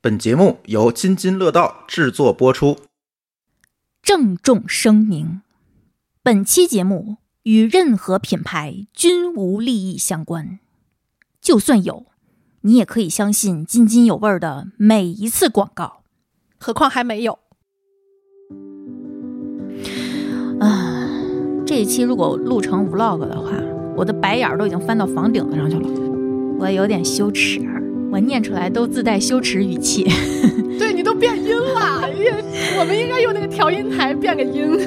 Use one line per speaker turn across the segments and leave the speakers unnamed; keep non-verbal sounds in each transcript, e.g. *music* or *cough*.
本节目由津津乐道制作播出。
郑重声明：本期节目与任何品牌均无利益相关。就算有，你也可以相信津津有味儿的每一次广告。
何况还没有。
啊，这一期如果录成 vlog 的话，我的白眼儿都已经翻到房顶子上去了，我有点羞耻，啊我念出来都自带羞耻语气。
对你都变音了，哎我们应该用那个调音台变个音。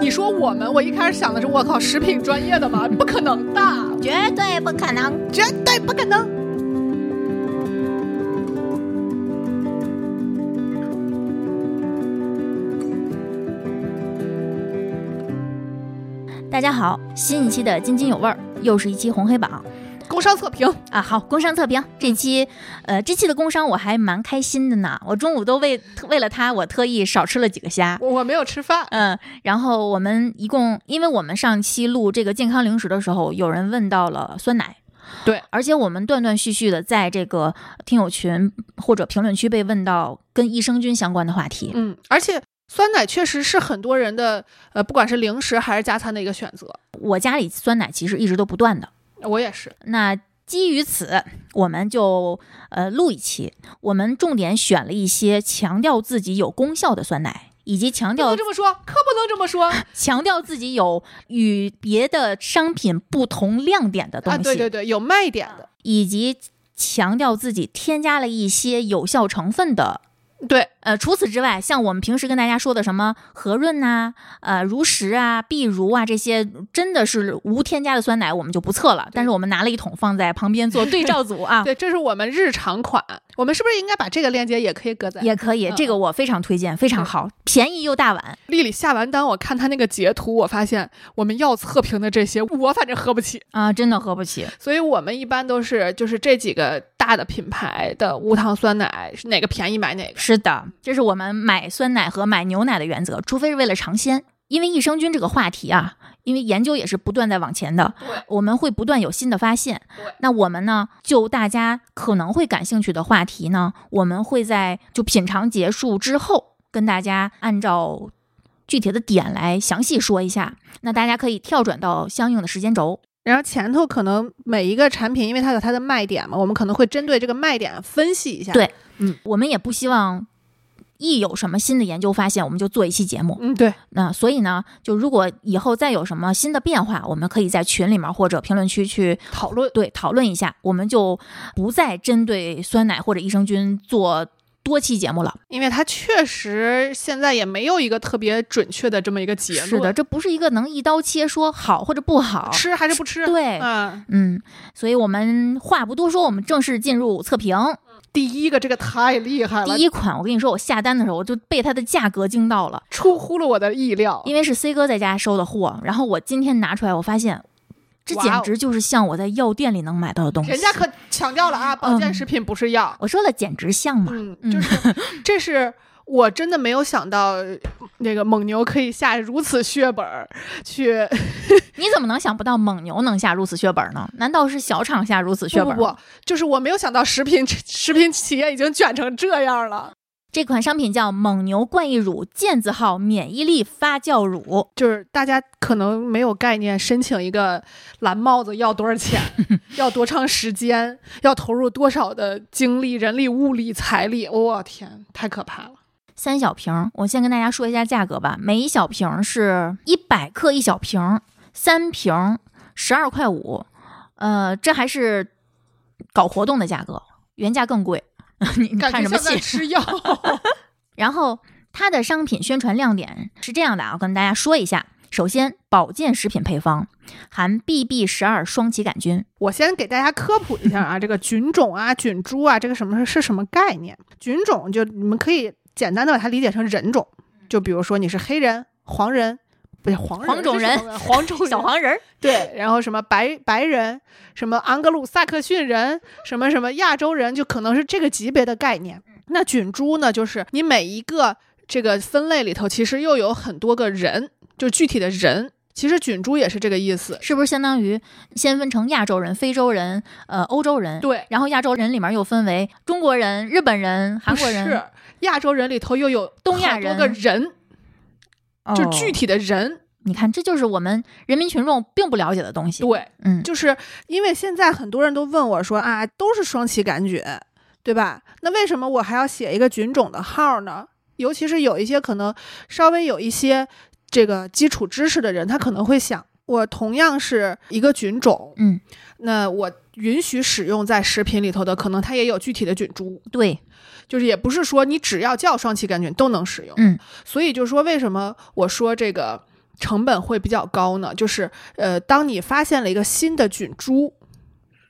你说我们，我一开始想的是，我靠，食品专业的吗？不可能的，
绝对不可能！
绝对不可能。
大家好，新一期的津津有味儿又是一期红黑榜
工商测评，
啊！好，工商测评这期，呃，这期的工商我还蛮开心的呢。我中午都为为了它，我特意少吃了几个虾。
我我没有吃饭，
嗯，然后我们一共，因为我们上期录这个健康零食的时候，有人问到了酸奶，
对，
而且我们断断续续的在这个听友群或者评论区被问到跟益生菌相关的话题，
嗯，而且酸奶确实是很多人的，呃，不管是零食还是加餐的一个选择。
我家里酸奶其实一直都不断的。
我也是，
那基于此，我们就呃录一期，我们重点选了一些强调自己有功效的酸奶。以及强
不能
调
这么说，可不能这么说
强调自己有与别的商品不同亮点的东
啊！
西，
对对对，有卖点的，
以及强调自己添加了一些有效成分的。
对，
呃，除此之外，像我们平时跟大家说的什么和润呐、呃如实啊、碧如啊这些，真的是无添加的酸奶，我们就不测了。但是我们拿了一桶放在旁边做对照组啊，
对，这是我们日常款。我们是不是应该把这个链接也可以搁在？
也可以，这
嗯
个我非常推荐，非常好，便宜又大碗。
丽丽下完单，我看她那个截图，我发现我们要测评的这些，我反正喝不起，
啊，真的喝不起。
所以我们一般都是就是这几个大的品牌的无糖酸奶，是哪个便宜买哪个。
是的，这是我们买酸奶和买牛奶的原则，除非是为了尝鲜。因为益生菌这个话题啊，因为研究也是不断在往前的，
对
我们会不断有新的发现
对。
那我们呢，就大家可能会感兴趣的话题呢，我们会在就品尝结束之后，跟大家按照具体的点来详细说一下。那大家可以跳转到相应的时间轴。
然后前头可能每一个产品，因为它有它的卖点嘛，我们可能会针对这个卖点分析一下。
对我们也不希望一有什么新的研究发现，我们就做一期节目。
嗯，对，
那所以呢，就如果以后再有什么新的变化，我们可以在群里面或者评论区去
讨论。
对讨论一下，我们就不再针对酸奶或者益生菌做多期节目了。
因为它确实现在也没有一个特别准确的这么一个结论，
是的，，这不是一个能一刀切说好或者不好。
吃还是不吃？
对
嗯，
嗯，所以我们话不多说，我们正式进入测评。
第一个这个太厉害了，
第一款，我跟你说，我下单的时候我就被它的价格惊到了，
出乎了我的意料，
因为是 C 哥在家收的货，然后我今天拿出来，我发现这
哇
简
哦
直就是像我在药店里能买到的东西。
人家可强调了啊，保
嗯
健食品不是药，
我说了，简直像嘛。
嗯，就是
*laughs*
这是我真的没有想到，那个蒙牛可以下如此血本儿去，
你怎么能想不到蒙牛能下如此血本呢？难道是小厂下如此血
不
本
不
吗？
不，就是我没有想到食品 *laughs* 食品企业已经卷成这样了，
这款商品叫蒙牛冠逸乳健字号免疫力发酵乳，
就是大家可能没有概念，申请一个蓝帽子要多
*laughs*
少钱，要多长时间，要投入多少的精力、人力、物力、财力，我、天，太可怕了！
三小瓶。我先跟大家说一下价格吧，每一小瓶是一百克一小瓶，三瓶十二块五，呃，这还是搞活动的价格，原价更贵。 *laughs* 你你
感
看
觉
什么
像
戏
在？吃药。
然后它的商品宣传亮点是这样的啊，我跟大家说一下。首先，保健食品配方含 BB 十二双歧杆
*laughs*
菌，
我先给大家科普一下啊，这个菌种啊、菌株啊，这个什么是是什么概念？菌种就你们可以简单的把它理解成人种，就比如说你是黑人、黄人，不是黄人
黄种
是什
人
么人、黄种人、
小黄人儿，
对，然后什么白白人，什么盎格鲁撒克逊人，什么什么亚洲人，就可能是这个级别的概念。那菌株呢，就是你每一个这个分类里头，其实又有很多个人，就具体的人。其实菌株也是这个意思。
是不是相当于先分成亚洲人、非洲人、呃欧洲人？
对
然后亚洲人里面又分为中国人、日本人、韩国
不
人
是，亚洲人里头又有
东亚
好多
人
个人，就
哦
具体的人，
你看，这就是我们人民群众并不了解的东西。
对，
嗯，
就是因为现在很多人都问我说啊，都是双歧杆菌，对吧？那为什么我还要写一个菌种的号呢？尤其是有一些可能稍微有一些这个基础知识的人，他可能会想，我同样是一个菌种，
嗯，
那我允许使用在食品里头的，可能它也有具体的菌株，
对，
就是也不是说你只要叫双歧杆菌都能使用。
嗯，
所以就是说，为什么我说这个成本会比较高呢？就是呃，当你发现了一个新的菌株，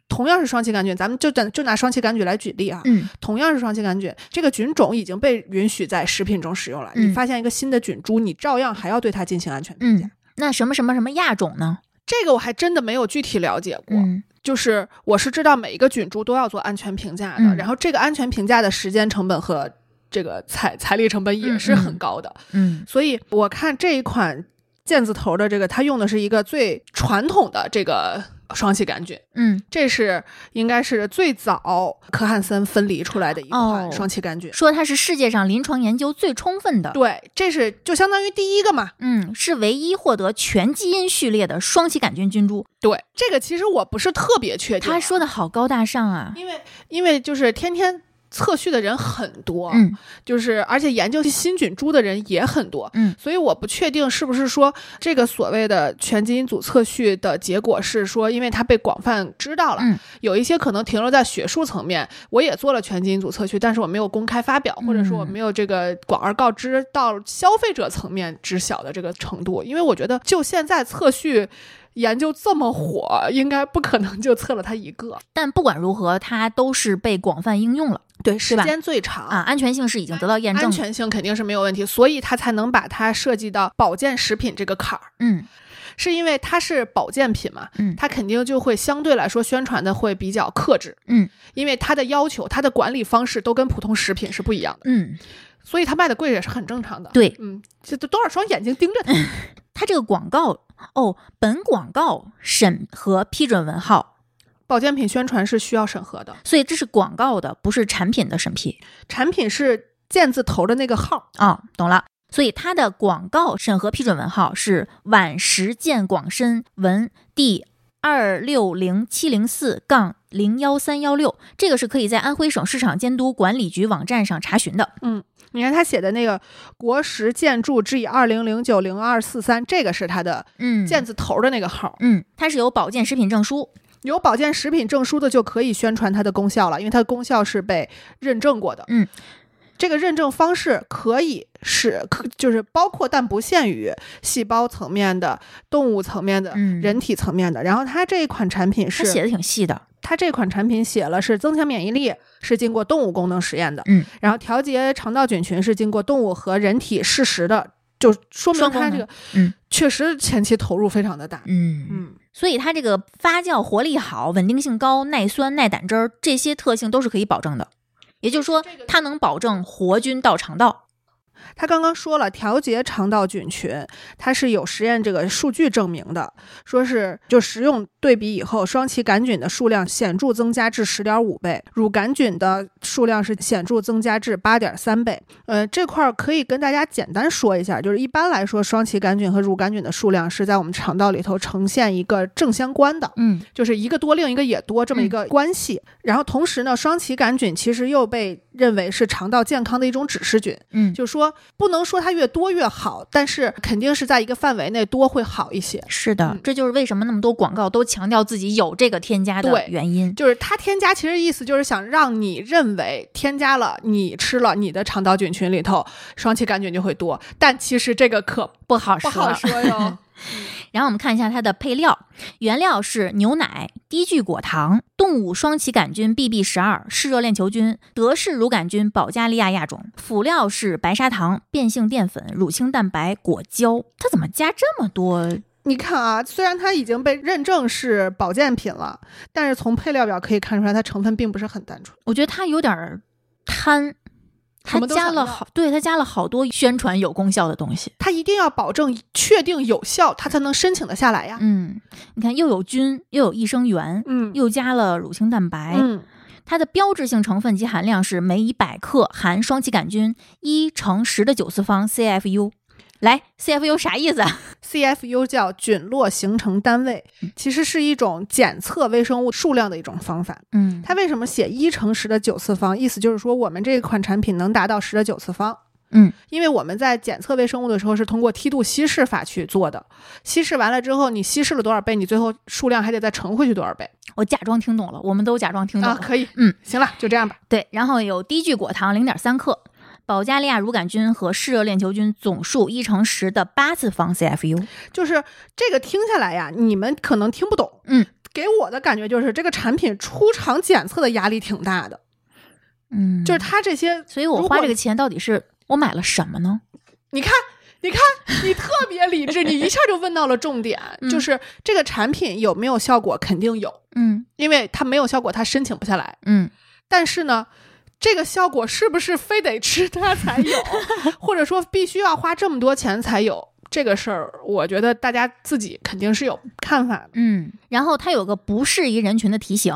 同样是双歧杆菌，咱们就等就拿双歧杆菌来举例啊，
嗯，
同样是双歧杆菌，这个菌种已经被允许在食品中使用了。
嗯
你发现一个新的菌株，你照样还要对它进行安全评价。
嗯那什么什么什么亚种呢？
这个我还真的没有具体了解过，
嗯
就是我是知道每一个菌株都要做安全评价的，
嗯
然后这个安全评价的时间成本和这个财财力成本也是很高的，
嗯
所以我看这一款毽子头的这个，它用的是一个最传统的这个双歧杆菌，
嗯，
这是应该是最早科汉森分离出来的一款
哦
双歧杆菌。
说它是世界上临床研究最充分的，
对，这是就相当于第一个嘛。
嗯，是唯一获得全基因序列的双歧杆菌菌株。
对，这个其实我不是特别确定啊。
他说的好高大上啊，
因为因为就是天天测序的人很多，
嗯
就是而且研究新菌株的人也很多，
嗯，
所以我不确定是不是说这个所谓的全基因组测序的结果是说，因为它被广泛知道了，
嗯
有一些可能停留在学术层面。我也做了全基因组测序，但是我没有公开发表，或者说
嗯
我没有这个广而告之到消费者层面知晓的这个程度，因为我觉得就现在测序。研究这么火，应该不可能就测了它一个，
但不管如何，它都是被广泛应用了
对，时
吧
间最长
啊，安全性是已经得到验
安
证的。
全性肯定是没有问题，所以它才能把它设计到保健食品这个坎儿，
嗯
是因为它是保健品嘛，
嗯
它肯定就会相对来说宣传的会比较克制，
嗯，
因为它的要求、它的管理方式都跟普通食品是不一样的，
嗯，
所以它卖的贵也是很正常的。，
对，
嗯，这都多少双眼睛盯着它，
它这个广告哦，本广告审核批准文号，
保健品宣传是需要审核的，
所以这是广告的，不是产品的审批
产品是见字头的那个号，
啊、哦，懂了。所以它的广告审核批准文号是皖实健广深文第二六零七零四杠零幺三幺六，这个是可以在安徽省市场监督管理局网站上查询的。
你看他写的那个国食建筑 G 二零零九零二四三，这个是它的
嗯，
见字头的那个号。
嗯，它是有保健食品证书，
有保健食品证书的就可以宣传它的功效了，因为它的功效是被认证过的。
嗯，
这个认证方式可以是可就是包括但不限于细胞层面的、动物层面的、
嗯
人体层面的。然后它这一款产品
它
是
写的挺细的。
它这款产品写了是增强免疫力，是经过动物功能实验的。
嗯，
然后调节肠道菌群是经过动物和人体事实的，就说明
双功
它
能
这个
嗯
确实前期投入非常的大。
嗯
嗯
所以它这个发酵活力好、稳定性高、耐酸、耐胆汁儿这些特性都是可以保证的。也就是说，它能保证活菌到肠道。
他刚刚说了，调节肠道菌群，它是有实验这个数据证明的，说是就食用对比以后，双歧杆菌的数量显著增加至十点五倍，乳杆菌的数量是显著增加至八点三倍。呃，这块儿可以跟大家简单说一下，就是一般来说，双歧杆菌和乳杆菌的数量是在我们肠道里头呈现一个正相关的。
嗯
就是一个多另一个也多这么一个关系。然后同时呢，双歧杆菌其实又被认为是肠道健康的一种指示菌，
嗯，
就说不能说它越多越好，但是肯定是在一个范围内多会好一些。
是的，
嗯
这就是为什么那么多广告都强调自己有这个添加的
对
原因。
就是它添加，其实意思就是想让你认为添加了，你吃了，你的肠道菌群里头双歧杆菌就会多，但其实这个可
不好
不
说。啊
好说哟。
然后我们看一下它的配料，原料是牛奶、低聚果糖、动物双歧杆菌 BB 十二、嗜热链球菌、德氏乳杆菌保加利亚亚种。辅料是白砂糖、变性淀粉、乳清蛋白、果胶。它怎么加这么多？
你看啊，虽然它已经被认证是保健品了，但是从配料表可以看出来，它成分并不是很单纯。
我觉得它有点儿贪，他
什么都
加
想
了
要
好，对他加了好多宣传有功效的东西。
他一定要保证确定有效，他才能申请得下来呀。
嗯，你看又有菌，又有益生元，
啊嗯
又加了乳清蛋白，
嗯
它的标志性成分及含量是每一百克含双歧杆菌一乘十的九次方 CFU。来，CFU 啥意思啊？
，CFU 叫菌落形成单位，
嗯
其实是一种检测微生物数量的一种方法。
嗯，
它为什么写一乘十的九次方？意思就是说，我们这款产品能达到十的九次方。
嗯，
因为我们在检测微生物的时候是通过梯度稀释法去做的，稀释完了之后，你稀释了多少倍，你最后数量还得再乘回去多少倍
我假装听懂了，我们都假装听懂
啊？
了。
可以，
嗯，
行了，就这样吧。
对，然后有低聚果糖零点三克，保加利亚乳杆菌和嗜热链球菌总数一乘十的八次方 CFU。
就是这个听下来呀，你们可能听不懂，
嗯，
给我的感觉就是这个产品出厂检测的压力挺大的，
嗯，
就是，它这些，
所以我
如
花
果
这个钱到底是我买了什么呢？
你看，你看，你特别理智，你一下就问到了重点，
嗯
就是这个产品有没有效果，肯定有，
嗯
因为它没有效果，它申请不下来。
嗯
但是呢，这个效果是不是非得吃它才有，或者说必须要花这么多钱才有？这个事儿，我觉得大家自己肯定是有看法的。
嗯。然后它有个不适宜人群的提醒：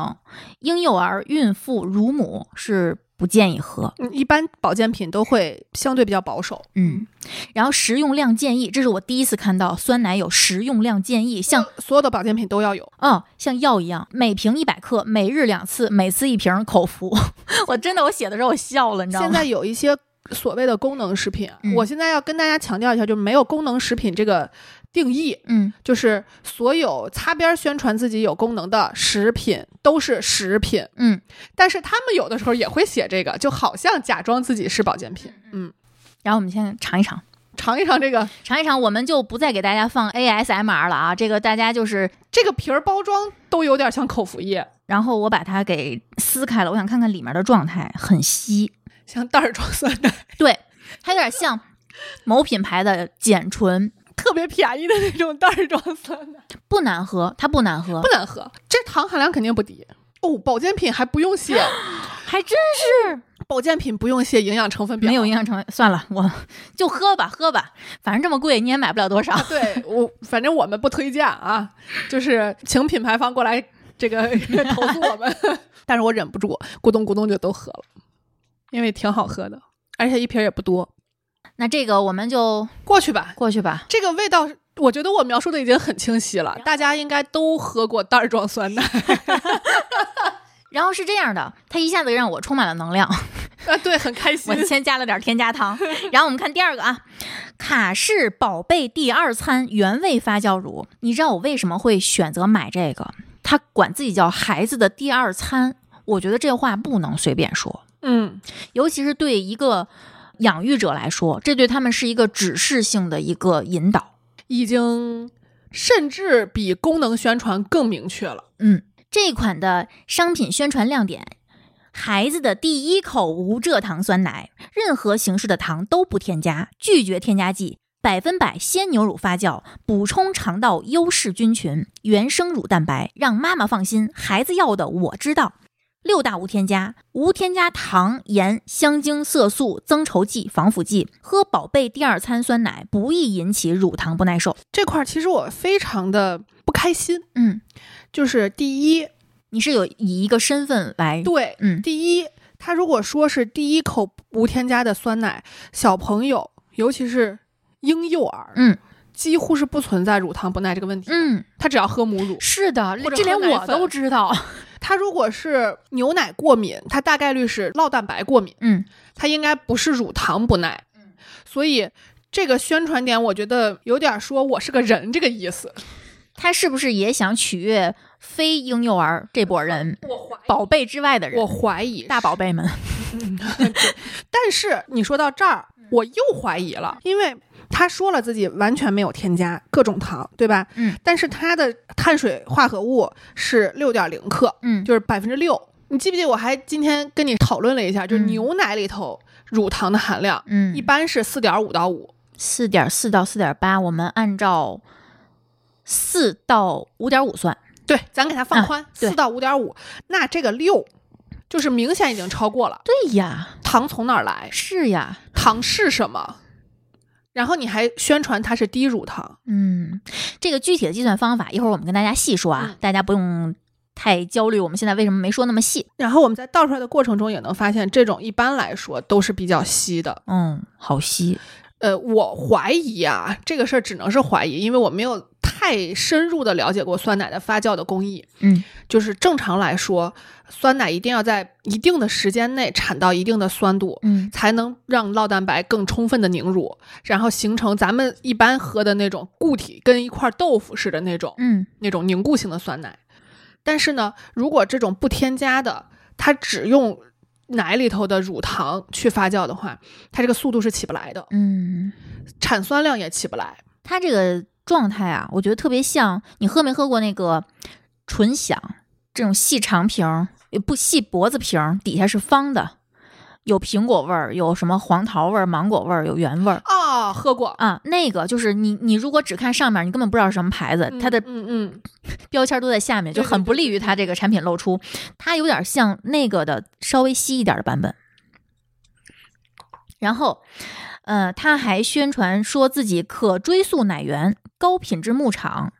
婴幼儿、孕妇、乳母是不建议喝。
嗯一般保健品都会相对比较保守，
嗯，然后食用量建议，这是我第一次看到酸奶有食用量建议，像
所有的保健品都要有。
哦，像药一样，每瓶一百克，每日两次，每次一瓶口服。 *laughs* 我真的，我写的时候我笑了，你知道
现
吗？
在有一些所谓的功能食品，
嗯
我现在要跟大家强调一下，就是没有功能食品这个定义，
嗯
就是所有擦边宣传自己有功能的食品都是食品，
嗯。
但是他们有的时候也会写这个，就好像假装自己是保健品。嗯，
然后我们先尝一尝，
尝一尝这个，
尝一尝，我们就不再给大家放 ASMR 了啊，这个大家就是。
这个皮儿包装都有点像口服液，
然后我把它给撕开了，我想看看里面的状态，很稀，
像袋儿装酸奶， *laughs*
对，它有点像某品牌的碱醇，
特别便宜的那种袋儿装酸奶，
不难喝，它不难喝
不，难喝，这糖含量肯定不低。哦，保健品还不
*gasps*
用写，
还真是。
保健品不用写营养成分表，
没有营养成分，算了，我就喝吧，喝吧，反正这么贵，你也买不了多少。 *laughs*
啊对我，反正我们不推荐啊，就是请品牌方过来这个投诉我们。但是我忍不住，咕咚咕咚就都喝了，因为挺好喝的，而且一瓶儿也不多。
那这个我们就
过去吧，
过去吧。
这个味道，我觉得我描述的已经很清晰了，大家应该都喝过袋儿装酸奶
然后是这样的，它一下子让我充满了能量，
啊，对，很开
*laughs*
心
我。先加了点添加糖。然后我们看第二个啊，卡氏宝贝第二餐原味发酵乳，你知道我为什么会选择买这个？它管自己叫孩子的第二餐，我觉得这话不能随便说。
嗯，
尤其是对一个养育者来说，这对他们是一个指示性的一个引导。
已经甚至比功能宣传更明确了。
嗯，这款的商品宣传亮点，孩子的第一口无蔗糖酸奶，任何形式的糖都不添加，拒绝添加剂，百分百鲜牛乳发酵，补充肠道优势菌群，原生乳蛋白，让妈妈放心，孩子要的我知道。六大无添加，无添加糖、盐、香精、色素、增稠剂、防腐剂。喝宝贝第二餐酸奶不易引起乳糖不耐受。
这块儿其实我非常的不开心，
嗯，
就是第一，
你是有以一个身份来，
对，
嗯
第一，他如果说是第一口无添加的酸奶，小朋友，尤其是婴幼儿，
嗯
几乎是不存在乳糖不耐这个问题。，
嗯。
他只要喝母乳。
是的
或，者
这连
喝奶
我
粉
都知道。
他如果是牛奶过敏，他大概率是酪蛋白过敏，
嗯，
他应该不是乳糖不耐。所以这个宣传点，我觉得有点说我是个人这个意思。
*laughs* 他是不是也想取悦非婴幼儿这波人，
我怀
宝贝之外的
我
人，
怀疑
大宝贝们？
但是你说到这儿，
嗯
我又怀疑了，因为他说了自己完全没有添加各种糖，对吧？
嗯。
但是它的碳水化合物是六点零克，
嗯，
就是百分之六。你记不记？得我还今天跟你讨论了一下，就是
嗯
牛奶里头乳糖的含量、
嗯
一，般是四点五到五。
四点四到四点八，我们按照四到五点五算。
对，咱给它放宽，
啊对
四、到五点五。那这个六就是明显已经超过了
对呀，
糖从哪儿来，
是呀，
糖是什么，然后你还宣传它是低乳糖，
嗯，这个具体的计算方法，一会儿我们跟大家细说啊，
嗯
大家不用太焦虑。我们现在为什么没说那么细？
然后我们在倒出来的过程中也能发现，这种一般来说都是比较稀的。
嗯，好稀，
呃，我怀疑啊，这个事儿只能是怀疑，因为我没有太深入的了解过酸奶的发酵的工艺。
嗯
就是正常来说，酸奶一定要在一定的时间内产到一定的酸度，
嗯
才能让酪蛋白更充分的凝乳，然后形成咱们一般喝的那种固体，跟一块豆腐似的那种
嗯
那种凝固型的酸奶。但是呢，如果这种不添加的，它只用奶里头的乳糖去发酵的话，它这个速度是起不来的，
嗯，
产酸量也起不来。
它这个状态啊，我觉得特别像你喝没喝过那个纯享这种细长瓶儿，也不细脖子瓶儿，底下是方的，有苹果味儿，有什么黄桃味儿、芒果味儿，有原味儿。
啊、喝过，
啊，那个就是你，你如果只看上面，你根本不知道是什么牌子，它的
嗯嗯嗯
标签都在下面，就
对对
很不
对
利于它这个产品露出。它有点像那个的稍微稀一点的版本。然后，呃，他还宣传说自己可追溯奶源、高品质牧场。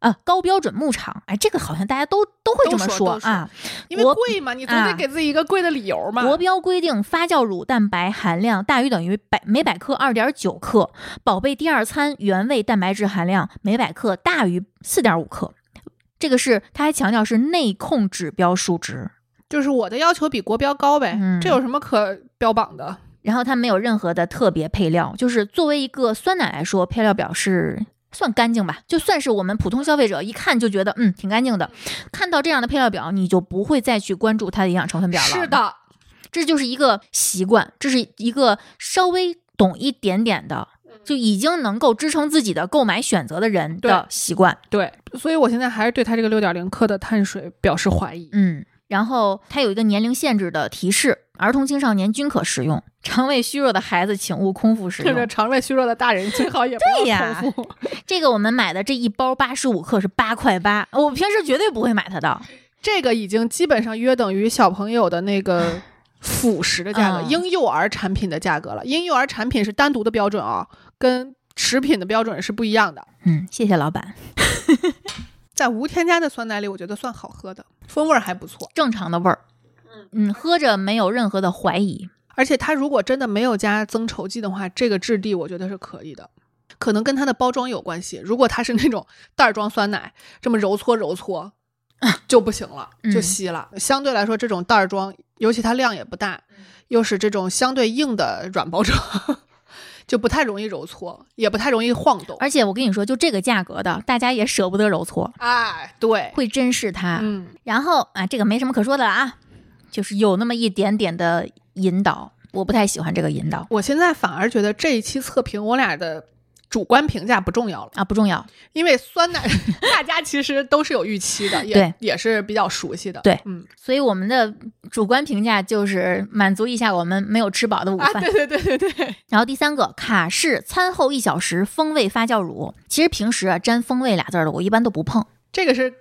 啊，高标准牧场，哎，这个好像大家都都会
都
这么
说都说
啊。
因为
我
贵嘛，你总得
啊
给自己一个贵的理由嘛。
国标规定，发酵乳蛋白含量大于等于百每百克二点九克，宝贝第二餐原味蛋白质含量每百克大于四点五克。这个是，他还强调是内控指标数值，
就是我的要求比国标高呗，
嗯
这有什么可标榜的？
然后它没有任何的特别配料，就是作为一个酸奶来说，配料表是算干净吧，就算是我们普通消费者一看就觉得，嗯，挺干净的。看到这样的配料表，你就不会再去关注它的营养成分表了。
是，的，
这就是一个习惯，这是一个稍微懂一点点的，就已经能够支撑自己的购买选择的人的
对
习惯。
对，所以我现在还是对它这个六点零克的碳水表示怀疑。
嗯，然后它有一个年龄限制的提示，儿童、青少年均可食用，肠胃虚弱的孩子请勿空腹食
*laughs* 趁
用
着。肠胃虚弱的大人最好也不
对
要
呀
空腹。
这个我们买的这一包八十五克是八块八，我平时绝对不会买它的。
这个已经基本上约等于小朋友的那个辅食的价格，
嗯
婴幼儿产品的价格了。婴幼儿产品是单独的标准啊、跟食品的标准是不一样的。
嗯，谢谢老板。
在无添加的酸奶里，我觉得算好喝的，风味儿还不错。
正常的味儿，嗯，喝着没有任何的怀疑。
而且它如果真的没有加增稠剂的话，这个质地我觉得是可以的，可能跟它的包装有关系。如果它是那种袋儿装酸奶，这么揉搓
*laughs*
揉搓就不行了，
嗯
就稀了。相对来说，这种袋儿装，尤其它量也不大，
嗯
又是这种相对硬的软包装，就不太容易揉搓，也不太容易晃动。
而且我跟你说，就这个价格的，大家也舍不得揉搓，
哎，对，
会珍视它。
嗯，
然后啊，这个没什么可说的了啊，就是有那么一点点的引导，我不太喜欢这个引导
我现在反而觉得这一期测评我俩的主观评价不重要了。
啊，不重要。
因为酸 *laughs* 奶大家其实都是有预期的，也
对
也是比较熟悉的。
对
嗯
所以我们的主观评价就是满足一下我们没有吃饱的午
啊，
饭。
对对对对对，
然后第三个，卡式餐后一小时风味发酵乳。其实平时啊，沾“风味”俩字儿的，我一般都不碰。
这个是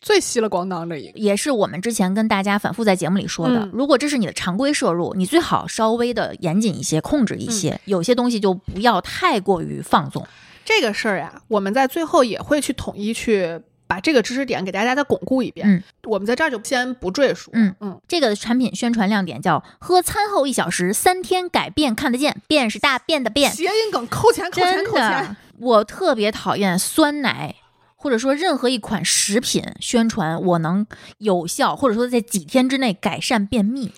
最稀了咣当的一个。
也是我们之前跟大家反复在节目里说的，
嗯
如果这是你的常规摄入，你最好稍微的严谨一些，控制一些，
嗯
有些东西就不要太过于放纵。
这个事儿呀，我们在最后也会去统一去把这个知识点给大家再巩固一遍。
嗯，
我们在这儿就先不赘述。
嗯
嗯，
这个产品宣传亮点叫“喝餐后一小时，三天改变看得见”，变是大便的便，
谐音梗扣钱扣钱
真
扣钱
的。，我特别讨厌酸奶。或者说任何一款食品宣传，我能有效，或者说在几天之内改善便秘，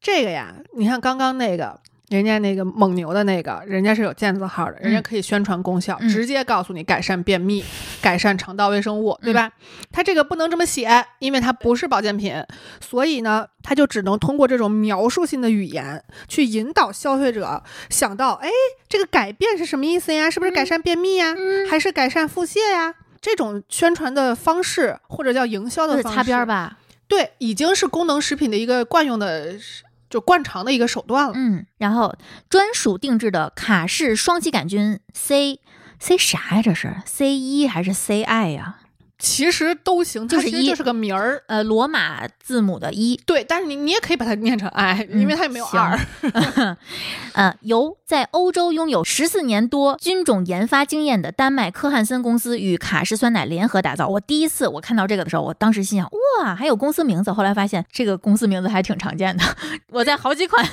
这个呀，你看刚刚那个。人家那个蒙牛的那个，人家是有健字号的，人家可以宣传功效，
嗯
直接告诉你改善便秘、改善肠道微生物，对吧？
嗯
它这个不能这么写，因为它不是保健品，所以呢，它就只能通过这种描述性的语言去引导消费者想到，哎，这个改变是什么意思呀？是
嗯
不是改善便秘呀？还是改善腹泻呀？这种宣传的方式或者叫营销
就
的
是
方式，
擦边儿吧？
对，已经是功能食品的一个惯用的，就惯常的一个手段了。
嗯，然后专属定制的卡氏双歧杆菌 C C 啥呀？这是 C 一还是 C I 呀、
其实都行，它
就是
其实
一
就是个名儿。
呃，罗马字母的一，
对，但是你你也可以把它念成 i，因为它也没有
嗯行
二。 *laughs*
呃，由在欧洲拥有十四年多菌种研发经验的丹麦科汉森公司与卡氏酸奶联合打造。我第一次我看到这个的时候，我当时心想，哇，还有公司名字。后来发现这个公司名字还挺常见的， *laughs* 我在好几款。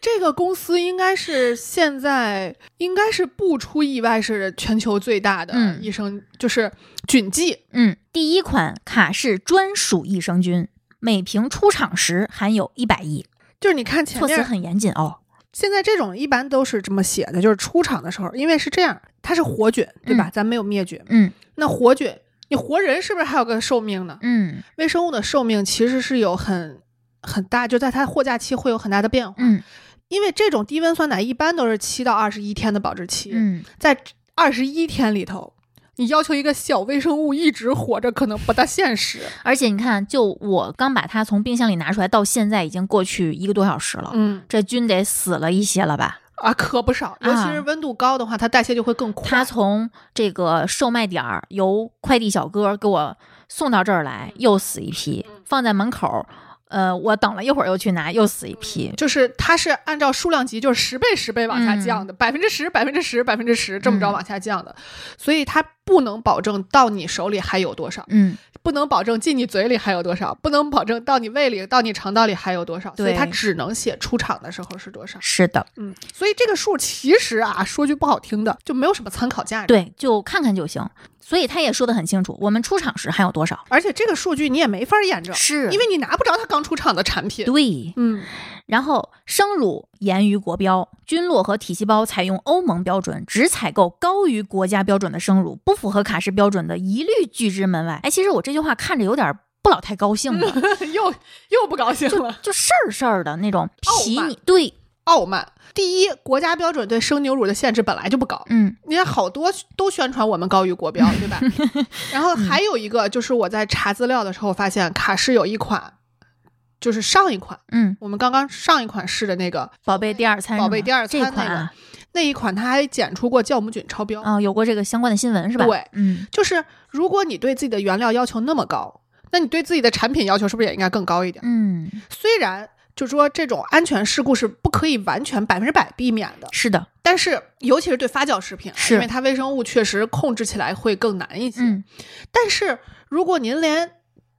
这个公司应该是现在应该是不出意外是全球最大的
嗯
益生，就是菌剂。
嗯，第一款卡氏专属益生菌，每瓶出厂时含有一百亿，
就是你看前
措辞
面，
很严谨哦。
现在这种一般都是这么写的，就是出厂的时候，因为是这样，它是活菌，对吧？咱没有灭菌。
嗯
那活菌，你活人是不是还有个寿命呢？
嗯
微生物的寿命其实是有很很大，就在它货架期会有很大的变化。
嗯
因为这种低温酸奶一般都是七到二十一天的保质期，
嗯，
在二十一天里头，你要求一个小微生物一直活着，可能不大现实。
而且你看，就我刚把它从冰箱里拿出来，到现在已经过去一个多小时了。
嗯
这菌得死了一些了吧？
啊，可不少，尤
啊
其是温度高的话，它代谢就会更快。
他从这个售卖点儿由快递小哥给我送到这儿来，又死一批，放在门口儿，呃，我等了一会儿又去拿，又死一批。
就是它是按照数量级，就是十倍十倍往下降的，百分之十、百分之十、百分之十这么着
嗯
往下降的，所以它不能保证到你手里还有多少，
嗯，
不能保证进你嘴里还有多少，不能保证到你胃里、到你肠道里还有多少，所以
对
它只能写出厂的时候是多少。
是的，
嗯，所以这个数其实啊，说句不好听的，就没有什么参考价值。，
对，就看看就行。所以他也说得很清楚，我们出厂时还有多少？
而且这个数据你也没法验证，
是
因为你拿不着它刚出厂的产品。
对，
嗯，
然后生乳严于国标，菌落和体细胞采用欧盟标准，只采购高于国家标准的生乳，不符合卡氏标准的一律拒之门外。哎，其实我这句话看着有点儿不老太高兴了。
*laughs* *laughs* 又又不高兴了，
就事儿事儿的那种
傲
皮
慢
你对，
傲慢。第一，国家标准对生牛乳的限制本来就不高，
嗯
你看好多都宣传我们高于国标，
*laughs*
对吧？然后还有一个就是我在查资料的时候发现，卡诗有一款，就是上一款
嗯，
我们刚刚上一款试的那个
宝贝第二餐是吗，
宝贝第二餐
这款啊，
那一款，它还检出过酵母菌超标。
啊有过这个相关的新闻是吧？
对，
嗯，
就是如果你对自己的原料要求那么高，那你对自己的产品要求是不是也应该更高一点？
嗯，
虽然就说这种安全事故是不可以完全百分之百避免的，
是的，
但是尤其是对发酵食品啊，
是
因为它微生物确实控制起来会更难一些。
嗯，
但是如果您连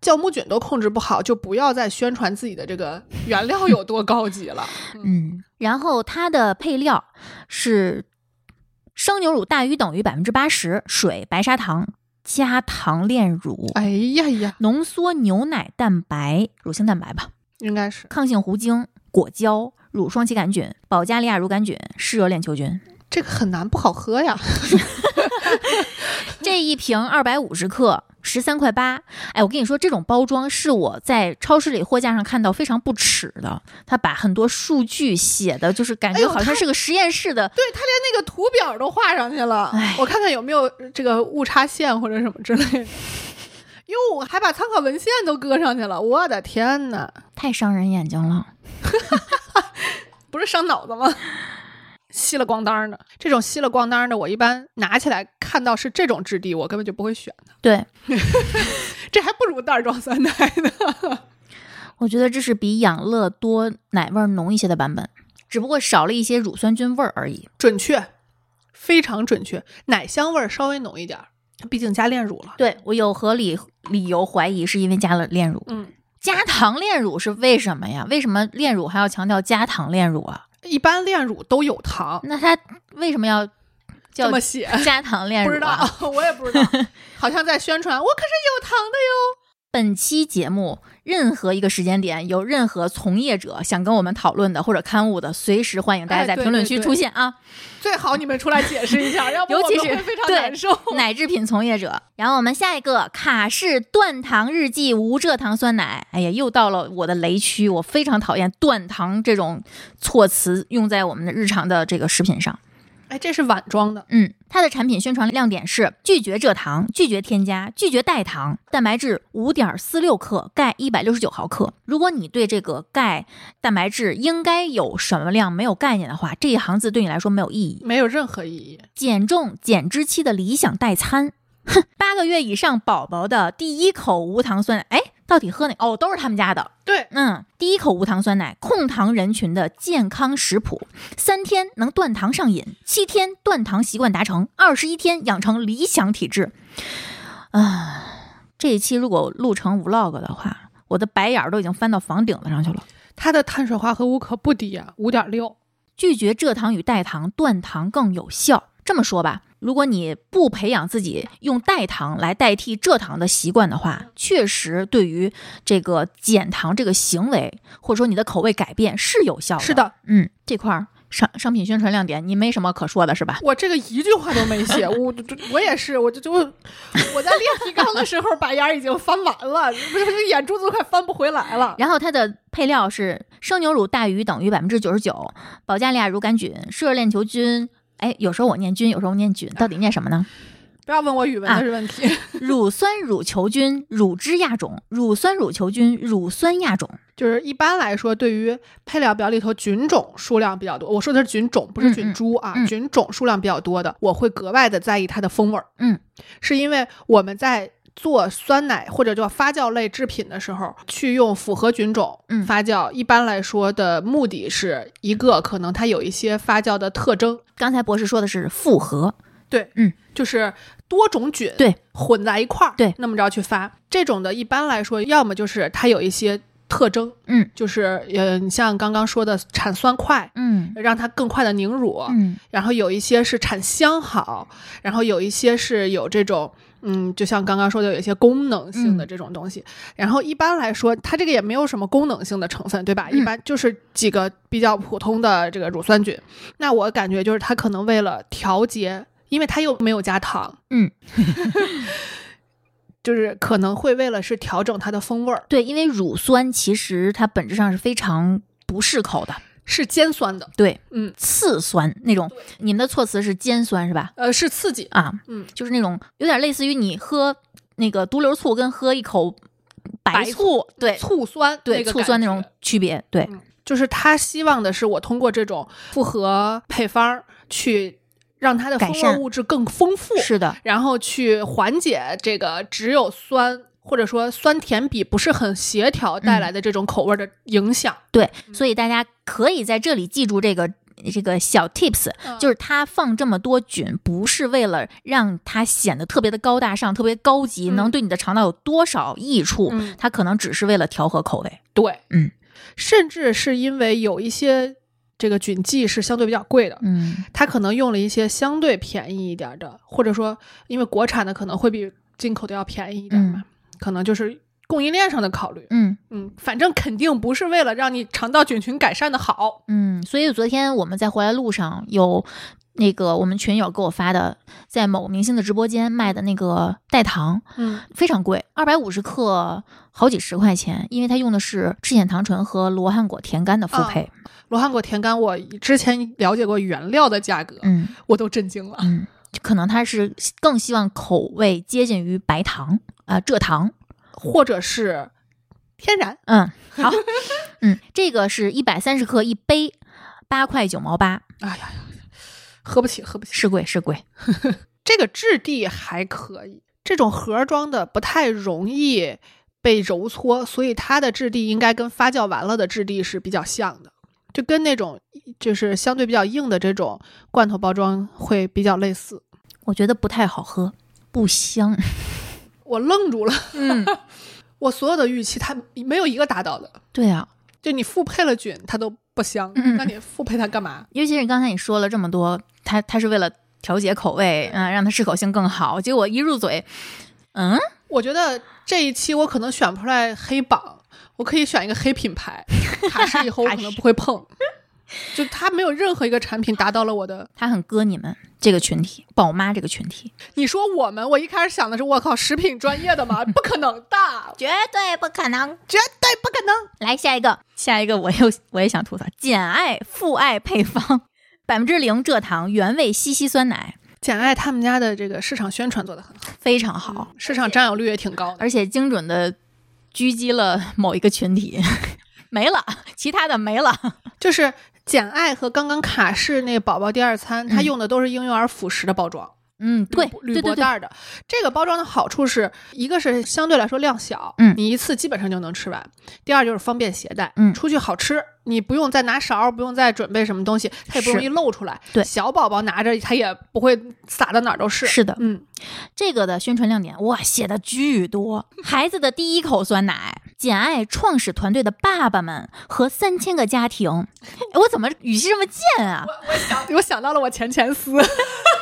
酵母菌都控制不好，就不要再宣传自己的这个原料有多高级
*laughs*
了。
嗯，然后它的配料是生牛乳大于等于百分之八十，水、白砂糖加糖炼乳，
哎呀呀，
浓缩牛奶蛋白、乳清蛋白吧，
应该是
抗性糊精、果胶、乳双歧杆菌、保加利亚乳杆菌、嗜热链球 *laughs* 菌。
这个很难不好喝呀。
这一瓶二百五十克，十三块八。哎，我跟你说，这种包装是我在超市里货架上看到非常不耻的。他把很多数据写的，就是感
哎
觉
呦
好像是个实验室的。
对他连那个图表都画上去了
哎，
我看看有没有这个误差线或者什么之类的。 *laughs* 哟，还把参考文献都搁上去了，我的天呐，
太伤人眼睛了。
不是伤脑子吗？ *laughs* 稀了咣当的，这种稀了咣当的，我一般拿起来看到是这种质地，我根本就不会选的。
对，
这还不如袋装酸奶呢。
我觉得这是比养乐多奶味儿浓一些的版本，只不过少了一些乳酸菌味儿而已。
*laughs* 准确，非常准确，奶香味儿稍微浓一点儿，毕竟加炼乳了。
对我有合理理由怀疑，是因为加了炼乳。
嗯，
加糖炼乳是为什么呀？为什么炼乳还要强调加糖炼乳啊？
一般炼乳都有糖，
那它为什么要
这
叫
么写。
*laughs* 加糖炼
不
乳、啊？
知道， *laughs* 我也不知道，好像在宣传，我可是 *laughs* 有糖的哟。
本期节目任何一个时间点，有任何从业者想跟我们讨论的或者刊物的，随时欢迎大家
哎
在
对
评论
对
区
对
出现啊，
最好你们出来解释一 *laughs* 下，要不
尤
我
其
们
是
会非常
对
难受。
*laughs* 奶制品从业者。然后我们下一个卡式断糖日记无蔗糖酸奶，哎呀，又到了我的雷区，我非常讨厌断糖这种措辞用在我们的日常的这个食品上。
哎，这是碗装的，
嗯，它的产品宣传亮点是拒绝蔗糖、拒绝添加、拒绝代糖，蛋白质五点四六克，钙一百六十九毫克。如果你对这个钙、蛋白质应该有什么量没有概念的话，这一行字对你来说没有意义。
没有任何意义。
减重减脂期的理想代餐，八个月以上宝宝的第一口无糖酸奶，哎，到底喝哪？哦，都是他们家的。
对，
嗯，第一口无糖酸奶，控糖人群的健康食谱，三天能断糖上瘾，七天断糖习惯达成，二十一天养成理想体质。啊，这一期如果录成 vlog 的话，我的白眼儿都已经翻到房顶子上去了。
它的碳水化合物可不低啊，五点六。
拒绝蔗糖与代糖，断糖更有效。这么说吧，如果你不培养自己用代糖来代替蔗糖的习惯的话，确实对于这个减糖这个行为，或者说你的口味改变是有效的。
是，的，
嗯，这块儿商商品宣传亮点，你没什么可说的是吧？
我这个一句话都没 *laughs* 写，我我也是，我就就我在练提纲的时候，把眼儿已经翻完了， *laughs* 不是不是眼珠子都快翻不回来 *laughs* 了。
然后它的配料是生牛乳大于等于百分之九十九，保加利亚乳杆菌、射链球菌。哎，有时候我念菌，有时候念菌，到底念什么呢？
不要问我语文的问题，
乳酸乳球菌、乳汁亚种、乳酸乳球菌、乳酸亚种。
就是一般来说，对于配料表里头菌种数量比较多，我说的是菌种，不是菌株啊，
嗯嗯嗯
菌种数量比较多的，我会格外的在意它的风味儿。
嗯，
是因为我们在做酸奶或者叫发酵类制品的时候，去用复合菌种
嗯
发酵，一般来说的目的是一个可能它有一些发酵的特征，
刚才博士说的是复合，
对，
嗯，
就是多种菌
对
混在一块儿，
对
那么着去发。这种的一般来说，要么就是它有一些特征，
嗯，
就是呃，你像刚刚说的产酸快，
嗯
让它更快的凝乳，
嗯
然后有一些是产香好，然后有一些是有这种。嗯，就像刚刚说的，有一些功能性的
嗯
这种东西。然后一般来说，它这个也没有什么功能性的成分，对吧？
嗯
一般就是几个比较普通的这个乳酸菌。那我感觉就是它可能为了调节，因为它又没有加糖，
嗯，
*laughs* 就是可能会为了是调整它的风味儿，
对，因为乳酸其实它本质上是非常不适口的，
是尖酸的，
对，
嗯，
次酸那种。你们的措辞是尖酸是吧？
呃，是刺激，
啊，
嗯，
就是那种有点类似于你喝那个独流醋跟喝一口白
白
醋，对
醋酸，
对，
那个
醋酸那
感
种
觉嗯
区别，对，
就是他希望的是我通过这种复合配方儿去让它的
改
风味
善
物质更丰富，
是的，
然后去缓解这个只有酸或者说酸甜比不是很协调
嗯
带来的这种口味的影响。
对，
嗯
所以大家可以在这里记住这个这个小 tips，就是
嗯
它放这么多菌，不是为了让它显得特别的高大上、特别高级，
嗯
能对你的肠道有多少益处？
嗯
它可能只是为了调和口味。
对，
嗯，
甚至是因为有一些这个菌剂是相对比较贵的，
嗯
它可能用了一些相对便宜一点儿的，或者说因为国产的可能会比进口的要便宜一点儿嘛，可能就是供应链上的考虑。
嗯
嗯，反正肯定不是为了让你肠道菌群改善的好。
嗯，所以昨天我们在回来路上有。那个我们群友给我发的，在某明星的直播间卖的那个代糖
嗯，
非常贵，二百五十克好几十块钱，因为它用的是赤藓糖醇和罗汉果甜苷的复
啊
配。
罗汉果甜干，我之前了解过原料的价格，
嗯，
我都震惊了。
嗯，可能他是更希望口味接近于白糖啊、蔗糖。
或者是天然，
嗯，
*laughs*
好，嗯，这个是一百三十克一杯，八块九毛八，
哎呀呀，喝不起，喝不起。
是贵是贵。
这个质地还可以，这种盒装的不太容易被揉搓，所以它的质地应该跟发酵完了的质地是比较像的，就跟那种就是相对比较硬的这种罐头包装会比较类似。
我觉得不太好喝，不香。
我愣住了，
嗯，
我所有的预期它没有一个达到的，
*laughs* 对啊，
就你复配了菌，它都不香，
嗯
那你复配它干嘛？
尤其是刚才你说了这么多，它它是为了调节口味，嗯、让它适口性更好。结果一入嘴，嗯，
我觉得这一期我可能选不出来黑榜，我可以选一个黑品牌，卡诗以后我可能不会碰。就它没有任何一个产品达到了我的。
它很割你们这个群体，宝妈这个群体，
你说我们，我一开始想的是，我靠，食品专业的嘛，不可能
*laughs*
的，
绝对不可能。
绝对不可能。
来下一个，下一个我又我也想吐槽，简爱父爱配方，百分之零蔗糖原味西西酸奶
简爱他们家的这个市场宣传做得很好，
非常好，
市场占有率也挺高的。
而且精准的狙击了某一个群体， *laughs* 没了，其他的没了。
就是简爱和刚刚卡氏那个宝宝第二餐，它
嗯
用的都是婴幼儿辅食的包装，
嗯，对
铝箔
对对
铝箔袋
对，
儿的。这个包装的好处是，一个是相对来说量小，
嗯
你一次基本上就能吃完；第二就是方便携带，
嗯
出去好吃，你不用再拿勺儿，不用再准备什么东西，它也不容易漏出来。
对
小宝宝拿着它也不会撒到哪儿都是。
是的，
嗯，
这个的宣传亮点哇写的巨多，孩子的第一口酸奶，简爱创始团队的爸爸们和三千个家
*laughs*
庭，哎我怎么语气这么贱啊？
我想到了我前前司， *laughs*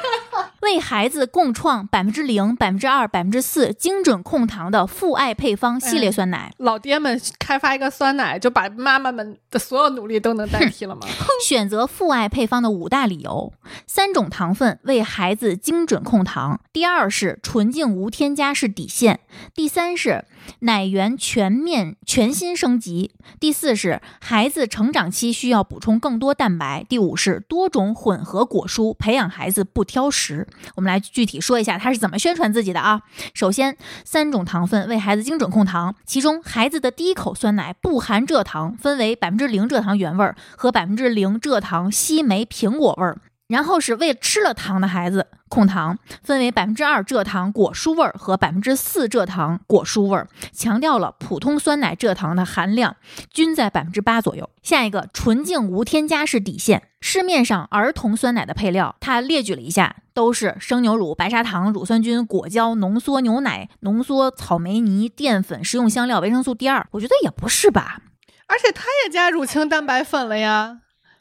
为孩子共创百分之零、百分之二、百分之四精准控糖的父爱配方系
嗯
列酸奶，
老爹们开发一个酸奶，就把妈妈们的所有努力都能代替了吗？ *laughs*
*laughs* 选择父爱配方的五大理由：三种糖分为孩子精准控糖；第二是纯净无添加是底线；第三是奶源全面全新升级；第四是孩子成长期需要补充更多蛋白；第五是多种混合果蔬，培养孩子不挑食。我们来具体说一下他是怎么宣传自己的啊。首先，三种糖分为孩子精准控糖，其中孩子的第一口酸奶不含蔗糖，分为百分之零蔗糖原味儿和百分之零蔗糖西梅苹果味儿。然后是为吃了糖的孩子控糖，分为百分之二蔗糖果蔬味儿和百分之四蔗糖果蔬味儿，强调了普通酸奶蔗糖的含量均在百分之八左右。下一个，纯净无添加是底线。市面上儿童酸奶的配料，它列举了一下，都是生牛乳、白砂糖、乳酸菌、果胶、浓缩牛奶、浓缩草莓泥、淀粉、食用香料、维生素 D 二。我觉得也不是吧。
而且它也加乳清蛋白粉了呀。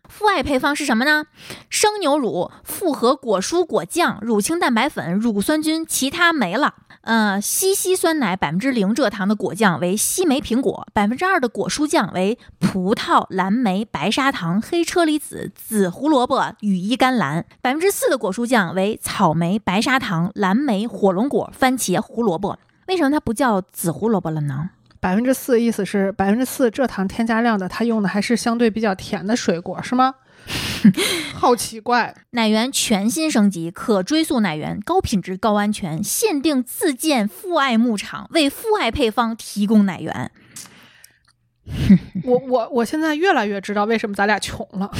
父爱配方是什么呢？生牛乳、复合果蔬果酱、乳清蛋白粉、乳酸菌，其他没了。呃，西西酸奶百分之零蔗糖的果酱为西梅苹果，百分之二的果蔬酱为葡萄、蓝莓、白砂糖、黑车厘子、紫胡萝卜、羽衣甘蓝，百分之四的果蔬酱为草莓、白砂糖、蓝莓、火龙果、番茄、胡萝卜。为什么它不叫紫胡萝卜了呢？
百分之四，意思是百分之四蔗糖添加量的，它用的还是相对比较甜的水果，是 *laughs* 吗？好奇怪，
奶源全新升级，可追溯奶源，高品质、高安全，限定自建父爱牧场，为父爱配方提供奶源。
*laughs* 我我我现在越来越知道为什么咱俩穷 *laughs* 了，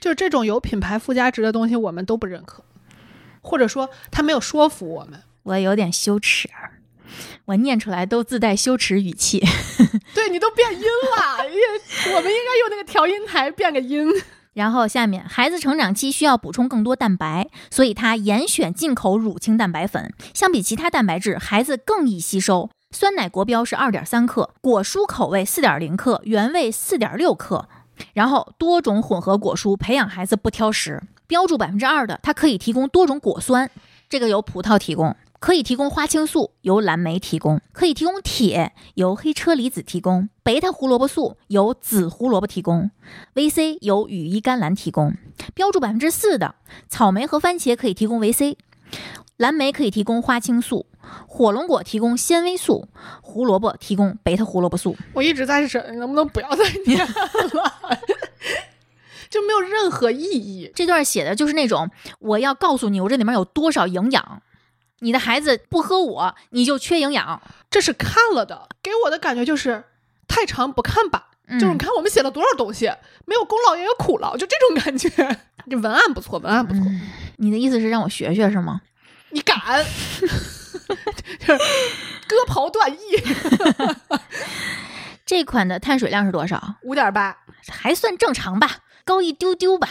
就是这种有品牌附加值的东西，我们都不认可，或者说它没有说服我们。
我有点羞耻，啊我念出来都自带羞耻语气。
对你都变音了，也我们应该用那个调音台变个音。
然后下面，孩子成长期需要补充更多蛋白，所以他严选进口乳清蛋白粉。相比其他蛋白质，孩子更易吸收。酸奶国标是二点三克，果蔬口味四点零克，原味四点六克。然后多种混合果蔬，培养孩子不挑食。标注百分之二的，它可以提供多种果酸，这个由葡萄提供；可以提供花青素，由蓝莓提供；可以提供铁，由黑车厘子提供；贝塔胡萝卜素由紫胡萝卜提供。VC 由羽衣甘蓝提供，标注百分之四的草莓和番茄可以提供维 c 蓝莓可以提供花青素，火龙果提供纤维素，胡萝卜提供贝塔胡萝卜素。
*laughs* 我一直在审，能不能不要再念了， *laughs* 就没有任何意义。
这段写的就是那种我要告诉你我这里面有多少营养，你的孩子不喝我你就缺营养。
这是看了的，给我的感觉就是太长不看吧，
嗯
就是你看我们写了多少东西，没有功劳也有苦劳，就这种感觉。 *laughs* 这文案不错，文案不错。
嗯你的意思是让我学学是吗？
你敢？ *laughs* 就是割袍断义，
这款的碳水量是多少？
五点八。
还算正常吧，高一丢丢吧，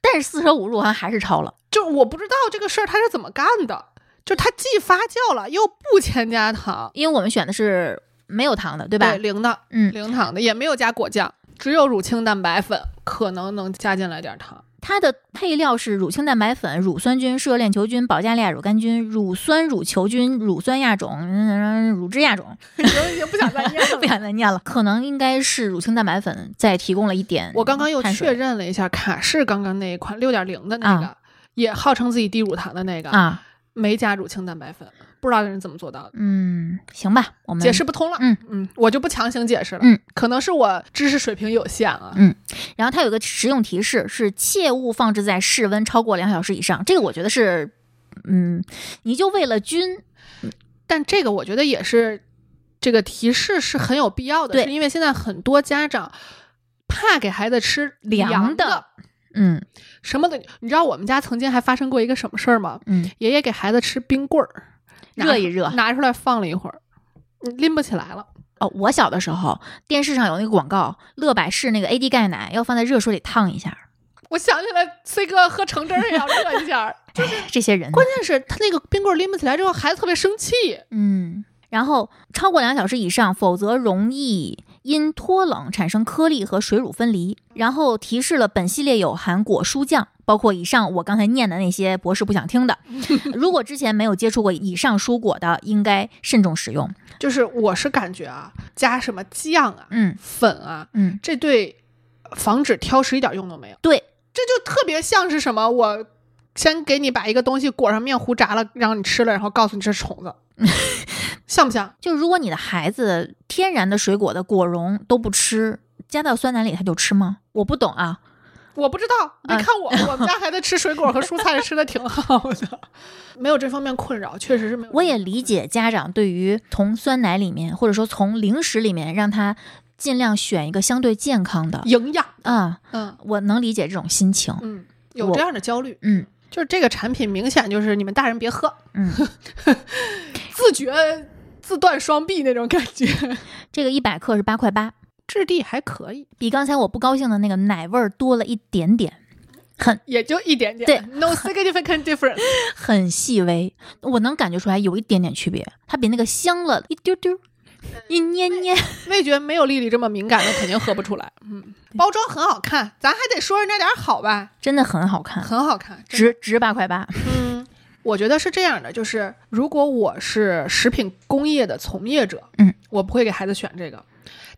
但是四舍五入好像还是超了。
就我不知道这个事儿他是怎么干的，就他既发酵了又不添加糖，
因为我们选的是没有糖的，对
对
吧？
零的，
嗯，
零糖的，也没有加果酱，只有乳清蛋白粉，可能能加进来点糖。 *laughs*
它的配料是乳清蛋白粉、乳酸菌、射链球菌、保加利亚乳杆菌、乳酸乳球菌、乳酸亚种、嗯、乳汁亚种， *laughs*
已经不想再念
不。想再念了。可能应该是乳清蛋白粉再提供了一嗯点碳水。
我刚刚又确认了一下，卡士刚刚那一款六点零的那个，
啊
也号称自己低乳糖的那个，
啊，
没加乳清蛋白粉，不知道人怎么做到的。
嗯，行吧，我们
解释不通了，
嗯
嗯，我就不强行解释了，
嗯，
可能是我知识水平有限啊，
然后它有一个实用提示是切勿放置在室温超过两小时以上，这个我觉得是，嗯，你就为了均，
但这个我觉得也是这个提示是很有必要的，
对
是因为现在很多家长怕给孩子吃
凉
凉
的嗯
什么的，你知道我们家曾经还发生过一个什么事儿吗？
嗯，
爷爷给孩子吃冰棍儿，拿
热一热
拿出来放了一会儿，嗯拎不起来了。
哦，我小的时候电视上有那个广告，乐百氏那个 AD 钙奶要放在热水里烫一下，
我想起来，C 哥喝橙汁儿也 *laughs* 要热一下儿。
这些人呢
关键是他那个冰棍儿拎不起来之后，孩子特别生气。
嗯，然后超过两小时以上，否则容易因脱冷产生颗粒和水乳分离。然后提示了本系列有含果蔬酱，包括以上我刚才念的那些博士不想听的。如果之前没有接触过以上蔬果的，应该慎重使用。
就是我是感觉啊，加什么酱啊、
嗯
粉啊，
嗯，
这对防止挑食一点用都没有。
对，
这就特别像是什么我。先给你把一个东西裹上面糊炸了，让你吃了，然后告诉你这是虫 *laughs* 子，像不像？
就如果你的孩子天然的水果的果蓉都不吃，加到酸奶里他就吃吗？我不懂啊。
我不知道，你
嗯
看 *laughs* 我，我们家孩子吃水果和蔬菜吃的挺好的， *laughs* 没有这方面困扰，确实是没有。
我也理解家长对于从酸奶里面，或者说从零食里面，让他尽量选一个相对健康的。
营养，
啊、
嗯
我能理解这种心情。
嗯，有
我
这样的焦虑，
嗯
就是这个产品明显就是你们大人别喝，
嗯，
*laughs* 自觉自断双臂那种感觉，
这个一百克是八块八，
质地还可以，
比刚才我不高兴的那个奶味儿多了一点点，很
*laughs* 也就一点点，
对
，no significant *laughs* difference，
很细微，我能感觉出来有一点点区别，它比那个香了一丢丢，
嗯
一捏捏。
味觉没有丽丽这么敏感的肯定喝不出来，嗯，包装很好看，咱还得说人家点儿好吧，
真的很好看，
很好看，真的
值值八块八。
嗯，我觉得是这样的，就是如果我是食品工业的从业者，
嗯，
我不会给孩子选这个。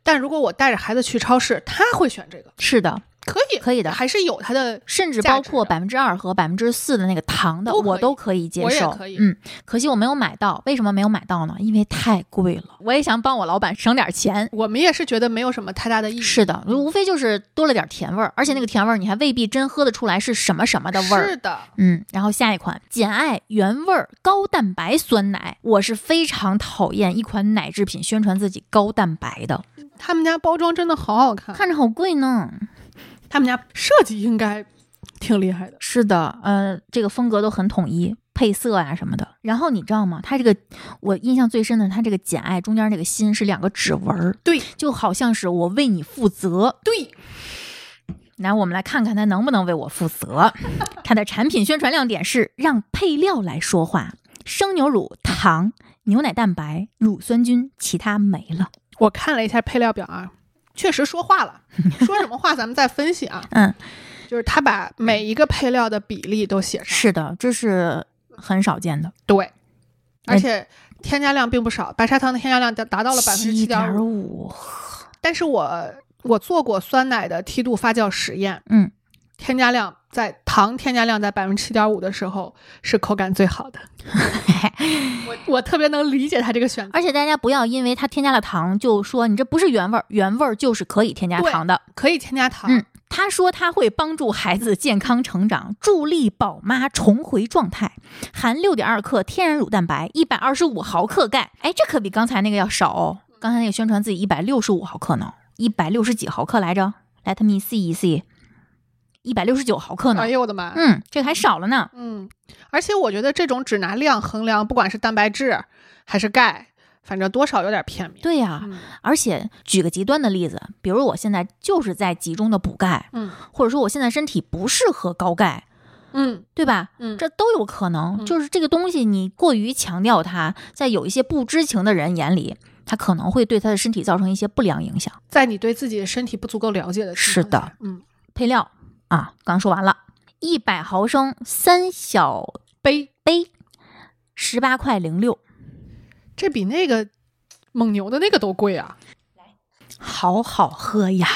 但如果我带着孩子去超市，他会选这个，
是的，
可以，
可以的
还是有他的。
甚至包括
价
百分之二和百分之四的那个糖的，
都可以
我都可以接
我也
受。
可以
嗯，可惜我没有买到。为什么没有买到呢？因为太贵了。我也想帮我老板省点钱，
我们也是觉得没有什么太大的意义，
是的，无非就是多了点甜味儿，而且那个甜味儿你还未必真喝得出来是什么什么的味儿
是。的，
嗯，然后下一款简爱原味儿高蛋白酸奶，我是非常讨厌一款奶制品宣传自己高蛋白的，
他们家包装真的好好看，
看着好贵呢。
他们家设计应该挺厉害的。
是的，呃，这个风格都很统一，配色啊什么的。然后你知道吗？它这个我印象最深的，它这个简爱中间这个心是两个指纹儿，
对
就好像是我为你负责，
对，
来，我们来看看它能不能为我负责。它的产品宣传亮点是让配料来说话：生牛乳、糖、牛奶蛋白、乳酸菌，其他没了。
我看了一下配料表啊，确实说话 *laughs* 了，说什么话咱们再分析啊。
嗯，
就是他把每一个配料的比例都写上，
是的，这是很少见的，
对，而
哎
且添加量并不少，白砂糖的添加量达达到了百分之七点五。
五。
但是我我做过酸奶的梯度发酵实验，
嗯，
添加量在糖添加量在百分之七点五的时候是口感最
*laughs*
好的。我我特别能理解他这个选择，
而且大家不要因为它添加了糖就说你这不是原味儿，原味儿就是可以添加
对
糖的。
可以添加糖，
嗯，他说他会帮助孩子健康成长，助力宝妈重回状态，含六点二克天然乳蛋白，一百二十五毫克钙。哎，这可比刚才那个要少哦。刚才那个宣传自己一百六十五毫克呢，一百六十几毫克来着？Let me see see，一百六十九毫克呢
哎。呦我的妈！
嗯，这个还少了呢。
嗯，而且我觉得这种只拿量衡量，不管是蛋白质还是钙，反正多少有点片面。
对呀、
嗯
而且举个极端的例子，比如我现在就是在集中的补钙，
嗯
或者说我现在身体不适合高钙，
嗯
对吧？
嗯，
这都有可能。
嗯
就是这个东西，你过于强调它，在有一些不知情的人眼里，它可能会对他的身体造成一些不良影响。
在你对自己的身体不足够了解的情
是
况下
的，
嗯，
配料啊，刚说完了，一百毫升三小
杯
杯，十八块零六
这比那个蒙牛的那个都贵啊，
，6, 好好喝呀，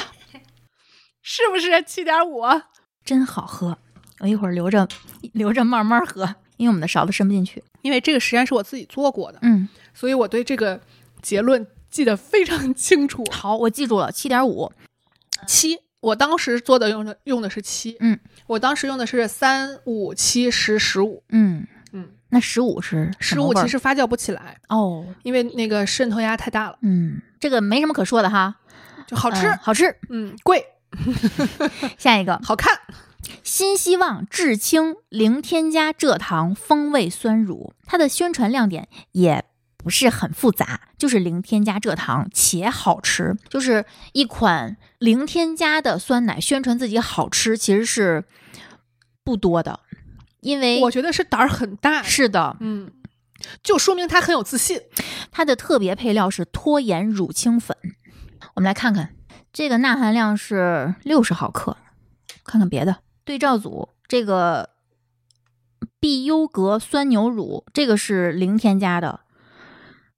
是不是？七点五，啊
真好喝。我一会儿留着留着慢慢喝，因为我们的勺子伸不进去。
因为这个实验是我自己做过的，
嗯，
所以我对这个结论记得非常清楚。
好，我记住了，七点五。
七，我当时做的用的用的是七，
嗯，
我当时用的是三五七十十五，
嗯
嗯，
那十五是什
十
么
五
味儿
其实发酵不起来，
哦，
因为那个渗透压太大了，
嗯，这个没什么可说的哈，嗯
就好吃，
嗯好吃。
嗯，贵，
下一个
好看，
新希望至清零添加蔗糖，风味酸乳。它的宣传亮点也不是很复杂，就是零添加蔗糖且好吃，就是一款零添加的酸奶，宣传自己好吃其实是不多的，因为
我觉得哎是胆儿很大，
是的，
嗯，就说明他很有自信。
它的特别配料是脱盐乳清粉。我们来看看这个钠含量是六十毫克，看看别的对照组，这个必优格酸牛乳，这个是零添加的，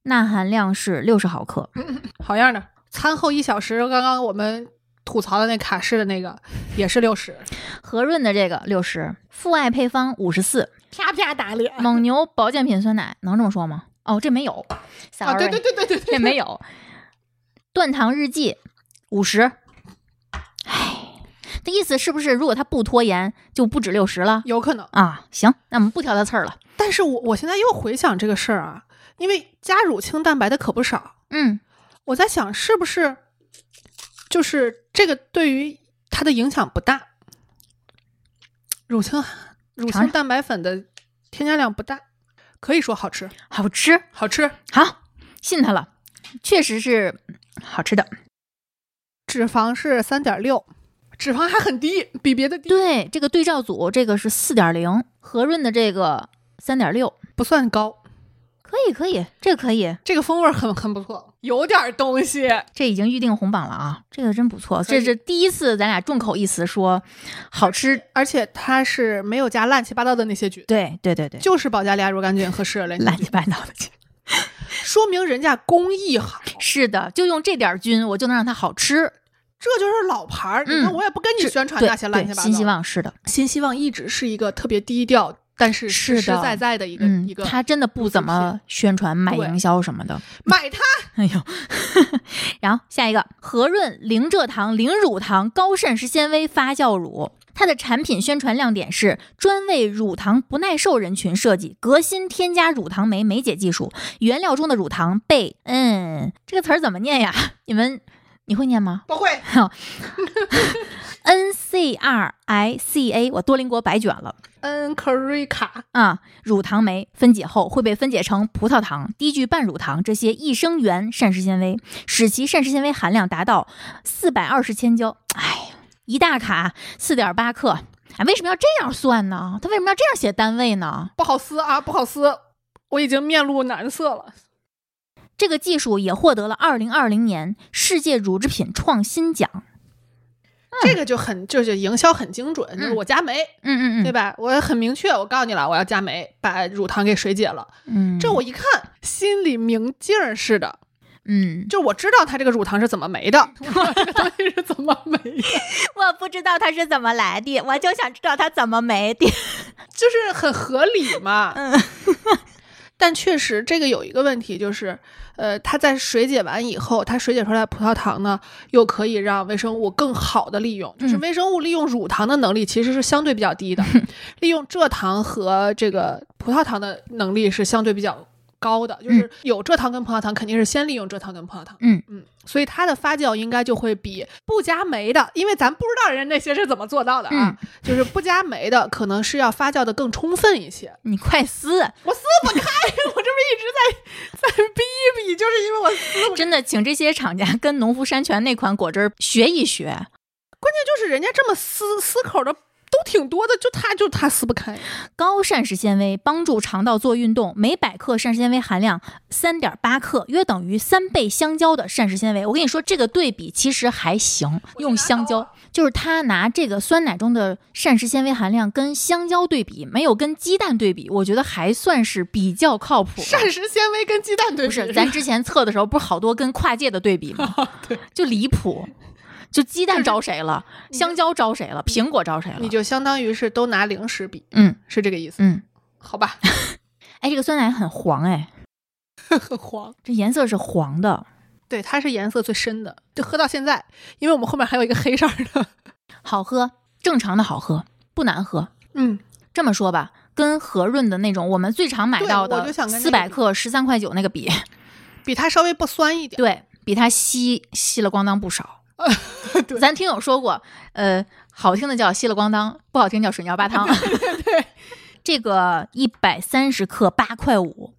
钠含量是六十毫克。
好样的！餐后一小时，刚刚我们吐槽的那卡式的那个也是六十，
和润的这个六十，父爱配方五十四，
啪啪打脸。
蒙牛保健品酸奶能这么说吗？哦，这没有，sorry，、
啊，对对对对对
这
对，
没有。断糖日记五十，哎，的意思是不是如果它不拖延就不止六十了
*laughs* 有可能。
啊？行，那我们不挑它刺儿了。
但是我我现在又回想这个事儿啊，因为加乳清蛋白的可不少，
嗯，
我在想是不是就是这个对于它的影响不大，乳清乳
尝
清
尝
蛋白粉的添加量不大，可以说好吃，
好吃，
好吃，
好，信它了，确实是好吃的。
脂肪是三点六，脂肪还很低，比别的低，
对，这个对照组这个是四点零，和润的这个三点六，
不算高。
可以可以，这个可以，
这个风味儿很很不错，有点东西。
这已经预定红榜了啊，这个真不错，
可以
这是第一次咱俩众口一词说好吃，
而且它是没有加乱七八糟的那些菌，
对对对对，
就是保加利亚乳杆菌和 *laughs* 湿热链
乱
菌
七，八糟的。
说明人家工艺好，
是的，就用这点儿菌，我就能让它好吃。
这就是老牌儿。
嗯
你看，我也不跟你
是
宣传
对
那些乱七
对
八糟。
新希，望是的，
新希望一直是一个特别低调，但是
是
实
的
实在在的一个
嗯
一，个。
它真的不怎么宣传卖
对
营销什么的。
买它，
哎呦， *laughs* 然后下一个和润零蔗糖、零乳糖、高膳食纤维发酵乳。它的产品宣传亮点是专为乳糖不耐受人群设计，革新添加乳糖酶酶解技术，原料中的乳糖被嗯，这个词儿怎么念呀？ *laughs* 你们你会念吗？
不会
N C R I C A，我多邻国白卷了。
恩科瑞卡
啊，乳糖酶分解后会被分解成葡萄糖、低聚半乳糖这些益生元膳食纤维，使其膳食纤维含量达到四百二十千焦。哎，一大卡四点八克。哎，为什么要这样算呢？他为什么要这样写单位呢？
不好撕啊，不好撕，我已经面露难色了。
这个技术也获得了二零二零年世界乳制品创新奖。
这个就很就是营销很精准，就是
嗯
我加酶，
嗯
对吧？我很明确，我告诉你了，我要加酶，把乳糖给水解了。
嗯，
这我一看，心里明镜儿似的，
嗯，
就我知道它这个乳糖是怎么没的， *laughs* 这个东西是怎么没的，
*laughs* 我不知道它是怎么来的，我就想知道它怎么没的。
就是很合理嘛。
*laughs* 嗯，
但确实这个有一个问题，就是呃，它在水解完以后，它水解出来的葡萄糖呢，又可以让微生物更好的利用，就是
嗯
微生物利用乳糖的能力其实是相对比较低的， *laughs* 利用蔗糖和这个葡萄糖的能力是相对比较。高的就是有蔗糖跟葡萄糖，肯定是先利用蔗糖跟葡萄糖，
嗯
嗯，所以它的发酵应该就会比不加酶的，因为咱不知道人家那些是怎么做到的啊，
嗯
就是不加酶的可能是要发酵的更充分一些，
你快撕！
我撕不开， *laughs* 我这不一直在在逼一逼，就是因为我撕不
*laughs*
开。
真的，请这些厂家跟农夫山泉那款果汁儿学一学。
关键就是人家这么撕撕口的都挺多的，就他就他撕不开。
高膳食纤维帮助肠道做运动，每百克膳食纤维含量三点八克，约等于三倍香蕉的膳食纤维。我跟你说，这个对比其实还行。用香蕉，就是他拿这个酸奶中的膳食纤维含量跟香蕉对比，没有跟鸡蛋对比，我觉得还算是比较靠谱的。
膳食纤维跟鸡蛋对
不
比，
是，咱之前测的时候不是好多跟跨界的对比吗？
对
就离谱，就鸡蛋招谁了，
你
香蕉招谁了，苹果招谁了？
*laughs* 你就相当于是都拿零食比，
嗯
是这个意思，
嗯，
好吧？
哎，这个酸奶很黄哎，
*laughs* 很黄，
这颜色是黄的。
对，它是颜色最深的，就喝到现在，因为我们后面还有一个黑色儿的。
好喝，正常的好喝，不难喝。
*laughs* 嗯，
这么说吧，跟和润的那种我们最常买
对
到
我
的
就想跟那
四
个
百
比
克十三块九那个比，
比它稍微不酸一点。
对比它稀稀了咣当不少
啊对。
咱听友说过，呃，好听的叫稀了咣当，不好听叫水尿八汤。 *laughs* 这个一百三十克八块五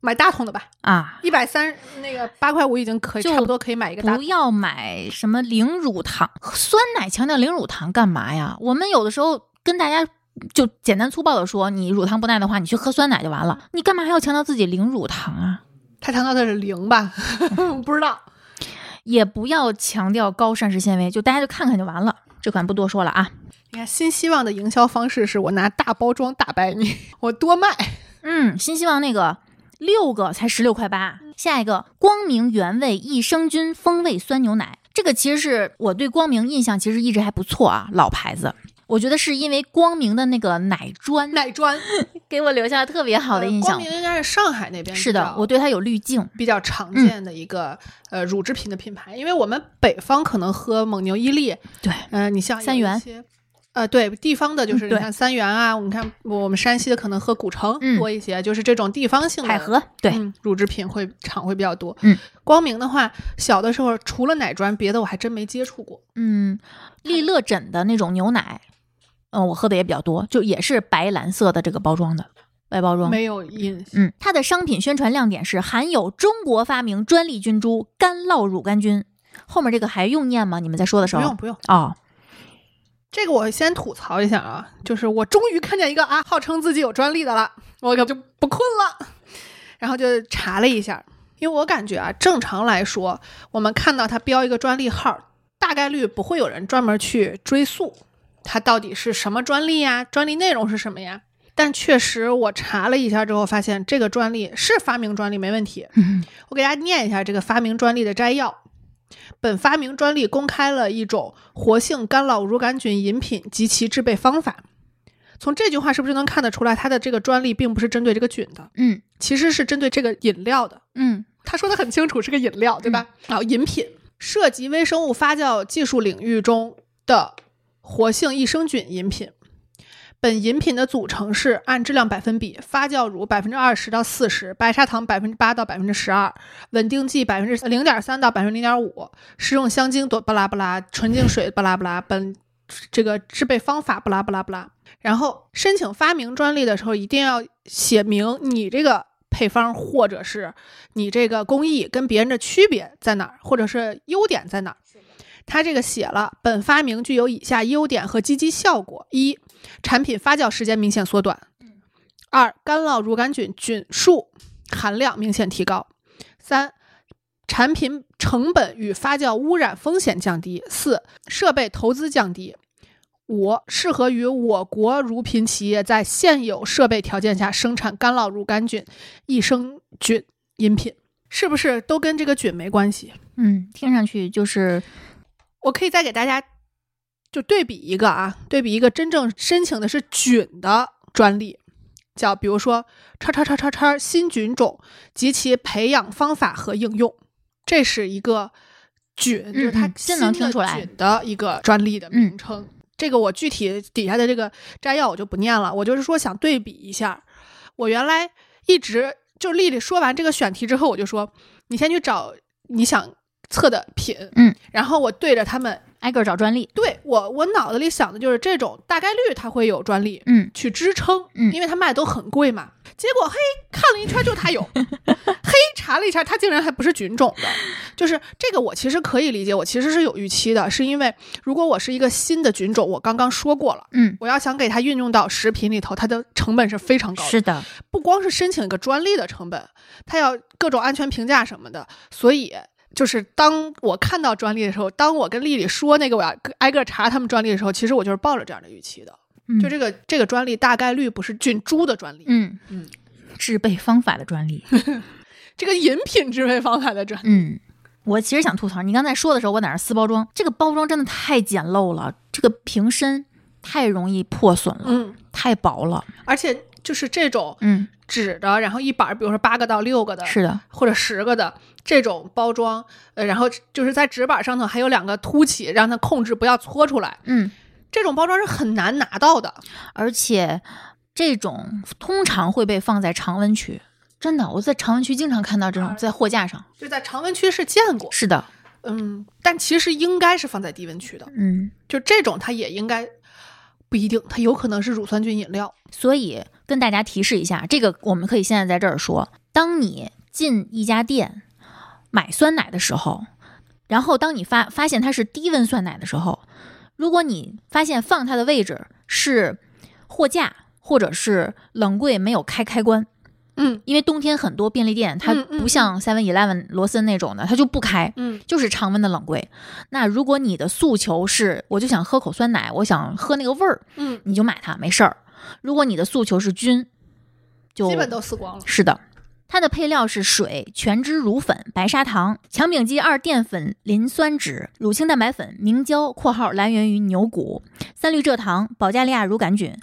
买大桶的吧，
啊，
一百三那个八块五已经可以，
就
差不多可以买一个大
不
桶。
要买什么零乳糖，酸奶强调零乳糖干嘛呀？我们有的时候跟大家就简单粗暴的说，你乳糖不耐的话，你去喝酸奶就完了，你干嘛还要强调自己零乳糖啊？
他强调的是零吧， *laughs* 不知道。
也不要强调高膳食纤维，就大家就看看就完了。这款不多说了啊，
你看，新希望的营销方式是我拿大包装打败你， *laughs* 我多卖。
嗯，新希望那个六个才十六块八。下一个光明原味益生菌风味酸牛奶，这个其实是我对光明印象其实一直还不错啊，老牌子。我觉得是因为光明的那个奶砖嗯
奶砖，
*laughs* 给我留下了特别好的
呃
印
光
象。
明应该是上海那边
是的，我
对
对嗯它有滤镜。
比较常见的一个、呃乳制品的品牌，因为我们北方可能喝蒙牛伊利，
对，
嗯、你像有
三元
一些。呃，对，地方的就是
嗯
你
对
看三元啊，我们看我们山西的可能喝古城
嗯
多一些，就是这种地方性的
海河对，
嗯、乳制品会厂会比较多。
嗯，
光明的话，小的时候除了奶砖，别的我还真没接触过。
嗯，利乐枕的那种牛奶，嗯，我喝的也比较多，就也是白蓝色的这个包装的外包装。
没有印象。
嗯，它的商品宣传亮点是含有中国发明专利菌株干酪乳杆菌。后面这个还用念吗？你们在说的时
不
候？
用不用，
哦，
这个我先吐槽一下啊，就是我终于看见一个啊号称自己有专利的了，我可就不困了。然后就查了一下，因为我感觉啊，正常来说，我们看到它标一个专利号，大概率不会有人专门去追溯它到底是什么专利呀，专利内容是什么呀。但确实，我查了一下之后，发现这个专利是发明专利，没问题。
*laughs* 嗯
我给大家念一下这个发明专利的摘要。本发明专利公开了一种活性干酪乳杆菌饮品及其制备方法。从这句话是不是就能看得出来，它的这个专利并不是针对这个菌的，
嗯
其实是针对这个饮料的。
嗯
他说的很清楚，是个饮料，对吧？然后饮品涉及微生物发酵技术领域中的活性益生菌饮品。本饮品的组成是按质量百分比，发酵乳百分之二十到四十，白砂糖百分之八到百分之十二，稳定剂百分之零点三到百分之零点五，食用香精多巴拉巴拉，纯净水 *laughs* 巴拉巴拉，本这个制备方法巴拉巴拉巴拉。然后申请发明专利的时候，一定要写明你这个配方或者是你这个工艺跟别人的区别在哪儿，或者是优点在哪儿。他这个写了，本发明具有以下优点和积极效果：一、产品发酵时间明显缩短；二、干酪乳杆菌菌数含量明显提高；三、产品成本与发酵污染风险降低；四、设备投资降低；五、适合于我国乳品企业在现有设备条件下生产干酪乳杆菌益生菌饮品，是不是都跟这个菌没关系？
嗯，听上去就是
我可以再给大家就对比一个啊，对比一个真正申请的是菌的专利，叫比如说叉叉叉叉叉新菌种及其培养方法和应用，这是一个菌，就是它
嗯这能
新的
听出来
菌的一个专利的
嗯
名称。这个我具体底下的这个摘要我就不念了，我就是说想对比一下，我原来一直就丽丽说完这个选题之后，我就说你先去找你想测的品，
嗯，
然后我对着他们，
挨个儿找专利。
对我我脑子里想的就是这种大概率它会有专利
嗯，
去支撑，
嗯
因为它卖的都很贵嘛。结果嘿看了一圈就它有，嘿查了一下它竟然还不是菌种的，就是这个我其实可以理解，我其实是有预期的，是因为如果我是一个新的菌种，我刚刚说过了。
嗯，
我要想给它运用到食品里头，它的成本是非常高的。
是的，
不光是申请一个专利的成本，它要各种安全评价什么的。所以，就是当我看到专利的时候，当我跟丽丽说那个我要挨个查他们专利的时候，其实我就是抱着这样的预期的。
嗯
就这个这个专利大概率不是菌株的专利，
嗯
嗯，
制备方法的专 *laughs* 利。
*laughs* 这个饮品制备方法的专利。
嗯，我其实想吐槽，你刚才说的时候，我在那儿撕包装，这个包装真的太简陋了，这个瓶身太容易破损了，
嗯，
太薄了。
而且就是这种
嗯，
纸的，然后一板儿，比如说八个到六个的，
是的，
或者十个的这种包装，呃，然后就是在纸板上头还有两个凸起，让它控制不要搓出来。
嗯，
这种包装是很难拿到的，
而且这种通常会被放在常温区。真的，我在常温区经常看到这种在货架上。
啊就在常温区是见过，
是的，
嗯，但其实应该是放在低温区的，
嗯，
就这种它也应该不一定，它有可能是乳酸菌饮料。
所以跟大家提示一下，这个我们可以现在在这儿说：当你进一家店买酸奶的时候，然后当你发发现它是低温酸奶的时候，如果你发现放它的位置是货架或者是冷柜没有开开关，
嗯
因为冬天很多便利店它
嗯嗯
不像 Seven Eleven、罗森那种的，它就不开，
嗯
就是常温的冷柜。那如果你的诉求是，我就想喝口酸奶，我想喝那个味儿，
嗯，
你就买它，没事儿。如果你的诉求是菌，就
基本都死光了。
是的。它的配料是水、全脂乳粉、白砂糖、强丙基二淀粉磷酸酯、乳清蛋白粉、明胶（括号来源于牛骨）、三氯蔗糖、保加利亚乳杆菌、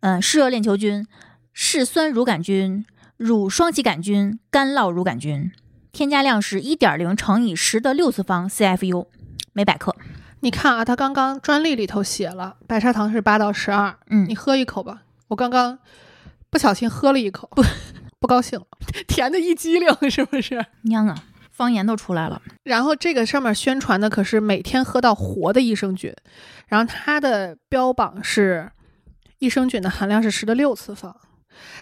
呃嗜热链球菌、嗜酸乳杆菌、乳双歧杆菌、干酪乳杆菌。添加量是一点零乘以十的六次方 CFU 每百克。
你看啊，它刚刚专利里头写了，白砂糖是八到十二，
嗯
你，喝一口吧。我刚刚不小心喝了一口，不不高兴了， *laughs* 甜的一激灵，是不是？
娘啊，方言都出来了。
然后这个上面宣传的可是每天喝到活的益生菌，然后它的标榜是益生菌的含量是十的六次方。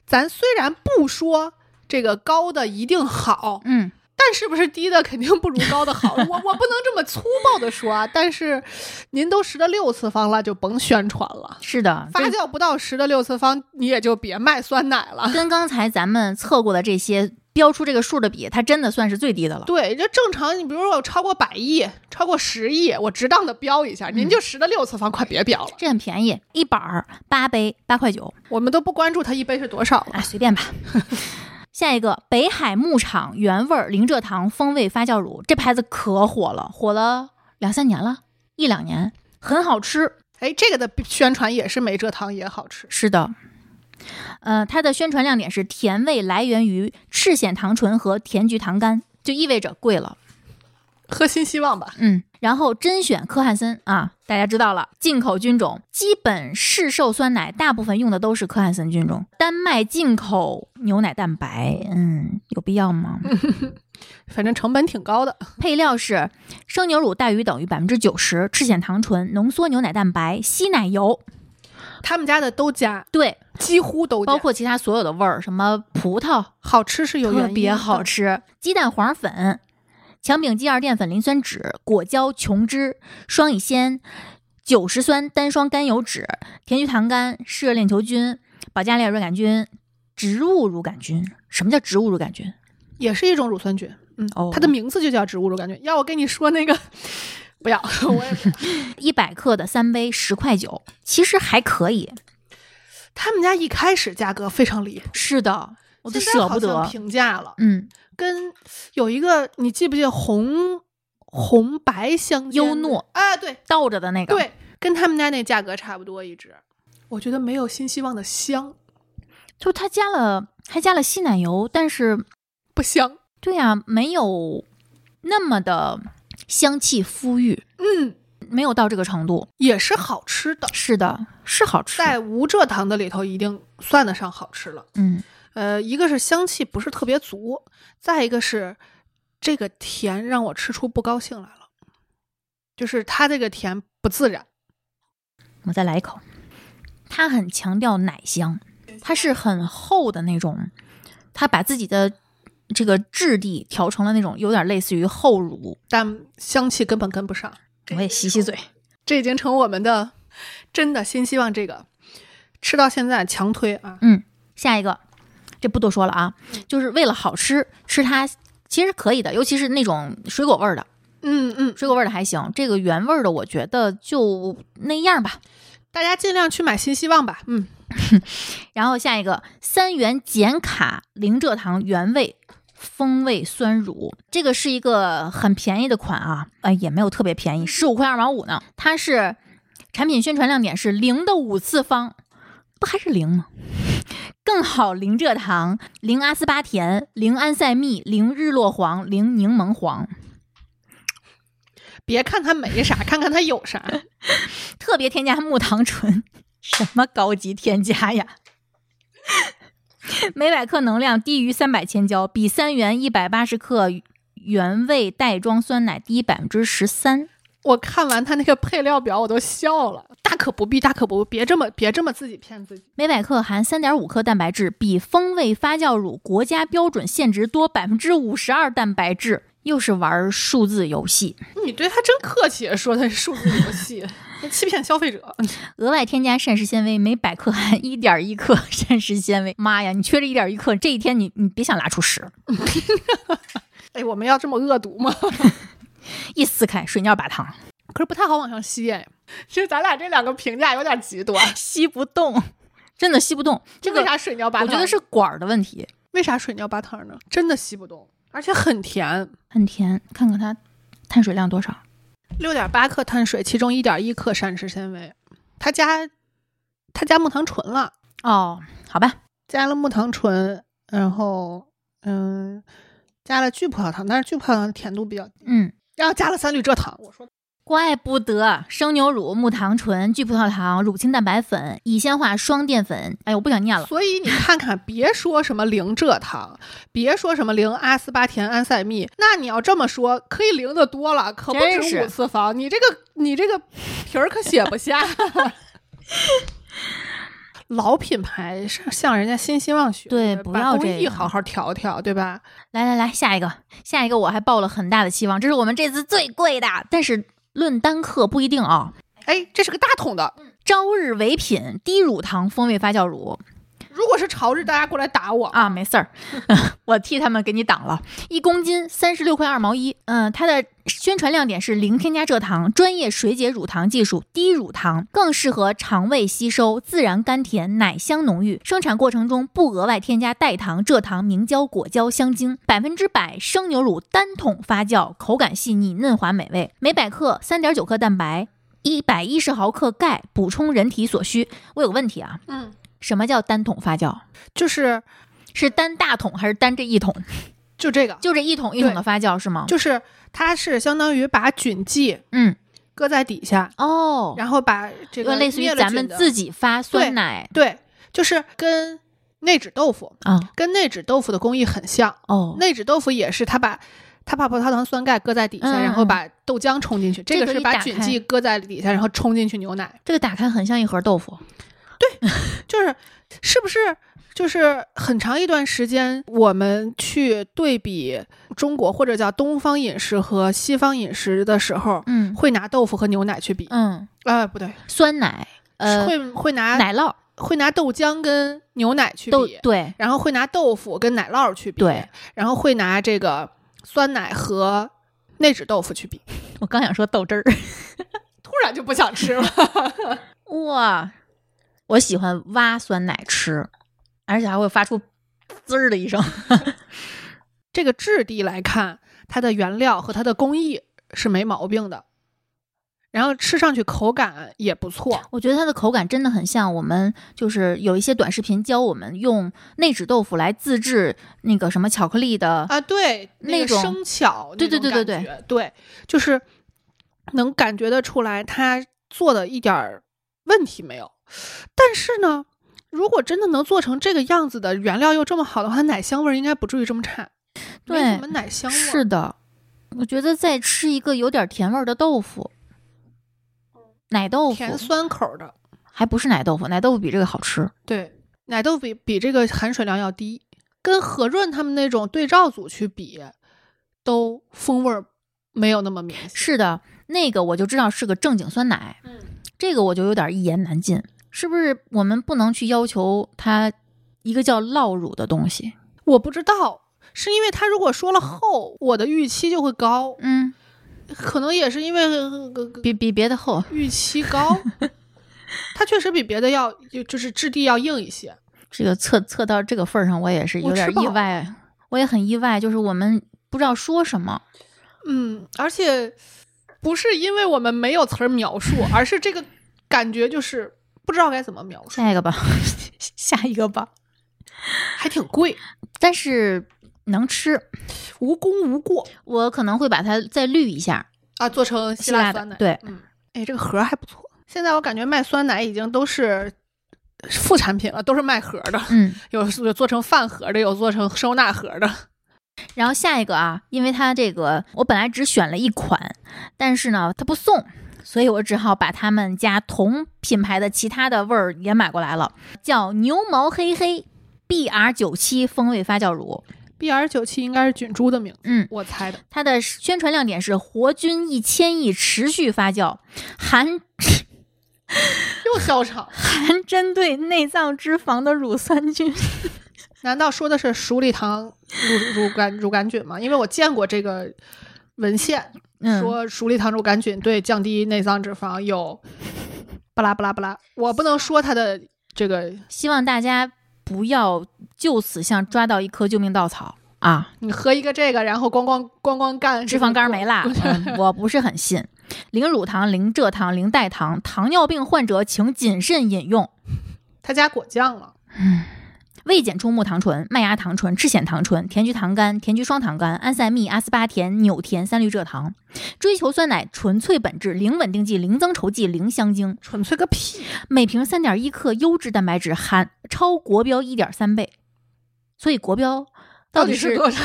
咱虽然不说这个高的一定好，
嗯，
但是不是低的肯定不如高的好？我我不能这么粗暴的说啊，但是您都十的六次方了，就甭宣传了。
是的，
发酵不到十的六次方，你也就别卖酸奶了。
跟刚才咱们测过的这些标出这个数的比，它真的算是最低的了。
对，这正常，你比如说我超过百亿、超过十亿，我值当的标一下，您就十的六次方，快别标了。
这很便宜，一板儿八杯八块九，
我们都不关注它一杯是多少了。
啊，随便吧。下一个北海牧场原味儿零蔗糖风味发酵乳，这牌子可火了，火了两三年了，一两年，很好吃。
哎，这个的宣传也是没蔗糖也好吃。
是的，呃，它的宣传亮点是甜味来源于赤藓糖醇和甜菊糖苷，就意味着贵了。
喝新希望吧，
嗯，然后甄选科汉森啊，大家知道了，进口菌种，基本市售酸奶大部分用的都是科汉森菌种。丹麦进口牛奶蛋白，嗯，有必要吗？
反正成本挺高的。
配料是生牛乳大于等于百分之九十，赤藓糖醇、浓缩牛奶蛋白、稀奶油，
他们家的都加，
对，
几乎都加
包括其他所有的味儿，什么葡萄，
好吃是有原因
特
的，
别好吃，鸡蛋黄粉、强丙基二淀粉磷酸酯、果胶、琼脂、双乙酰、九十酸单双甘油酯、甜菊糖苷、嗜热链球菌、保加利亚乳杆菌、植物乳杆菌。什么叫植物乳杆菌？
也是一种乳酸菌。嗯，
哦
它的名字就叫植物乳杆菌。要我跟你说那个， *laughs* 不要，我也不要。
一百克的三杯，十块九，其实还可以。
*laughs* 他们家一开始价格非常离谱，
是的，我 *laughs* 都
现在
舍不
好
得
像。平价了。
嗯，
跟有一个，你记不记得红红白相间的
优诺？
哎，对
倒着的那个。，
对，跟他们家那价格差不多一直。我觉得没有新希望的香，
就它加了，还加了稀奶油，但是
不香。
对呀、没有那么的香气馥郁，
嗯，
没有到这个程度。
也是好吃的，
是的，是好吃。
在无蔗糖的里头一定算得上好吃了。
嗯，
呃，一个是香气不是特别足，再一个是这个甜让我吃出不高兴来了，就是它这个甜不自然。
我再来一口。它很强调奶香，它是很厚的那种，它把自己的这个质地调成了那种有点类似于厚乳。
但香气根本跟不上。
我也洗洗嘴。
这已经成我们的真的新希望。这个吃到现在强推啊，
下一个，这不多说了啊，就是为了好吃，吃它其实可以的，尤其是那种水果味儿的，
嗯嗯，
水果味儿的还行，这个原味儿的我觉得就那样吧。
大家尽量去买新希望吧。嗯，
然后下一个三元减卡零蔗糖原味风味酸乳，这个是一个很便宜的款啊，呃，也没有特别便宜，十五块二毛五呢。它是产品宣传亮点是零的五次方，不还是零吗？更好零蔗糖、零阿斯巴甜、零安赛蜜、零日落黄、零柠檬黄，
别看它没啥，看看它有啥。
特别添加木糖醇，什么高级添加呀？ *laughs* 每百克能量低于三百千焦，比三元一百八十克原味袋装酸奶低百分之十三。
我看完他那个配料表，我都笑了。大可不必，大可不必，别这么别这么自己骗自己。
每百克含三点五克蛋白质，比风味发酵乳国家标准限值多百分之五十二蛋白质。又是玩数字游戏，
你对他真客气，说他是数字游戏， *laughs* 欺骗消费者。
额外添加膳食纤维，每百克含一点一克膳食纤维。妈呀，你缺这一点一克，这一天你你别想拉出屎。
哎，我们要这么恶毒吗？ *laughs*
一撕开，水尿把糖，
可是不太好往上吸哎。其实咱俩这两个评价有点极端。
吸不动，真的吸不动。 *laughs* 这
为
个
啥水尿拔
我
糖？
觉得是管儿的问题，
为啥水尿拔糖呢？真的吸不动，而且很甜，
很甜。看看它碳水量多少，
六点八克碳水，其中一点一克膳食纤维。他加他加木糖醇了。
哦，好吧，
加了木糖醇，然后嗯，加了聚葡萄糖，但是聚葡萄糖的甜度比较低，
嗯，
然后加了三氯蔗糖。我说
怪不得生牛乳、木糖醇、聚葡萄糖、乳清蛋白粉、乙酰化双淀粉。哎呦，我不想念了。
所以你看看，别说什么零蔗糖， *laughs* 别说什么零阿斯巴甜安赛蜜，那你要这么说，可以零的多了，可不
真
止
是
五次方。你这个你这个题儿可写不下。 *laughs* 老品牌是向人家欣欣望学，
对
把
不要
工
这
艺
样
好好调调，对吧？
来来来，下一个，下一个，我还抱了很大的期望，这是我们这次最贵的。但是论单克不一定啊、
哎，这是个大桶的，
朝日唯品低乳糖风味发酵乳
如果是朝日，大家过来打我
啊，没事儿，我替他们给你挡了。一公斤三十六块二毛一，嗯、它的宣传亮点是零添加蔗糖，专业水解乳糖技术，低乳糖，更适合肠胃吸收，自然甘甜，奶香浓郁。生产过程中不额外添加代糖、蔗糖、明胶、果胶、香精，百分之百生牛乳单桶发酵，口感细腻嫩滑美味。每百克三点九克蛋白，一百一十毫克钙，补充人体所需。我有个问题啊，
嗯，
什么叫单桶发酵？
就是
是单大桶还是单这一桶？
就这个，
就这一桶一桶的发酵是吗？
就是它是相当于把菌剂
嗯，
搁在底下，
哦，
然后把这
这
个
类似于
灭了
咱
菌
们
的
自己发酸奶
对，就是跟内酯豆腐
啊、
跟内酯豆腐的工艺很像，
哦，
内酯豆腐也是它把。它把葡萄糖酸钙搁在底下，
嗯
然后把豆浆冲进去。这
这
个
个
是
一
把
打
菌
开
剂搁在底下，然后冲进去牛奶。
这个打开很像一盒豆腐，
就是是不是就是很长一段时间，我们去对比中国或者叫东方饮食和西方饮食的时候，
嗯
会拿豆腐和牛奶去比。
嗯，
啊，不对，
酸奶呃
会会拿
奶酪
会拿豆浆跟牛奶去
豆
比，
对
然后会拿豆腐跟奶酪去比，
对，
然后会拿这个酸奶和内酯豆腐去比。
我刚想说豆汁儿，
突然就不想吃了，
哇，我喜欢挖酸奶吃，而且还会发出滋儿的一声，
这个质地来看，它的原料和它的工艺是没毛病的，然后吃上去口感也不错。
*laughs* 我觉得它的口感真的很像我们，就是有一些短视频教我们用内酯豆腐来自制那个什么巧克力的，
啊，对，那
那
个
种
生巧那
对
种
对
感觉，
对对
对就是能感觉得出来，他做的一点儿问题没有。但是呢，如果真的能做成这个样子的原料又这么好的话，奶香味儿应该不至于这么差，没
对
什么奶香味儿。
是的，我觉得再吃一个有点甜味儿的豆腐，奶豆腐
嗯甜酸口儿的，
还不是奶豆腐，奶豆腐比这个好吃。
对，奶豆比比这个含水量要低，跟和润他们那种对照组去比，都风味儿没有那么明显。
是的，那个我就知道是个正经酸奶，
嗯，
这个我就有点一言难尽，是不是？我们不能去要求它一个叫酪乳的东西，
我不知道，是因为他如果说了厚，我的预期就会高，
嗯，
可能也是因为、呃呃
比比别的厚，
预期高。
*laughs*
它确实比别的要，就就是质地要硬一些。
这个测测到这个份儿上，我也是有
我吃
点
饱
意外，我也很意外，就是我们不知道说什么。
嗯，而且不是因为我们没有词儿描述，而是这个感觉就是不知道该怎么描述，
下一个吧， *laughs* 下一个吧，
还挺贵，
但是能吃，
无功无过
我可能会把它再滤一下。
啊，做成希
希腊
腊
的
酸奶。
对
嗯，哎，这个盒儿还不错。现在我感觉卖酸奶已经都是副产品了，都是卖盒儿的。
嗯，
有有做成饭盒的，有做成收纳盒的。
然后下一个啊，因为它这个我本来只选了一款，但是呢它不送，所以我只好把他们家同品牌的其他的味儿也买过来了，叫牛毛黑黑 BR 九七风味发酵乳。
B R 九七应该是菌株的名字，
嗯，
我猜的。
它的宣传亮点是活菌一千亿持续发酵，含 *laughs*
又笑场，
含针对内脏脂肪的乳酸菌。
难道说的是鼠李糖乳乳杆乳杆菌吗？因为我见过这个文献，
嗯，
说鼠李糖乳杆菌对降低内脏脂肪有巴拉巴拉巴拉。我不能说它的这个，
希望大家不要就此像抓到一颗救命稻草啊！
你喝一个这个，然后咣咣咣咣干，
脂肪肝没啦，嗯我不是很信。零乳糖、零蔗糖、零代糖，糖尿病患者请谨慎饮用。
他加果酱了，
未检出木糖醇、麦芽糖醇、赤藓糖醇、甜菊糖苷、甜菊双糖苷、安赛蜜、阿斯巴甜、纽甜、三氯蔗糖，追求酸奶纯粹本质，零稳定剂、零增稠剂、零香精，
纯粹个屁！
每瓶三点一克优质蛋白质含超国标一点三倍。所以国标到底是
多少？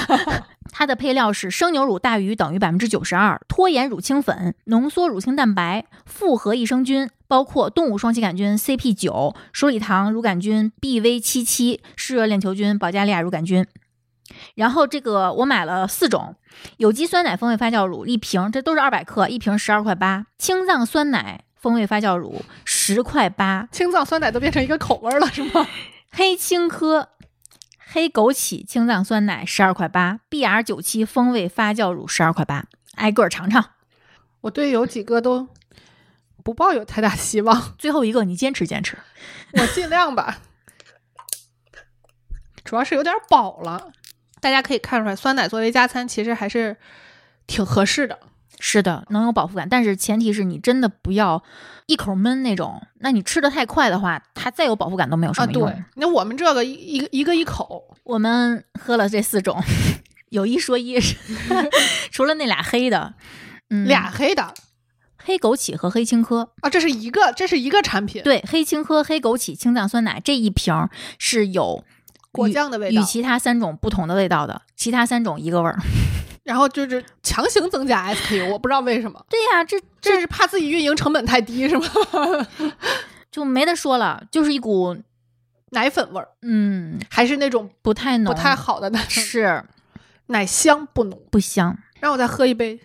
它的配料是生牛乳大于等于百分之九十二，脱盐乳清粉、浓缩乳清蛋白、复合益生菌，包括动物双歧杆菌 CP 九、鼠李糖乳杆菌 BV 七七、嗜热链球菌、保加利亚乳杆菌。然后这个我买了四种有机酸奶风味发酵乳一瓶，这都是二百克，一瓶十二块八；青藏酸奶风味发酵乳十块八，
青藏酸奶都变成一个口味儿了，是吗？
黑青稞、黑枸杞、青藏酸奶十二块八，BR 九七风味发酵乳十二块八，挨个儿尝尝。
我对有几个都不抱有太大希望，
最后一个你坚持坚持，
我尽量吧。主要是有点饱了，大家可以看出来，酸奶作为加餐其实还是挺合适的。
是的，能有饱腹感，但是前提是你真的不要一口闷那种。那你吃的太快的话，它再有饱腹感都没有什
啊，
么用。
对，那我们这个一一个一个一口，
我们喝了这四种， *laughs* 有一说一， *laughs* 除了那俩黑的，嗯，
俩黑的
黑枸杞和黑青稞，
啊，这是一个，这是一个产品，
对，黑青稞、黑枸杞、青藏酸奶这一瓶儿是有
果
与
酱的味
与
道，
其他三种不同的味道的，其他三种一个味儿。
然后就是强行增加 SKU，我不知道为什么，
对呀、 *laughs* 这
这是怕自己运营成本太低是吗？ *laughs*
就没得说了，就是一股
奶粉味儿
嗯
还是那种
不太
不
浓，
太好的奶粉，
是
奶香不浓。
不香。
让我再喝一杯，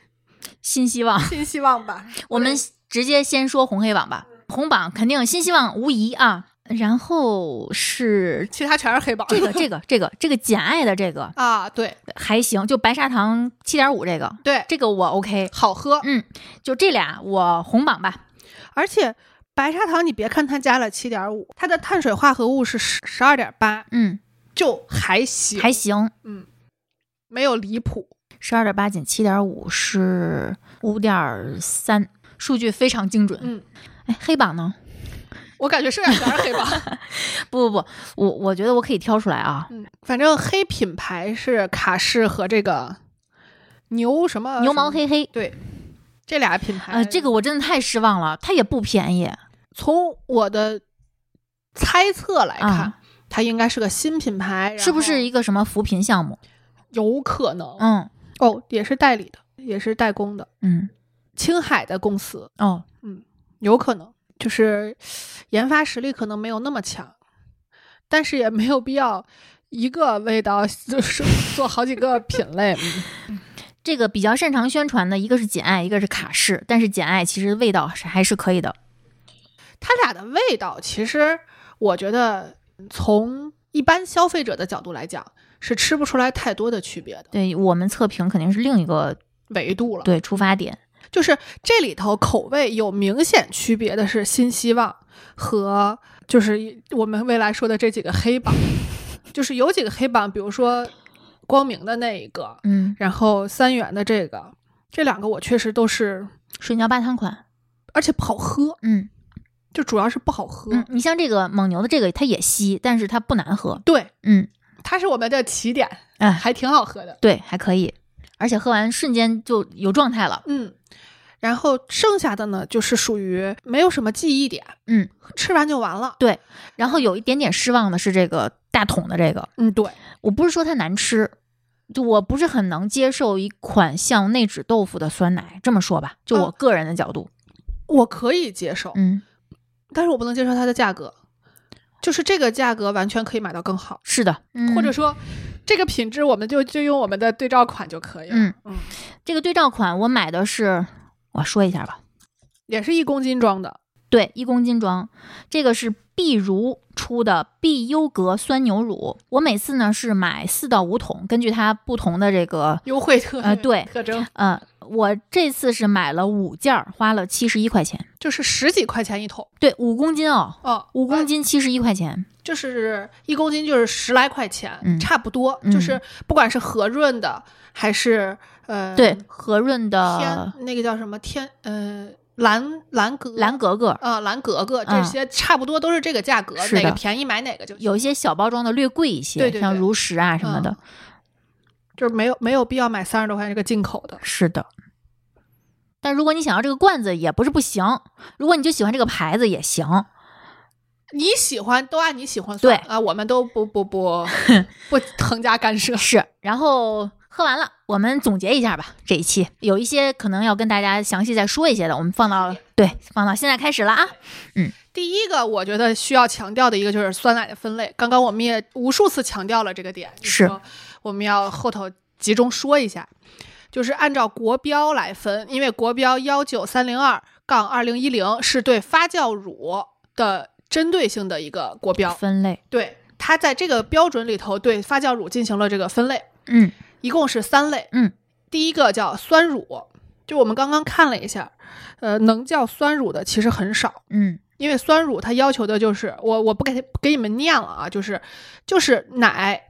新希望，
新希望吧。
我们直接先说红黑榜吧，红榜肯定新希望无疑啊。然后是
*laughs* 其他全是黑榜。 *laughs*
这个这个这个这个简爱的这个
啊，对
还行，就白砂糖七点五这个
对，
这个我 OK，
好喝。
嗯，就这俩我红榜吧。
而且白砂糖，你别看它加了七点五，它的碳水化合物是十十二点八，
嗯，
就还行，
还行，
没有离谱。
十二点八减七点五是五点三，数据非常精准。
嗯，
哎，黑榜呢？
我感觉剩下全是黑榜。
不不不，我我觉得我可以挑出来啊。
*laughs* 嗯，反正黑品牌是卡士和这个牛什么
牛毛
什
黑
么
黑，
对。这俩品牌，
呃，这个我真的太失望了，它也不便宜
从我的猜测来看，
啊，
它应该是个新品牌，
是不
然
是
后
一个什么扶贫项目？
有可能？
嗯
哦，也是代理的，也是代工的，
嗯
青海的公司
哦，
有可能就是研发实力可能没有那么强，但是也没有必要一个味道就是做好几个品类。嗯
这个比较擅长宣传的一个是简爱，一个是卡仕，但是简爱其实味道是还是可以的。
它俩的味道，其实我觉得从一般消费者的角度来讲，是吃不出来太多的区别的
对我们测评肯定是另一个
维度了。
对出发点，
就是这里头口味有明显区别的是新希望和就是我们未来说的这几个黑榜，就是有几个黑榜，比如说光明的那一个，
嗯，
然后三元的这个，这两个我确实都是，
水尿八汤款，
而且不好喝，
嗯
就主要是不好喝。
嗯，你像这个蒙牛的这个它也稀，但是它不难喝，
对，
嗯，
它是我们的起点，
哎
还挺好喝的。
对，还可以，而且喝完瞬间就有状态了，
嗯，然后剩下的呢，就是属于没有什么记忆点，
嗯，
吃完就完了。
然后有一点点失望的是这个大桶的这个，
嗯，对，
我不是说它难吃，就我不是很能接受一款像内酯豆腐的酸奶，这么说吧，就我
啊
个人的角度，
我可以接受，
嗯，
但是我不能接受它的价格，就是这个价格完全可以买到更好，
是的，嗯、
或者说这个品质我们就就用我们的对照款就可以了。
嗯
嗯，
这个对照款我买的是，我说一下吧，
也是一公斤装的，
对，一公斤装，这个是碧如出的碧优格酸牛乳，我每次呢是买四到五桶，根据它不同的这个
优惠特
呃对
特征
呃，我这次是买了五件儿，花了七十一块钱，
就是十几块钱一桶
对，五公斤哦，
哦，
五公
哎
斤七十一块钱，
就是一公斤就是十来块钱，
嗯
差不多，
嗯
就是不管是和润的还是呃
对，和润的
天那个叫什么天呃蓝蓝格
蓝格格，
呃蓝格格这
嗯
些差不多都是这个价格，
是
哪个
的
便宜买哪个就行
有一些小包装的略贵一些，
对对
像
对
如实啊什么的，
嗯就是没有没有必要买三十多块钱这个进口的。
是的。但如果你想要这个罐子，也不是不行；如果你就喜欢这个牌子，也行。
你喜欢都按你喜欢算
对
啊，我们都不不不不横加干涉。
是，然后喝完了，我们总结一下吧。这一期有一些可能要跟大家详细再说一些的，我们放到对放到现在开始了啊。
第一个，我觉得需要强调的一个就是酸奶的分类。刚刚我们也无数次强调了这个点，就是说我们要后头集中说一下，就是按照国标来分，因为国标幺九三零二杠二零一零是对发酵乳的针对性的一个国标，
分类，
对它在这个标准里头对发酵乳进行了这个分类，
嗯
一共是三类。
嗯，
第一个叫酸乳，就我们刚刚看了一下，呃，能叫酸乳的其实很少。
嗯
因为酸乳它要求的就是我我不给给你们念了啊，就是就是奶，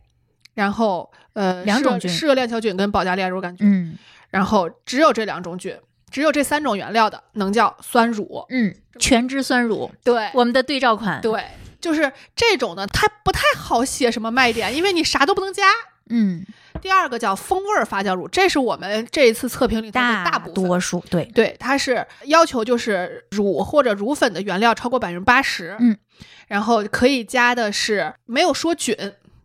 然后呃
两种
嗜
菌
嗜热链球菌跟保加利亚乳杆菌，
嗯
然后只有这两种菌，只有这三种原料的能叫酸乳。
嗯，全脂酸乳，
对
我们的对照款，
哎对，就是这种呢，它不太好写什么卖点，因为你啥都不能加。
嗯，
第二个叫风味儿发酵乳，这是我们这一次测评里头的大
大
部分。
多数对，
对，它是要求就是乳或者乳粉的原料超过百分之八十，
嗯，
然后可以加的是没有说菌，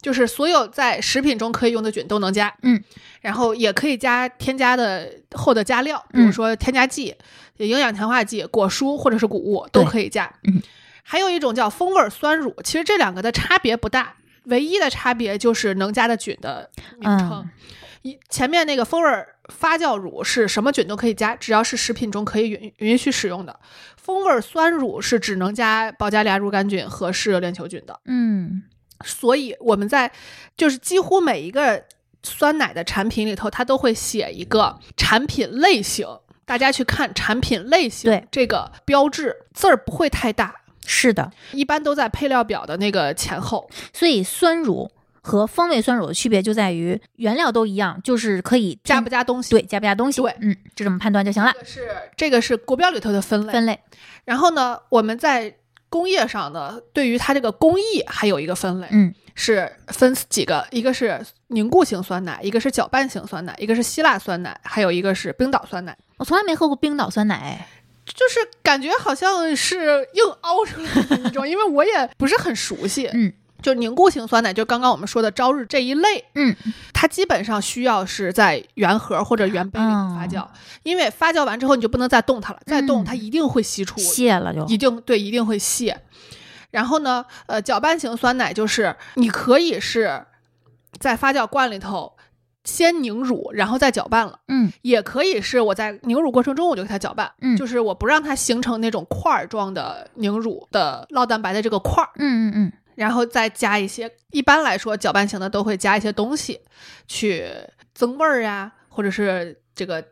就是所有在食品中可以用的菌都能加，
嗯，
然后也可以加添加的后的加料，比如
嗯
说添加剂、营养强化剂、果蔬或者是谷物都
对
可以加，
嗯，
还有一种叫风味酸乳，其实这两个的差别不大，唯一的差别就是能加的菌的名称。
嗯
一前面那个风味儿发酵乳是什么菌都可以加，只要是食品中可以允允许使用的。风味儿酸乳是只能加保加利亚乳杆菌和嗜热链球菌的。
嗯
所以我们在就是几乎每一个酸奶的产品里头，它都会写一个产品类型，大家去看产品类型
对
这个标志字儿不会太大，
是的，
一般都在配料表的那个前后。
所以酸乳和风味酸乳的区别就在于原料都一样，就是可以
加
添
不加东西？
对加不加东西，
对
嗯，就这么判断就行了
这。个是这个是国标里头的分类。
分类，
然后呢，我们在工业上呢，对于它这个工艺还有一个分类，
嗯
是分几个，一个是凝固型酸奶，一个是搅拌型酸奶，一个是希腊酸奶，还有一个是冰岛酸奶。
我从来没喝过冰岛酸奶，
就是感觉好像是硬凹出来的那种，因为我也不是很熟悉。
嗯
就凝固型酸奶，就刚刚我们说的朝日这一类，
嗯，
它基本上需要是在原盒或者原杯里
哦
发酵，因为发酵完之后你就不能再动它了，再动
嗯
它一定会析出
谢了就，
一定对，一定会泄。然后呢，呃，搅拌型酸奶就是你可以是在发酵罐里头先凝乳，然后再搅拌了，
嗯
也可以是我在凝乳过程中我就给它搅拌，
嗯
就是我不让它形成那种块儿状的凝乳的酪蛋白的这个块儿，
嗯嗯嗯，
然后再加一些，一般来说搅拌型的都会加一些东西去增味儿呀，或者是这个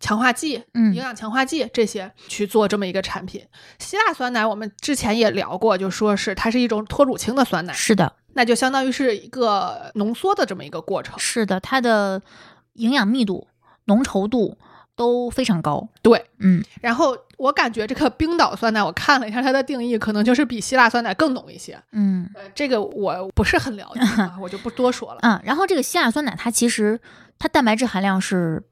强化剂，
嗯
营养强化剂这些去做这么一个产品。希腊酸奶我们之前也聊过，就说是它是一种脱乳清的酸奶，
是的，
那就相当于是一个浓缩的这么一个过程。
是的，它的营养密度、浓稠度都非常高。
对，
嗯，
然后我感觉这个冰岛酸奶，我看了一下它的定义，可能就是比希腊酸奶更浓一些。
嗯
呃，这个我不是很了解、
*laughs*
啊，我就不多说了。
啊，然后这个希腊酸奶它其实它蛋白质含量是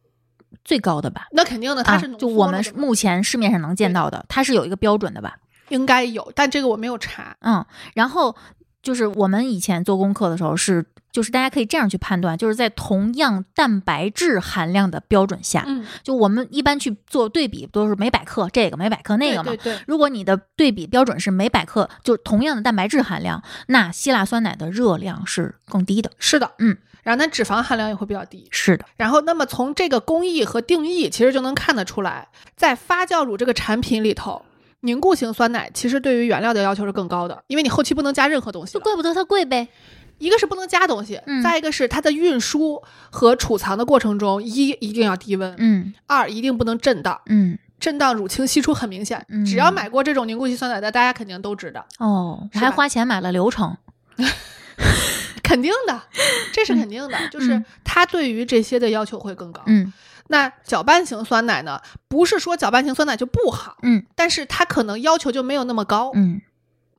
最高的吧？
那肯定呃的，它
啊
是浓，
就
缩
我
了
们
的嘛
目前市面上能见
对
到的，它是有一个标准的吧？
应该有，但这个我没有查。
嗯，然后就是我们以前做功课的时候是就是大家可以这样去判断，就是在同样蛋白质含量的标准下，
嗯，
就我们一般去做对比，都是每百克这个每百克那个嘛
对。对对，
如果你的对比标准是每百克，就是同样的蛋白质含量，那希腊酸奶的热量是更低的。
是的，
嗯，
然后它脂肪含量也会比较低。
是的，
然后，那么从这个工艺和定义，其实就能看得出来，在发酵乳这个产品里头，凝固型酸奶其实对于原料的要求是更高的，因为你后期不能加任何东西
就
了。
怪不得它贵呗。
一个是不能加东西，
嗯
再一个是它的运输和储藏的过程中，一一定要低温，
嗯
二一定不能震荡，
嗯，
震荡乳清析出很明显。
嗯
只要买过这种凝固型酸奶的，大家肯定都知道，
哦，我还
是吧
花钱买了流程。
肯定的，这是肯定的，就是它对于这些的要求会更高。
嗯
那搅拌型酸奶呢，不是说搅拌型酸奶就不好，
嗯
但是它可能要求就没有那么高，
嗯，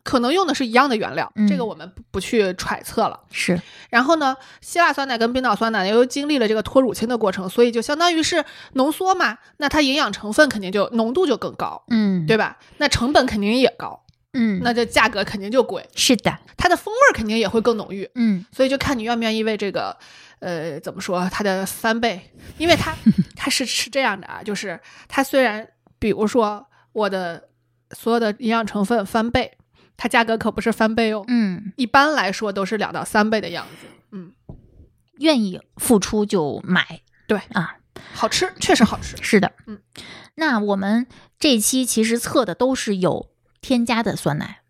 可能用的是一样的原料，
嗯
这个我们不不去揣测了。
是
然后呢，希腊酸奶跟冰岛酸奶又经历了这个脱乳清的过程，所以就相当于是浓缩嘛，那它营养成分肯定就浓度就更高，
嗯
对吧？那成本肯定也高，
嗯，
那这价格肯定就贵，
是的，
它的风味儿肯定也会更浓郁，
嗯
所以就看你愿不愿意为这个，呃，怎么说它的翻倍，因
*laughs*
为它它是是这样的啊，就是它虽然比如说我的所有的营养成分翻倍，它价格可不是翻倍哦，
嗯，
一般来说都是两到三倍的样子。嗯，
愿意付出就买。
对
啊，
好吃，确实好吃。
是的，
嗯。
那我们这期其实测的都是有添加的酸奶，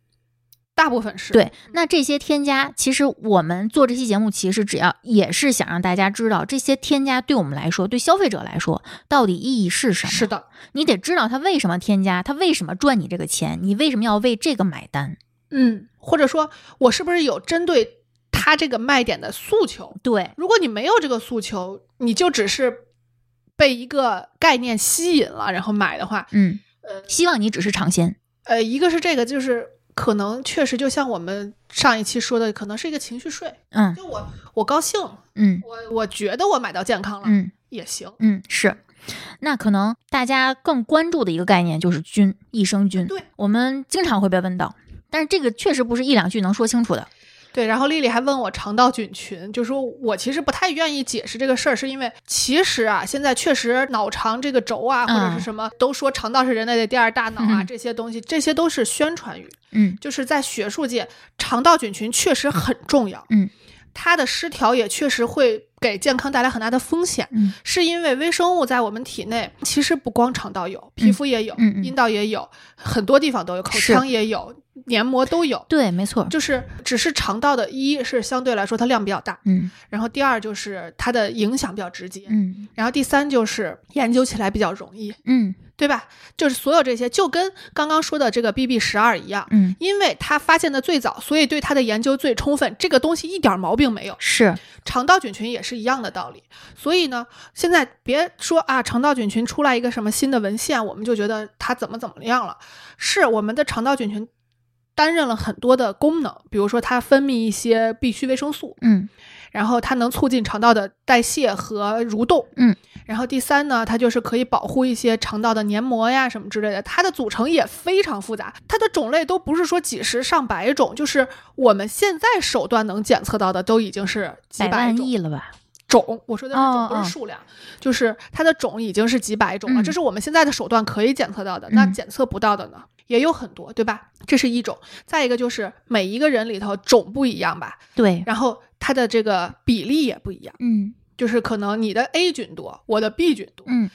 大部分是嗯
对。那这些添加，其实我们做这期节目，其实只要也是想让大家知道，这些添加对我们来说，对消费者来说，到底意义是什么？
是的，
你得知道它为什么添加，它为什么赚你这个钱，你为什么要为这个买单？
嗯，或者说我是不是有针对它这个卖点的诉求？
对，
如果你没有这个诉求，你就只是被一个概念吸引了，然后买的话，
嗯
呃，
希望你只是尝鲜。
呃，一个是这个，就是可能确实就像我们上一期说的，可能是一个情绪税。
嗯
就我我高兴，
嗯
我我觉得我买到健康了、
嗯
也行。
嗯，是。那可能大家更关注的一个概念就是菌，益生菌。
啊对，
我们经常会被问到，但是这个确实不是一两句能说清楚的。
对，然后丽丽还问我肠道菌群，就说我其实不太愿意解释这个事儿，是因为其实啊，现在确实脑肠这个轴啊，或者
嗯
是什么，都说肠道是人类的第二大脑啊，
嗯
这些东西，这些都是宣传语。
嗯
就是在学术界，肠道菌群确实很重要。
嗯，
它的失调也确实会给健康带来很大的风险，
嗯
是因为微生物在我们体内其实不光肠道有，皮肤也有，
嗯嗯
阴道也有，很多地方都有，口
是
腔也有，黏膜都有。
对，没错。
就是只是肠道的一是相对来说它量比较大，
嗯
然后第二就是它的影响比较直接，
嗯
然后第三就是研究起来比较容易，
嗯
对吧？就是所有这些就跟刚刚说的这个 BB 十二一样，
嗯，
因为它发现的最早，所以对它的研究最充分，这个东西一点毛病没有。
是
肠道菌群也是一样的道理。所以呢，现在别说啊，肠道菌群出来一个什么新的文献，我们就觉得它怎么怎么样了，是我们的肠道菌群。担任了很多的功能，比如说它分泌一些必需维生素，
嗯
然后它能促进肠道的代谢和蠕动，
嗯，
然后第三呢，它就是可以保护一些肠道的黏膜呀什么之类的。它的组成也非常复杂，它的种类都不是说几十上百种，就是我们现在手段能检测到的都已经是几
百
百
万
种
亿了吧？
种。我说的是
哦
种，不
哦
是数量，就是它的种已经是几百种
嗯
了，这是我们现在的手段可以检测到的。那
嗯
检测不到的呢？也有很多，对吧？这是一种。再一个就是每一个人里头种不一样吧，
对，
然后它的这个比例也不一样。
嗯
就是可能你的 A 菌多，我的 B 菌多，
嗯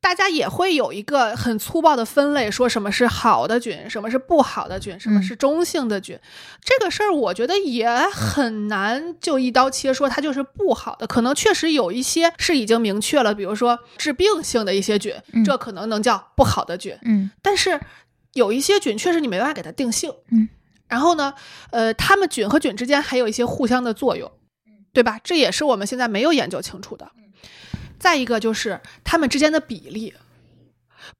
大家也会有一个很粗暴的分类，说什么是好的菌，什么是不好的菌，什么是中性的菌。这个事儿我觉得也很难就一刀切说它就是不好的，可能确实有一些是已经明确了，比如说致病性的一些菌
嗯，
这可能能叫不好的菌，
嗯
但是有一些菌确实你没办法给它定性。
嗯，
然后呢，呃，它们菌和菌之间还有一些互相的作用，
嗯
对吧？这也是我们现在没有研究清楚的。再一个就是它们之间的比例。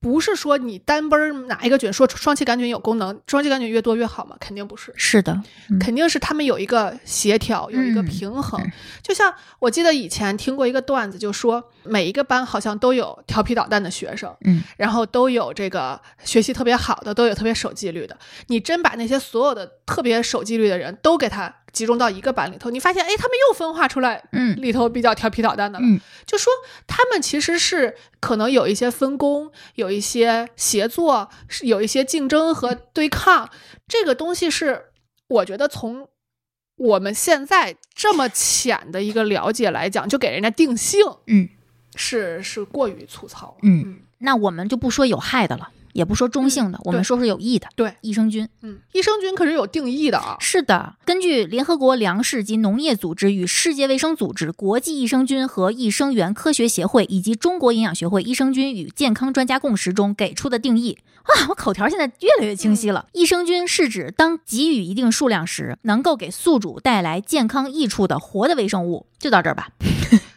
不是说你单奔儿哪一个菌说双歧杆菌有功能，双歧杆菌越多越好吗？肯定不是，
是的，嗯
肯定是他们有一个协调，有一个
嗯
平衡。
嗯
就像我记得以前听过一个段子，就说每一个班好像都有调皮捣蛋的学生，
嗯
然后都有这个学习特别好的，都有特别守纪律的。你真把那些所有的特别守纪律的人都给他集中到一个版里头，你发现哎，他们又分化出来
嗯
里头比较调皮捣蛋的了。
嗯
就说他们其实是可能有一些分工，有一些协作，是有一些竞争和对抗。这个东西是我觉得从我们现在这么浅的一个了解来讲，就给人家定性
嗯，
是是过于粗糙了。
嗯那我们就不说有害的了，也不说中性的，我们
嗯对
说说有益的。
对，
益生菌
嗯，益生菌可是有定义的啊。
是的，根据联合国粮食及农业组织与世界卫生组织、国际益生菌和益生元科学协会以及中国营养学会益生菌与健康专家共识中给出的定义啊，我口条现在越来越清晰了。
嗯
益生菌是指当给予一定数量时，能够给宿主带来健康益处的活的微生物。就到这儿吧。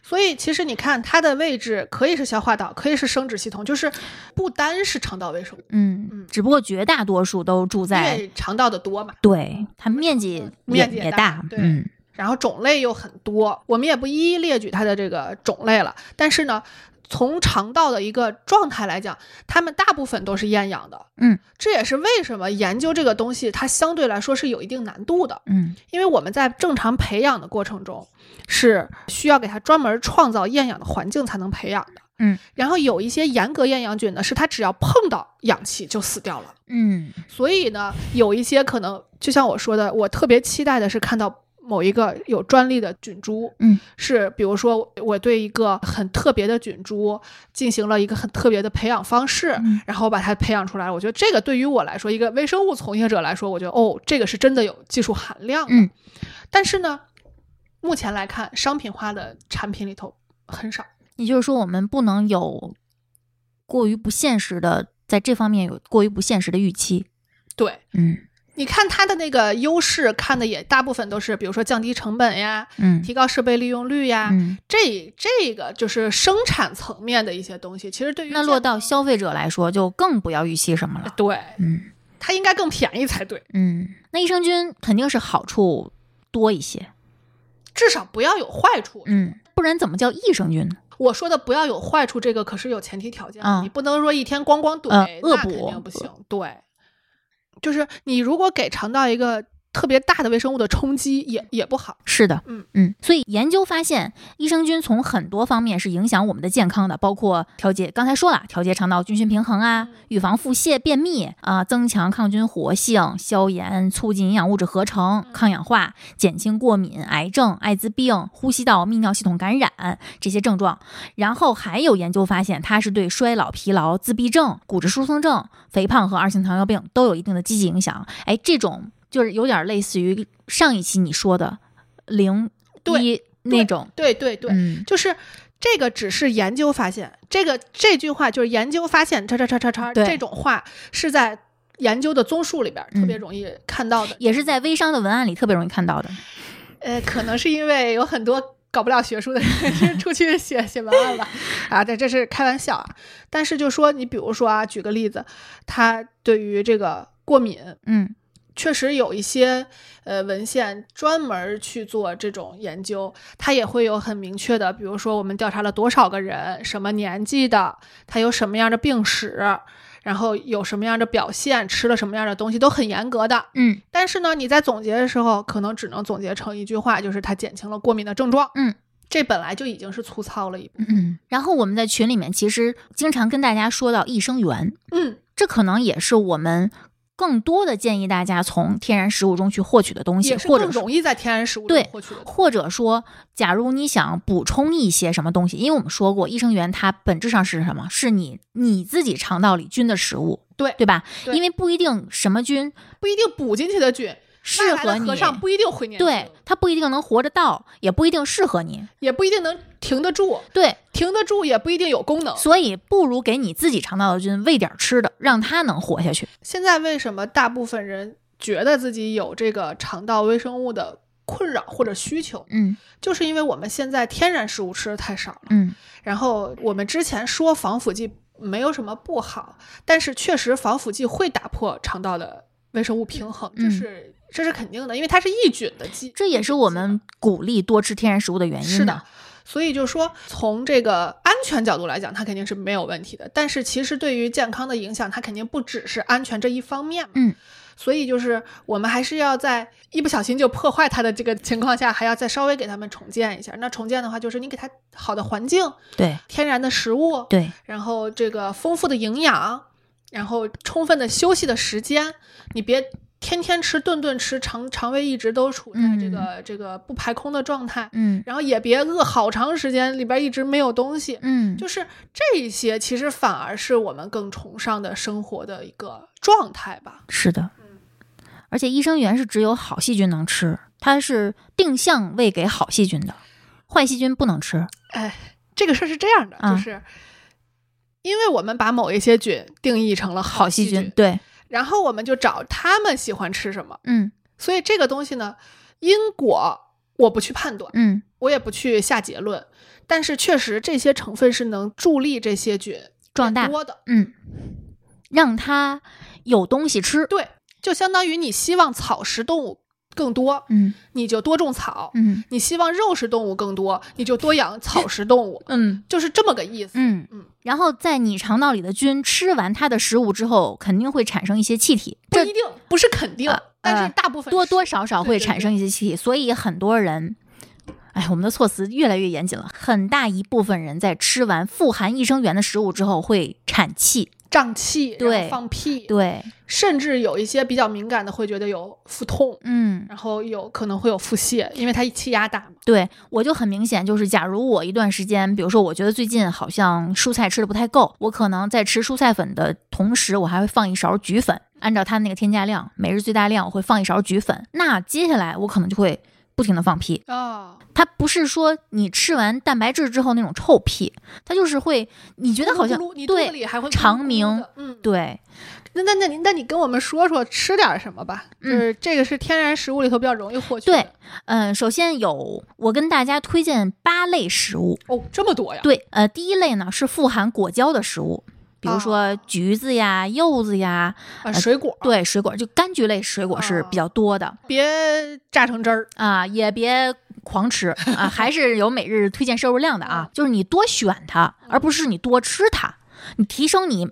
所以其实你看，它的位置可以是消化道，可以是生殖系统，就是不单是肠道微生物，
嗯
嗯，
只不过绝大多数都住
因
在
为肠道的多嘛，
对它面积
面积
也
也
也
大对
嗯。
然后种类又很多，我们也不一一列举它的这个种类了。但是呢，从肠道的一个状态来讲，它们大部分都是厌氧的。
嗯，
这也是为什么研究这个东西它相对来说是有一定难度的，
嗯
因为我们在正常培养的过程中，是需要给它专门创造厌氧的环境才能培养的。
嗯，
然后有一些严格厌氧菌呢，是它只要碰到氧气就死掉了。
嗯
所以呢，有一些可能，就像我说的，我特别期待的是看到某一个有专利的菌株，
嗯，
是比如说我对一个很特别的菌株进行了一个很特别的培养方式，
嗯
然后把它培养出来。我觉得这个对于我来说，一个微生物从业者来说，我觉得哦，这个是真的有技术含量的。
嗯
但是呢，目前来看，商品化的产品里头很少。
也就是说，我们不能有过于不现实的，在这方面有过于不现实的预期。
对，
嗯
你看它的那个优势，看的也大部分都是，比如说降低成本呀，
嗯
提高设备利用率呀，
嗯。
这这个就是生产层面的一些东西，其实对于
那落到
消
消费者来说，就更不要预期什么了。
对
嗯
它应该更便宜才对，
嗯，那益生菌肯定是好处多一些。
至少不要有坏处。
嗯，不然怎么叫益生菌呢？
我说的不要有坏处，这个可是有前提条件的，
嗯
你不能说一天咣咣怼，
呃
那
恶
肯
补
定不行。对，就是你如果给肠道一个特别大的微生物的冲击，也也不好。
是的，
嗯
嗯，所以研究发现，益生菌从很多方面是影响我们的健康的，包括调节，刚才说了，调节肠道菌群平衡啊，预防腹泻、便秘啊、增强抗菌活性、消炎、促进营养物质合成、抗氧化、减轻过敏、癌症、艾滋病、呼吸道泌尿系统感染这些症状。然后还有研究发现，它是对衰老、疲劳、自闭症、骨质疏松症、肥胖和二型糖尿病都有一定的积极影响。哎，这种就是有点类似于上一期你说的零
对
一那种，
对对对，
嗯
就是这个只是研究发现，这个这句话就是研究发现，叉叉叉叉叉
对
这种话是在研究的综述里边儿
嗯
特别容易看到的，
也是在微商的文案里特别容易看到的。
呃，可能是因为有很多搞不了学术的人出去写写文案了啊，这这是开玩笑啊。但是就说你比如说啊，举个例子，他对于这个过敏，
嗯
确实有一些呃文献专门去做这种研究，它也会有很明确的，比如说我们调查了多少个人，什么年纪的，他有什么样的病史，然后有什么样的表现，吃了什么样的东西，都很严格的。
嗯
但是呢，你在总结的时候，可能只能总结成一句话，就是它减轻了过敏的症状。
嗯，
这本来就已经是粗糙了一步。
嗯。然后我们在群里面其实经常跟大家说到益生元，
嗯，
这可能也是我们更多的建议大家从天然食物中去获取的东西，
嗯也是
或
更
者是
容易在天然食物
对
中获取的。
或者说，假如你想补充一些什么东西，因为我们说过，益生元它本质上是什么？是你你自己肠道里菌的食物，
对
对吧？
对
因为不一定什么菌
不一定补进去的菌，
适
外来
合
的
你，
和尚不一定会念经，
对，它不一定能活着到，也不一定适合你，
也不一定能停得住。
对，
停得住也不一定有功能。
所以不如给你自己肠道的菌喂点吃的，让它能活下去。
现在为什么大部分人觉得自己有这个肠道微生物的困扰或者需求，
嗯
就是因为我们现在天然食物吃的太少了。
嗯
然后我们之前说防腐剂没有什么不好，但是确实防腐剂会打破肠道的微生物平衡，
嗯
这是这是肯定的，因为它是抑菌的剂，
这也是我们鼓励多吃天然食物的原因
是的。所以就说，从这个安全角度来讲，它肯定是没有问题的。但是其实对于健康的影响，它肯定不只是安全这一方面嘛。
嗯，
所以就是我们还是要在一不小心就破坏它的这个情况下，还要再稍微给他们重建一下。那重建的话，就是你给它好的环境、
对
天然的食物，
对，
然后这个丰富的营养，然后充分的休息的时间，你别天天吃、顿顿吃，肠肠胃一直都处在这个、这个不排空的状态，
嗯
然后也别饿好长时间，里边一直没有东西。
嗯，
就是这些，其实反而是我们更崇尚的生活的一个状态吧。
是的。
嗯
而且益生元是只有好细菌能吃，它是定向喂给好细菌的，坏细菌不能吃。
这个事儿是这样的，
嗯
就是因为我们把某一些菌定义成了好细
细菌对，
然后我们就找他们喜欢吃什么，
嗯
所以这个东西呢，因果我不去判断，
嗯，
我也不去下结论，但是确实这些成分是能助力这些菌
壮大
变，多的，
嗯，让它有东西吃。
对，就相当于你希望草食动物更多，
嗯
你就多种草。
嗯
你希望肉食动物更多，你就多养草食动物，
嗯
就是这么个意思。
嗯
嗯
然后在你肠道里的菌吃完它的食物之后，肯定会产生一些气体，
不
这
一定，不是肯定，
啊
但
呃
是大部分
多
是
多少少
对
会
对
产
对
生一些气体，所以很多人。哎，我们的措辞越来越严谨了。很大一部分人在吃完富含益生元的食物之后会产气，
胀气，然后
对
放屁，
对，
甚至有一些比较敏感的会觉得有腹痛，
嗯，
然后有可能会有腹泻，因为它气压大嘛。
对，我就很明显，就是假如我一段时间，比如说我觉得最近好像蔬菜吃的不太够，我可能在吃蔬菜粉的同时，我还会放一勺菊粉，按照它那个添加量，每日最大量，我会放一勺菊粉。那接下来我可能就会不停的放屁，
啊，
它不是说你吃完蛋白质之后那种臭屁，它就是会你觉得好像
咕噜咕噜你肚子
对
里还会咕噜咕噜的
长鸣，
嗯，
对，
那那那你那你跟我们说说吃点什么吧，就
嗯
是这个是天然食物里头比较容易获取的。
对嗯、首先有我跟大家推荐八类食物，
哦，这么多呀？
对，呃，第一类呢是富含果胶的食物，比如说
哦
橘子呀、柚子呀，
啊，水果，
对，水果就柑橘类水果是比
哦
较多的
别榨成汁儿。
啊、也别狂吃啊，还是有每日推荐摄入量的
嗯
啊， *laughs* 就是你多选它，而不是你多吃它，你提升你。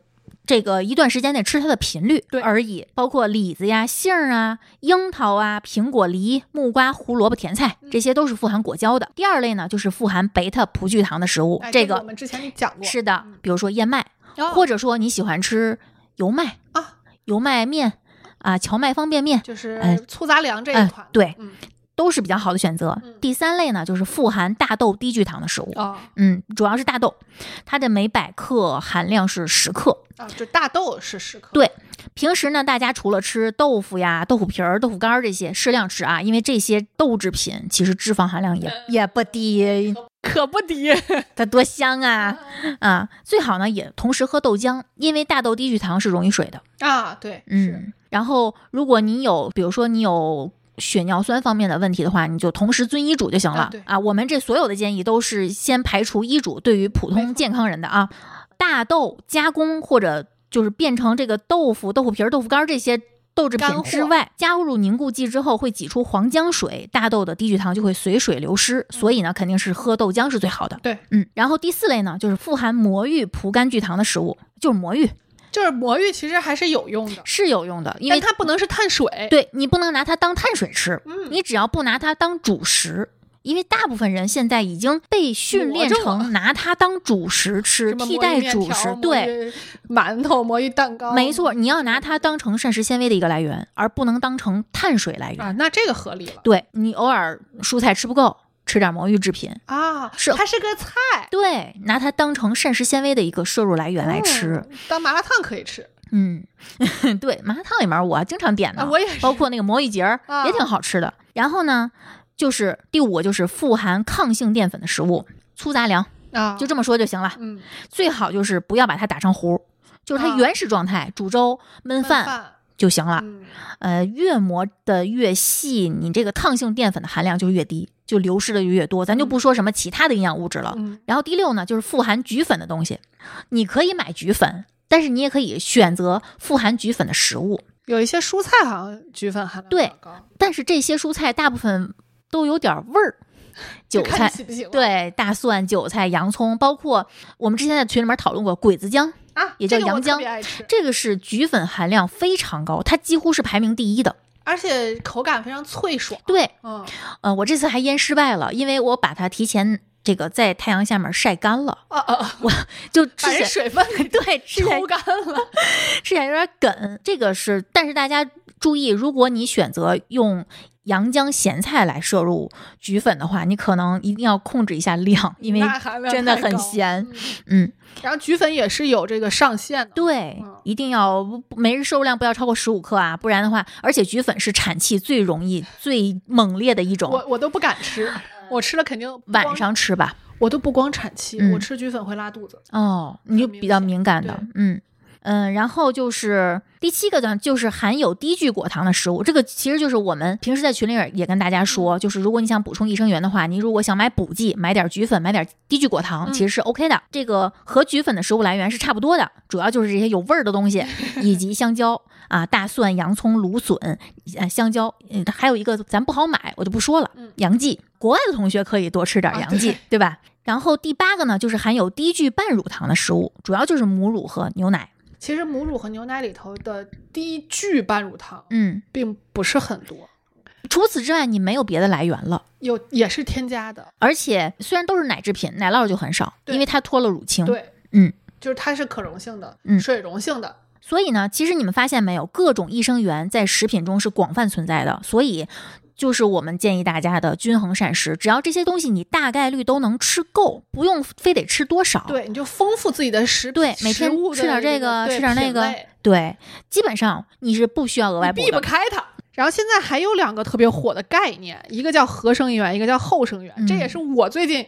这个一段时间内吃它的频率
对
而已，包括李子呀、杏儿啊、樱桃啊、苹果、梨、木瓜、胡萝卜、甜菜，
嗯
这些都是富含果胶的。第二类呢，就是富含贝塔葡聚糖的食物
哎，
这
个我
个
们之前你讲过，
是的
嗯，
比如说燕麦，
哦
或者说你喜欢吃油麦
啊、
油麦面啊、荞麦方便面，
就是
哎
粗杂粮这一
哎
款。
对
嗯，
都是比较好的选择
嗯。
第三类呢，就是富含大豆低聚糖的食物，
啊
嗯，主要是大豆，它的每百克含量是十克。
啊，就大豆是十克。
对平时呢，大家除了吃豆腐呀、豆腐皮儿、豆腐干儿这些，适量吃啊，因为这些豆制品其实脂肪含量也也不低，
可不低。
它多香啊啊！最好呢也同时喝豆浆，因为大豆低聚糖是溶于水的。
啊，对，是
嗯，然后如果你有，比如说你有血尿酸方面的问题的话，你就同时遵医嘱就行了
啊对
我们这所有的建议都是先排除医嘱对于普
没错
通健康人的啊。大豆加工或者就是变成这个豆腐、豆腐皮儿、豆腐干儿这些。豆制
干
品
货
之外，加入凝固剂之后会挤出黄浆水，大豆的低聚糖就会随水流失，所以呢，肯定是喝豆浆是最好的。
对，
嗯，然后第四类呢，就是富含魔芋葡甘聚糖的食物，就是魔芋
就是魔芋其实还是有用的，
是有用的，因
但
为
它不能是碳水。
对你不能拿它当碳水吃，
嗯
你只要不拿它当主食，因为大部分人现在已经被训练
魔怔了
成拿它当主食吃，
*laughs* 什么
替
魔芋
代
面
主
条
食。
魔
对，
芋馒头、魔芋蛋糕，
没错，你要拿它当成膳食纤维的一个来源，而不能当成碳水来源。
啊，那这个合理了
对你偶尔蔬菜吃不够，吃点魔芋制品，
啊，
是
它是个菜，
对，拿它当成膳食纤维的一个摄入来源来吃。
嗯当麻辣烫可以吃
嗯， *laughs* 对，麻辣烫里面我经常点的，
啊，我也是
包括那个魔芋节儿
啊
也挺好吃的。然后呢，就是第五个就是富含抗性淀粉的食物，粗杂粮，
啊，
就这么说就行了。
嗯，
最好就是不要把它打成糊，就是它
啊
原始状态，煮粥、焖饭
饭，
就行了。
嗯
呃，越磨的越细，你这个抗性淀粉的含量就越低，就流失的就越多。咱就不说什么其他的营养物质了。
嗯
然后第六呢，就是富含菊粉的东西，你可以买菊粉，但是你也可以选择富含菊粉的食物。
有一些蔬菜好像菊粉含量比
对
较高，
但是这些蔬菜大部分都有点味
*laughs*
儿，
就
韭
看
菜
你喜不喜欢。
对大蒜、韭菜、洋葱，包括我们之前在群里面讨论过鬼子姜，
啊，
也叫
这个我
阳
特
姜
别爱吃，
这个是菊粉含量非常高，它几乎是排名第一的。
而且口感非常脆爽。
对，
嗯，
呃，我这次还腌失败了，因为我把它提前这个在太阳下面晒干了，
啊啊啊，
就
把
吃
人
起
水分
来
给
哦对吃起来
抽干了。
吃起来有点梗。这个是，但是大家注意，如果你选择用洋姜咸菜来摄入菊粉的话，你可能一定要控制一下量，因为
钠含量
真的
太
很
高
咸。
嗯
嗯，
然后菊粉也是有这个上限的，
对
嗯，
一定要不每日摄入量不要超过十五克啊，不然的话，而且菊粉是产气最容易、最猛烈的一种
我，我都不敢吃，我吃了肯定不光
嗯晚上吃吧。
我都不光产气，
嗯
我吃菊粉会拉肚子。
哦，你就
很明
比较
显
敏感的
对，
嗯嗯，然后就是第七个呢，就是含有低聚果糖的食物，这个其实就是我们平时在群里也跟大家
嗯
说，就是如果你想补充益生元的话，你如果想买补剂，买点菊粉，买点低聚果糖，
嗯
其实是 OK 的。这个和菊粉的食物来源是差不多的，主要就是这些有味儿的东西，以及香蕉啊、大蒜、洋葱、芦笋、呃香蕉，嗯，还有一个咱不好买，我就不说了
嗯，
洋蓟。国外的同学可以多吃点
啊
洋
对
蓟，对吧？然后第八个呢，就是含有低聚半乳糖的食物，主要就是母乳和牛奶。
其实母乳和牛奶里头的低聚半乳糖
嗯，
并不是很多，
除此之外，你没有别的来源了。
有也是添加的。
而且虽然都是奶制品，奶酪就很少，
对
因为它脱了乳清。，
对，
嗯，
就是它是可溶性的，
嗯
水溶性的，
所以呢，其实你们发现没有，各种益生元在食品中是广泛存在的。所以，就是我们建议大家的均衡膳食，只要这些东西你大概率都能吃够，不用非得吃多少。
对，你就丰富自己的食
哦对每
食
天
物的
吃点
这
这个，
对
吃点那
品
个
类，
对，基本上你是不需要额外
你
补
避不
的。
开它。然后现在还有两个特别火的概念，一个叫合生元，一个叫后生元。
嗯
这也是我最近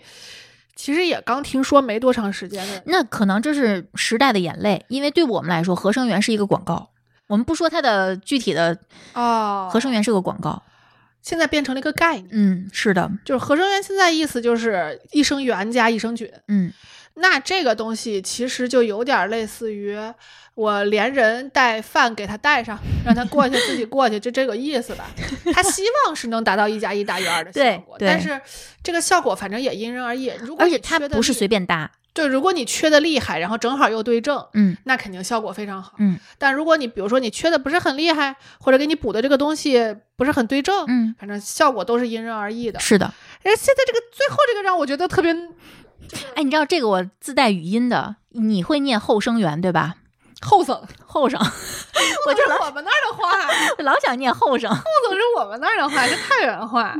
其实也刚听说没多长时间的。
那可能这是时代的眼泪，因为对我们来说，合生元是一个广告。我们不说它的具体的，
哦
合生元是个广告。
现在变成了一个概念，
嗯，是的，
就是合生元现在意思就是益生元加益生菌。
嗯
那这个东西其实就有点类似于我连人带饭给他带上，让他过去自己过去，就这个意
*laughs*
思吧。他希望是能达到一加一大于二的效果，
对对
但是这个效果反正也因人而异。如果
而
你
且它
缺得
不是
厉
随便搭。
对，如果你缺的厉害，然后正好又对症，
嗯
那肯定效果非常好。
嗯
但如果你比如说你缺的不是很厉害，或者给你补的这个东西不是很对症，
嗯，
反正效果都是因人而异的。
是的。
哎，现在这个最后这个让我觉得特别
哎，你知道这个我自带语音的，你会念后生元对吧？
后 *laughs* 生，
后生， *laughs*
*laughs* 我就是我们那儿的 *laughs* 话。
老想念后生。
后总是我们那儿的话，是太原话，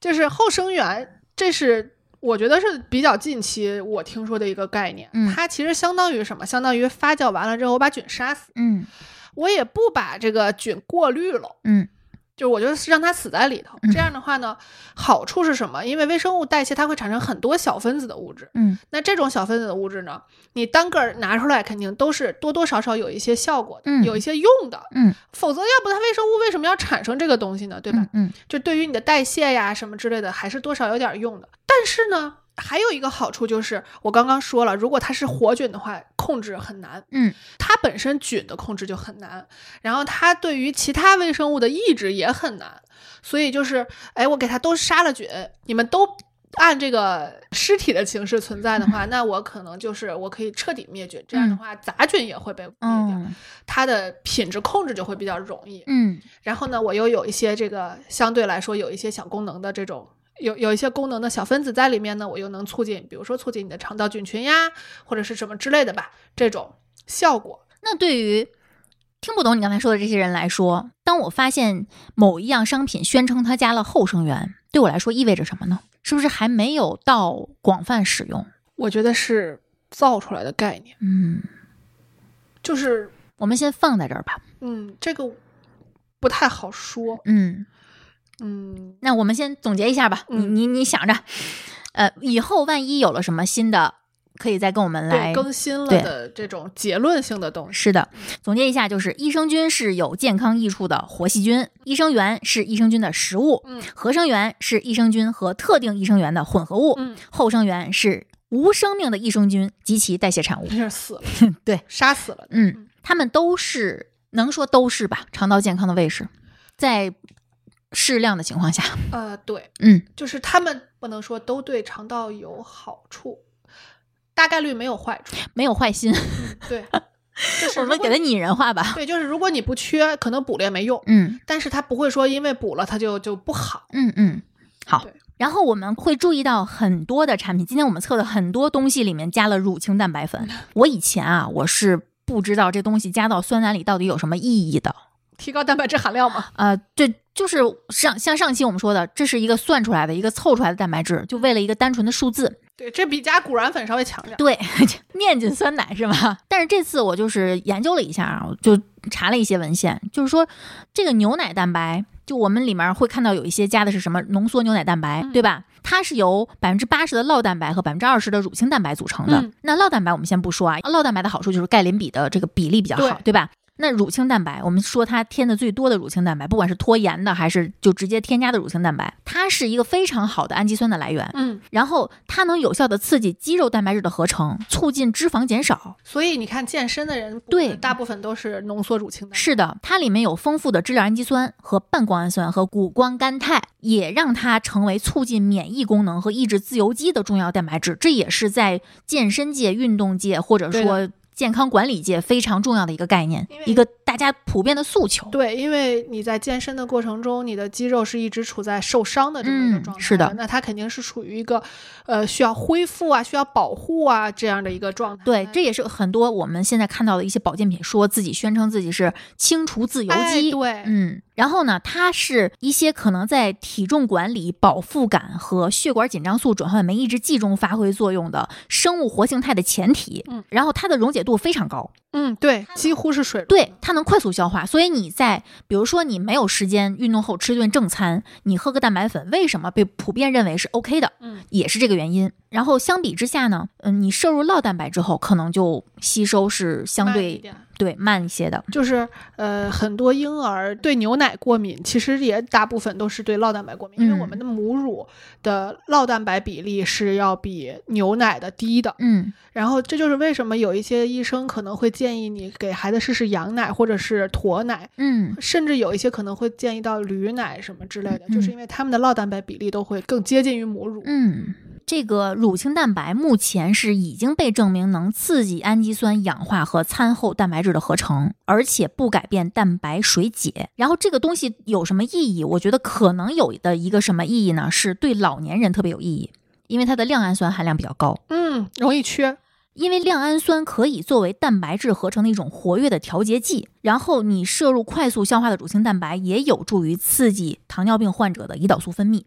就是后生元，这是我觉得是比较近期我听说的一个概念。
嗯
它其实相当于什么？相当于发酵完了之后，我把菌杀死，
嗯
我也不把这个菌过滤了。
嗯
就是我就是让它死在里头，
嗯
这样的话呢，好处是什么？因为微生物代谢它会产生很多小分子的物质，
嗯
那这种小分子的物质呢，你单个儿拿出来肯定都是多多少少有一些效果的，
嗯
有一些用的，
嗯
否则要不它微生物为什么要产生这个东西呢？对吧？
嗯嗯
就对于你的代谢呀什么之类的，还是多少有点用的。但是呢，还有一个好处就是，我刚刚说了，如果它是活菌的话，控制很难，
嗯，
它本身菌的控制就很难，然后它对于其他微生物的抑制也很难。所以就是，哎，我给它都杀了菌，你们都。按这个尸体的形式存在
*laughs*
的话，那我可能就是我可以彻底灭菌，这样的话杂菌也会被灭掉，
嗯
它的品质控制就会比较容易。
嗯
然后呢，我又有一些这个相对来说有一些小功能的这种。有有一些功能的小分子在里面呢，我又能促进，比如说促进你的肠道菌群呀，或者是什么之类的吧，这种效果。
那对于听不懂你刚才说的这些人来说，当我发现某一样商品宣称它加了后生元，对我来说意味着什么呢？是不是还没有到广泛使用？
我觉得是造出来的概念，
嗯，
就是
我们先放在这儿吧。
嗯，这个不太好说，
嗯，
嗯，
那我们先总结一下吧。
嗯
你你你想着，呃，以后万一有了什么新的，可以再跟我们来
对，更新了
对
的这种结论性的东西，
是的，总结一下，就是益生菌是有健康益处的活细菌，益生元是益生菌的食物，
嗯
合生元是益生菌和特定益生元的混合物，
嗯，
后生元是无生命的益生菌及其代谢产物。，
就是死了
*laughs* 对，
杀死了的，
嗯，它们都是能说都是吧，肠道健康的卫士，在适量的情况下，
呃，对，
嗯
就是他们不能说都对肠道有好处，大概率没有坏处。
没有坏心， *laughs*
对，就是
我们
如
给
果
它拟人化吧。
对，就是如果你不缺，可能补了也没用，
嗯
但是它不会说因为补了它就就不好。
嗯嗯，好
对。
然后我们会注意到很多的产品，今天我们测的很多东西里面加了乳清蛋白粉。我以前啊，我是不知道这东西加到酸奶里到底有什么意义的。
提高蛋白质含量嘛，
呃，对，就是上像上期我们说的，这是一个算出来的一个凑出来的蛋白质，就为了一个单纯的数字。
对，这比加谷燃粉稍微强点儿。
对， *laughs* 面筋酸奶是吧？但是这次我就是研究了一下啊，我就查了一些文献，就是说这个牛奶蛋白，就我们里面会看到有一些加的是什么浓缩牛奶蛋白，
嗯
对吧？它是由百分之八十的酪蛋白和百分之二十的乳清蛋白组成的。
嗯
那酪蛋白我们先不说啊，酪蛋白的好处就是钙磷比的这个比例比较好，
对
对吧？那乳清蛋白，我们说它添的最多的乳清蛋白，不管是脱盐的还是就直接添加的乳清蛋白，它是一个非常好的氨基酸的来源。
嗯，
然后它能有效的刺激肌肉蛋白质的合成，促进脂肪减少。
所以你看健身的人，
对
大部分都是浓缩乳清蛋白。
是的，它里面有丰富的支链氨基酸和半胱氨酸和谷胱甘肽，也让它成为促进免疫功能和抑制自由基的重要蛋白质。这也是在健身界、运动界或者
对
说健康管理界非常重要的一个概念
因为，嗯
一个大家普遍的诉求。
对，因为你在健身的过程中，你的肌肉是一直处在受伤的这么一个
嗯
状态，
是的
那它肯定是处于一个呃需要恢复啊、需要保护啊这样的一个状态。
对，这也是很多我们现在看到的一些保健品说自己宣称自己是清除自由
哎
基，
对，
嗯，然后呢，它是一些可能在体重管理、饱腹感和血管紧张素转换酶抑制剂中发挥作用的生物活性肽的前体。
嗯，
然后它的溶解度非常高，
嗯，对，几乎是水溶。
对，它能快速消化。所以你在比如说你没有时间运动后吃顿正餐，你喝个蛋白粉，为什么被普遍认为是 OK 的？
嗯，
也是这个原因。然后相比之下呢，嗯、你摄入酪蛋白之后，可能就吸收是相
慢一
对
点。
对慢一些的。
就是呃，很多婴儿对牛奶过敏，其实也大部分都是对酪蛋白过敏，因
嗯
为我们的母乳的酪蛋白比例是要比牛奶的低的。
嗯
然后这就是为什么有一些医生可能会建议你给孩子试试羊奶或者是驼奶，
嗯，
甚至有一些可能会建议到驴奶什么之类的，
嗯
就是因为他们的酪蛋白比例都会更接近于母乳。
嗯，这个乳清蛋白目前是已经被证明能刺激氨基酸氧化和餐后蛋白质的合成，而且不改变蛋白水解。然后这个东西有什么意义？我觉得可能有的一个什么意义呢？是对老年人特别有意义，因为它的亮氨酸含量比较高。
嗯，容易缺。
因为亮氨酸可以作为蛋白质合成的一种活跃的调节剂，然后你摄入快速消化的乳清蛋白也有助于刺激糖尿病患者的胰岛素分泌。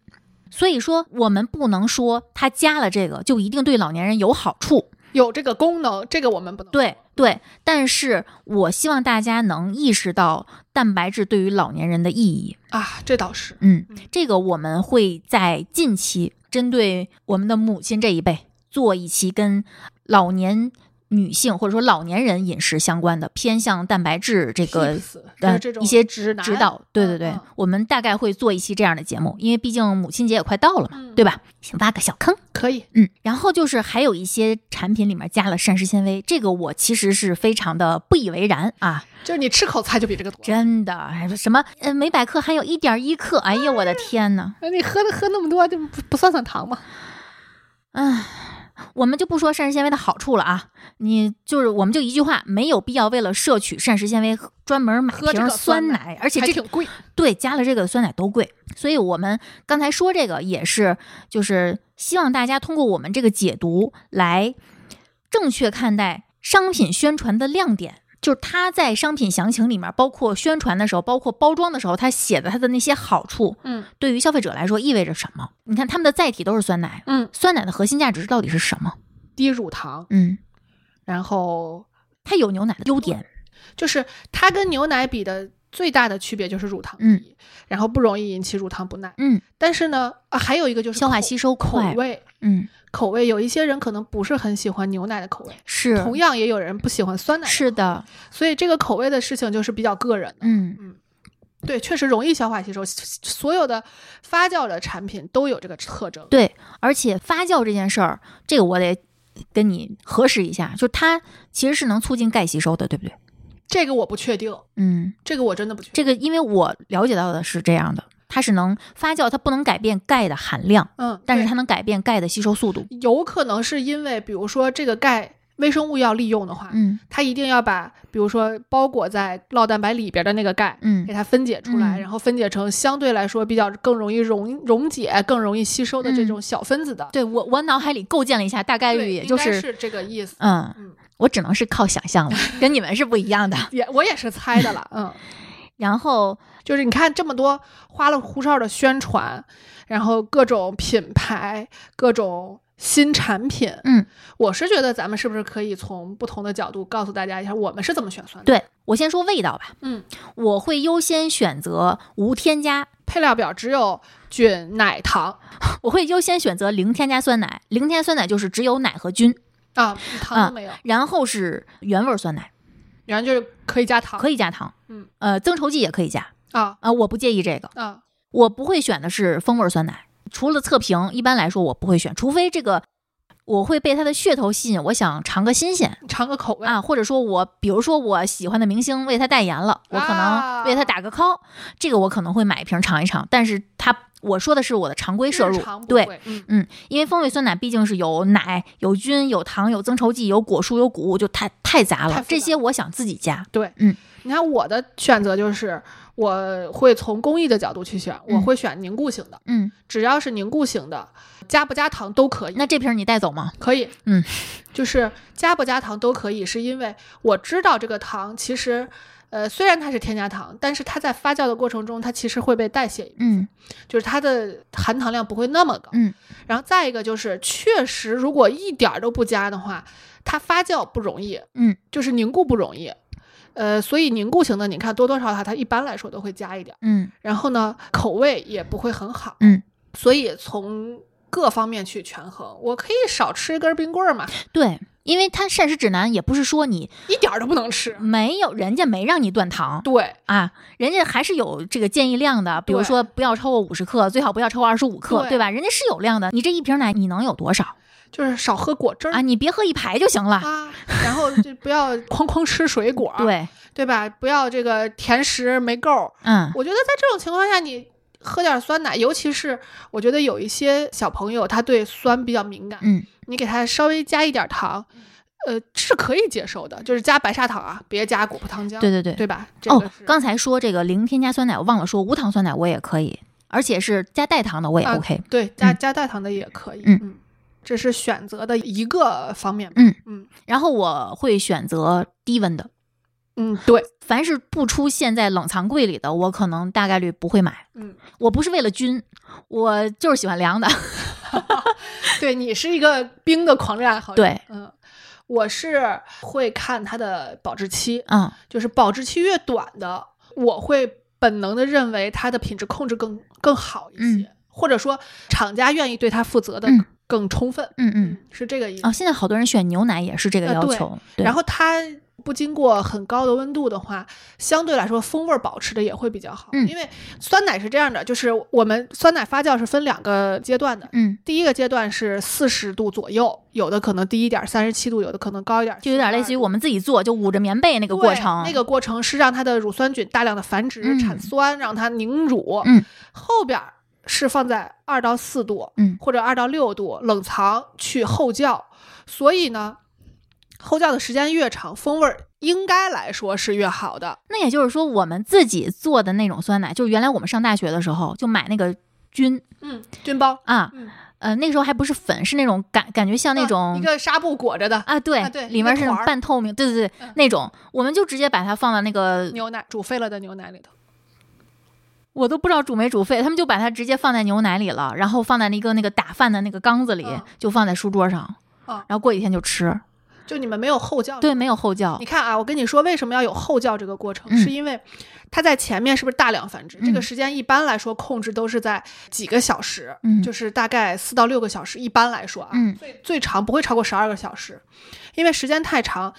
所以说，我们不能说它加了这个就一定对老年人有好处，
有这个功能，这个我们不能
对对。但是我希望大家能意识到蛋白质对于老年人的意义。
啊，这倒是。
嗯
嗯，
这个我们会在近期针对我们的母亲这一辈做一期跟老年女性或者说老年人饮食相关的偏向蛋白质这个
tips，就是
呃
这种
一些
指南
指导。对对对，
嗯
我们大概会做一期这样的节目，因为毕竟母亲节也快到了嘛，
嗯
对吧？先挖个小坑。
可以，
嗯，然后就是还有一些产品里面加了膳食纤维，这个我其实是非常的不以为然啊，
就是你吃口菜就比这个多。
真的，还是什么呃每百克含有一点一克，哎呀，我的天呐！
那你喝的喝那么多，就不不算算糖吗？
我们就不说膳食纤维的好处了啊，你就是我们就一句话，没有必要为了摄取膳食纤维专门买
喝这
瓶
个
酸
酸
奶，而且
还
这
挺贵。
对加了这个酸奶都贵，所以我们刚才说这个也是，就是希望大家通过我们这个解读来正确看待商品宣传的亮点。就是它在商品详情里面，包括宣传的时候，包括包装的时候，它写的它的那些好处，
嗯
对于消费者来说意味着什么？你看他们的载体都是酸奶，
嗯，
酸奶的核心价值到底是什么？
低乳糖，
嗯，
然后
它有牛奶的优点，
就是它跟牛奶比的最大的区别就是乳糖
嗯
低，然后不容易引起乳糖不耐。
嗯，
但是呢，啊，还有一个就是
消化
口
吸收
口
快，
味，
嗯，
口味有一些人可能不是很喜欢牛奶的口味，
是
同样也有人不喜欢酸奶的，
是的，
所以这个口味的事情就是比较个人的。
嗯
对，确实容易消化吸收，所有的发酵的产品都有这个特征。
对，而且发酵这件事儿，这个我得跟你核实一下，就是它其实是能促进钙吸收的，对不对？
这个我不确定，
嗯，
这个我真的不确定。
这个因为我了解到的是这样的，它是能发酵，它不能改变钙的含量，
嗯，
但是
对
它能改变钙的吸收速度。
有可能是因为，比如说这个钙微生物要利用的话，
嗯
它一定要把，比如说包裹在酪蛋白里边的那个钙。
嗯
给它分解出来，
嗯
然后分解成相对来说比较更容易溶溶解、更容易吸收的这
嗯
种小分子的，
对我我脑海里构建了一下，大概率
对
也
应
就
该
是
是这个意思。
嗯
嗯，
我只能是靠想象了，跟你们是不一样
*laughs*
的。
也我也是猜的了，嗯，
然后
就是你看这么多花里胡哨的宣传，然后各种品牌、各种新产品，
嗯，
我是觉得咱们是不是可以从不同的角度告诉大家一下我们是怎么选酸的？
对我先说味道吧，
嗯，
我会优先选择无添加，
配料表只有菌、奶、糖
我会优先选择零添加酸奶，零添加酸奶就是只有奶和菌，
啊，
嗯
糖都没有，
然后是原味酸奶，
然后就是可以加糖，
可以加糖，
嗯，
呃，增稠剂也可以加，
啊
啊，我不介意这个，
啊，
我不会选的是风味酸奶，除了测评，一般来说我不会选，除非这个我会被它的噱头吸引，我想尝个新鲜
尝个口味，
啊，或者说我比如说我喜欢的明星为他代言了，我可能
啊
为他打个 call，、这个我可能会买一瓶尝一尝，但是它我说的是我的常规摄入
日常，不
对。
会，嗯，
因为风味酸奶毕竟是有奶、有菌、有糖、有增稠剂、有果蔬、有谷物，就太太杂
太
了
复。杂
这些我想自己加。
你看我的选择就是我会从工艺的角度去选，我
嗯
会选凝固型的，
嗯，
只要是凝固型的，加不加糖都可以。
那这瓶你带走吗？
可以，
嗯，
就是加不加糖都可以，是因为我知道这个糖其实，呃，虽然它是添加糖，但是它在发酵的过程中，它其实会被代谢，
嗯
就是它的含糖量不会那么高。
嗯，
然后再一个就是，确实如果一点儿都不加的话，它发酵不容易，
嗯，
就是凝固不容易。呃，所以凝固型的，你看多多少少它一般来说都会加一点儿，
嗯
然后呢，口味也不会很好，
嗯，
所以从各方面去权衡，我可以少吃一根冰棍儿嘛，
对，因为它膳食指南也不是说你
一点儿都不能吃。
没有，人家没让你断糖
对，
啊，人家还是有这个建议量的，比如
对
说不要超过五十克，最好不要超过二十五克，
对
对吧？人家是有量的，你这一瓶奶你能有多少
就是少喝果汁儿
啊？你别喝一排就行了。
啊然后就
*laughs*
不要哐哐吃水果，
对，
对吧？不要这个甜食没够儿。
嗯
我觉得在这种情况下，你喝点酸奶，尤其是我觉得有一些小朋友他对酸比较敏感，
嗯
你给他稍微加一点糖，呃，是可以接受的，就是加白砂糖啊，别加果葡糖浆，
对对对
对吧？这
哦
个是、，
刚才说这个零添加酸奶，我忘了说无糖酸奶我也可以，而且是加代糖的我也
啊
OK。
对加
嗯
加代糖的也可以，
嗯
这是选择的一个方面吧，
嗯
嗯
然后我会选择低温的，
嗯，
*laughs*
对，
凡是不出现在冷藏柜里的，我可能大概率不会买。
嗯，
我不是为了均，我就是喜欢凉的。 *laughs*
对你是一个冰的狂热爱好者，
对，
嗯。我是会看它的保质期，
嗯
就是保质期越短的，我会本能的认为它的品质控制更更好一些，或者说厂家愿意对它负责的
嗯
更充分，
嗯嗯。
是这个意思。
哦，现在好多人选牛奶也是这个
呃
要
对
求。对
然后它不经过很高的温度的话，相对来说风味儿保持的也会比较好，
嗯
因为酸奶是这样的，就是我们酸奶发酵是分两个阶段的。
嗯，
第一个阶段是四十度左右，有的可能低一点，三十七度，有的可能高一点，
就有点类似于我们自己做，就捂着棉被那
那
个过程。
那个过程是让它的乳酸菌大量的繁殖、
嗯
产酸，让它凝乳。
嗯，
后边儿是放在二到四度，
嗯
或者二到六度冷藏去后窖。所以呢，后窖的时间越长，风味儿应该来说是越好的。
那也就是说，我们自己做的那种酸奶，就是原来我们上大学的时候就买那个菌
嗯，菌包，
啊，
嗯，
呃，那时候还不是粉，是那种感感觉像那
啊
种
一个纱布裹着的
啊，对，
啊对
里
一个
面是那
团
种
儿
半透明，对对对，
嗯
那种，我们就直接把它放到那个，
牛奶，煮沸了的牛奶里头。
我都不知道煮没煮沸，他们就把它直接放在牛奶里了，然后放在那个那个打饭的那个缸子里，
嗯
就放在书桌上，
嗯
然后过几天就吃，
就你们没有后窖，
对，没有后
你
窖，
看啊，我跟你说，为什么要有后教这个过程，
嗯
是因为它在前面是不是大量繁殖？这
嗯
个时间一般来说控制都是在几个小时，
嗯
就是大概四到六个小时，一般来说啊，
嗯
最最长不会超过十二个小时，因为时间太长。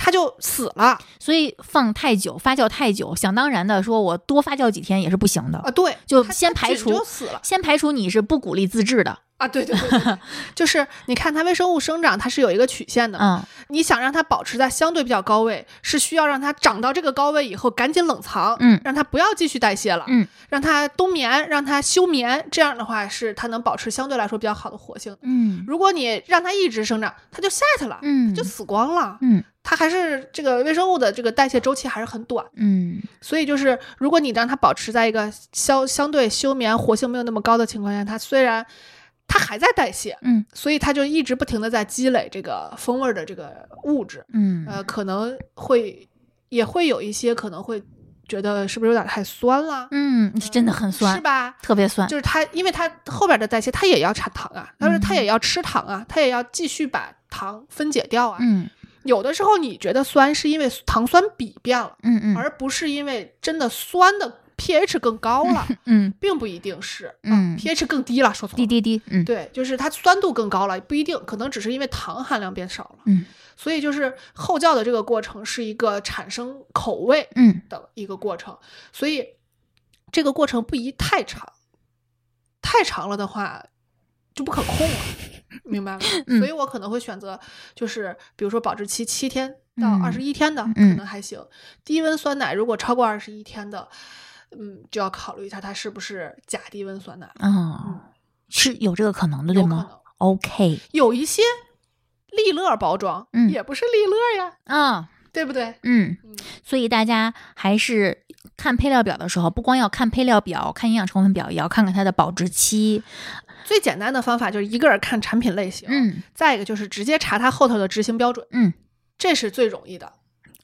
它就死了啊！
所以放太久，发酵太久，想当然的说我多发酵几天也是不行的，
啊对，
哦就
它
先
它
排
菌
除
就死了。
先排除你是不鼓励自制的，
啊，对对对
*laughs*
对对就是你看它微生物生长，它是有一个曲线的。
嗯，
你想让它保持在相对比较高位，是需要让它长到这个高位以后赶紧冷藏，
嗯
让它不要继续代谢了，
嗯，
让它冬眠，让它休眠，这样的话是它能保持相对来说比较好的活性。
嗯
如果你让它一直生长，它就 set 了，
嗯，
就死光了。
嗯
它还是这个微生物的这个代谢周期还是很短，
嗯
所以就是如果你让它保持在一个相相对休眠、活性没有那么高的情况下，它虽然它还在代谢，
嗯
所以它就一直不停的在积累这个风味儿的这个物质，
嗯
呃，可能会也会有一些可能会觉得是不是有点太酸了，
嗯，是真的很酸，
呃是？吧？
特别酸，
就是它，因为它后边的代谢，它也要产糖啊，但是
嗯
它也要吃糖啊，它也要继续把糖分解掉啊。
嗯
有的时候你觉得酸，是因为糖酸比变了，
嗯嗯
而不是因为真的酸的 pH 更高了，
*laughs* 嗯
并不一定是
嗯，
pH 更低了，说错了。
滴滴滴，嗯
对，就是它酸度更高了，不一定，可能只是因为糖含量变少了。
嗯
所以就是后教的这个过程是一个产生口味
嗯
的一个过程，所以这个过程不宜太长，太长了的话就不可控了，明白吗？
嗯
所以我可能会选择就是比如说保质期七天到
嗯
二十一天的、
嗯
可能还行，低温酸奶如果超过二十一天的，嗯，就要考虑一下它是不是假低温酸奶，
哦，是有这个可能的，对
嗯有可
吗
能
？OK，
有一些利乐包装，
嗯
也不是利乐呀，
啊。
对不对？
嗯
嗯，
所以大家还是看配料表的时候，不光要看配料表、看营养成分表，也要看看它的保质期。
最简单的方法就是一个是看产品类型，，
嗯
再一个就是直接查它后头的执行标准，
嗯，
这是最容易的。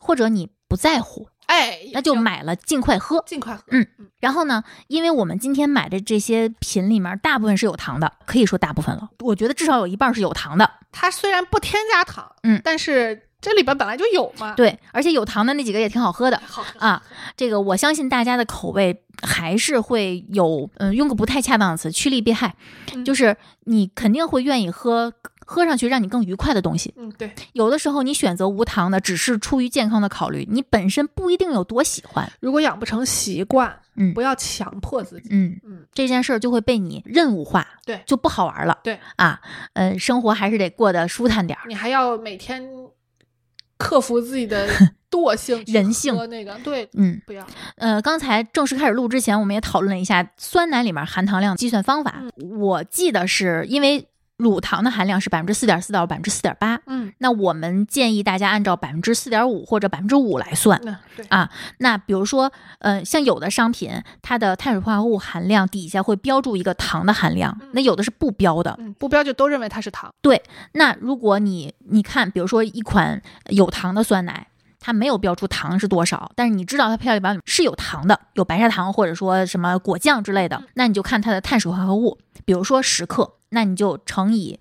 或者你不在乎，
哎，
那就
行
买了尽快喝。
尽快喝。
嗯然后呢，因为我们今天买的这些品里面，大部分是有糖的，可以说大部分了。我觉得至少有一半是有糖的。
它虽然不添加糖，
嗯
但是这里边本来就有嘛。，
对，而且有糖的那几个也挺好喝的。
好喝
啊，这个我相信大家的口味还是会有，嗯，用个不太恰当的词，趋利避害，
嗯
就是你肯定会愿意喝，喝上去让你更愉快的东西。
嗯，对。
有的时候你选择无糖的，只是出于健康的考虑，你本身不一定有多喜欢。
如果养不成习惯，
嗯
不要强迫自己。
嗯
嗯，
这件事儿就会被你任务化，
对
就不好玩了。
对
啊，呃，生活还是得过得舒坦点儿。
你还要每天克服自
*laughs*
己的惰性去
人性
喝那个对，
嗯，
不要。
呃，刚才正式开始录之前，我们也讨论了一下酸奶里面含糖量计算方法。
嗯
我记得是因为乳糖的含量是百分之四点四到百分之四点八，
嗯，
那我们建议大家按照百分之四点五或者百分之五来算。
那对
啊那比如说，呃，像有的商品，它的碳水化合物含量底下会标注一个糖的含量
嗯，
那有的是不标的。
嗯，不标就都认为它是糖。
那如果你你看，比如说一款有糖的酸奶，它没有标出糖是多少，但是你知道它配料表里是有糖的，有白砂糖或者说什么果酱之类
嗯
的，那你就看它的碳水化合物，比如说十克，那你就乘以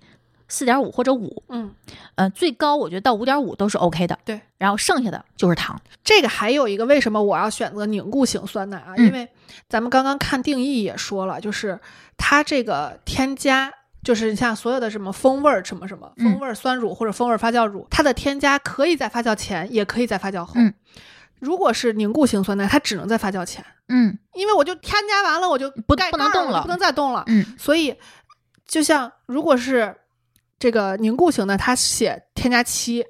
四点五或者五，
嗯，
呃，最高我觉得到五点五都是 OK 的。
对，
然后剩下的就是糖。
这个还有一个为什么我要选择凝固型酸奶啊？
嗯
因为咱们刚刚看定义也说了，就是它这个添加，就是像所有的什么风味儿什么什么
嗯
风味儿酸乳或者风味儿发酵乳，它的添加可以在发酵前，也可以在发酵后
嗯。
如果是凝固型酸奶，它只能在发酵前，
嗯
因为我就添加完了，我就
不
盖
不
盖
能
儿
动
我就
了
不能再动了。
嗯
所以，就像如果是这个凝固型的，它写添加期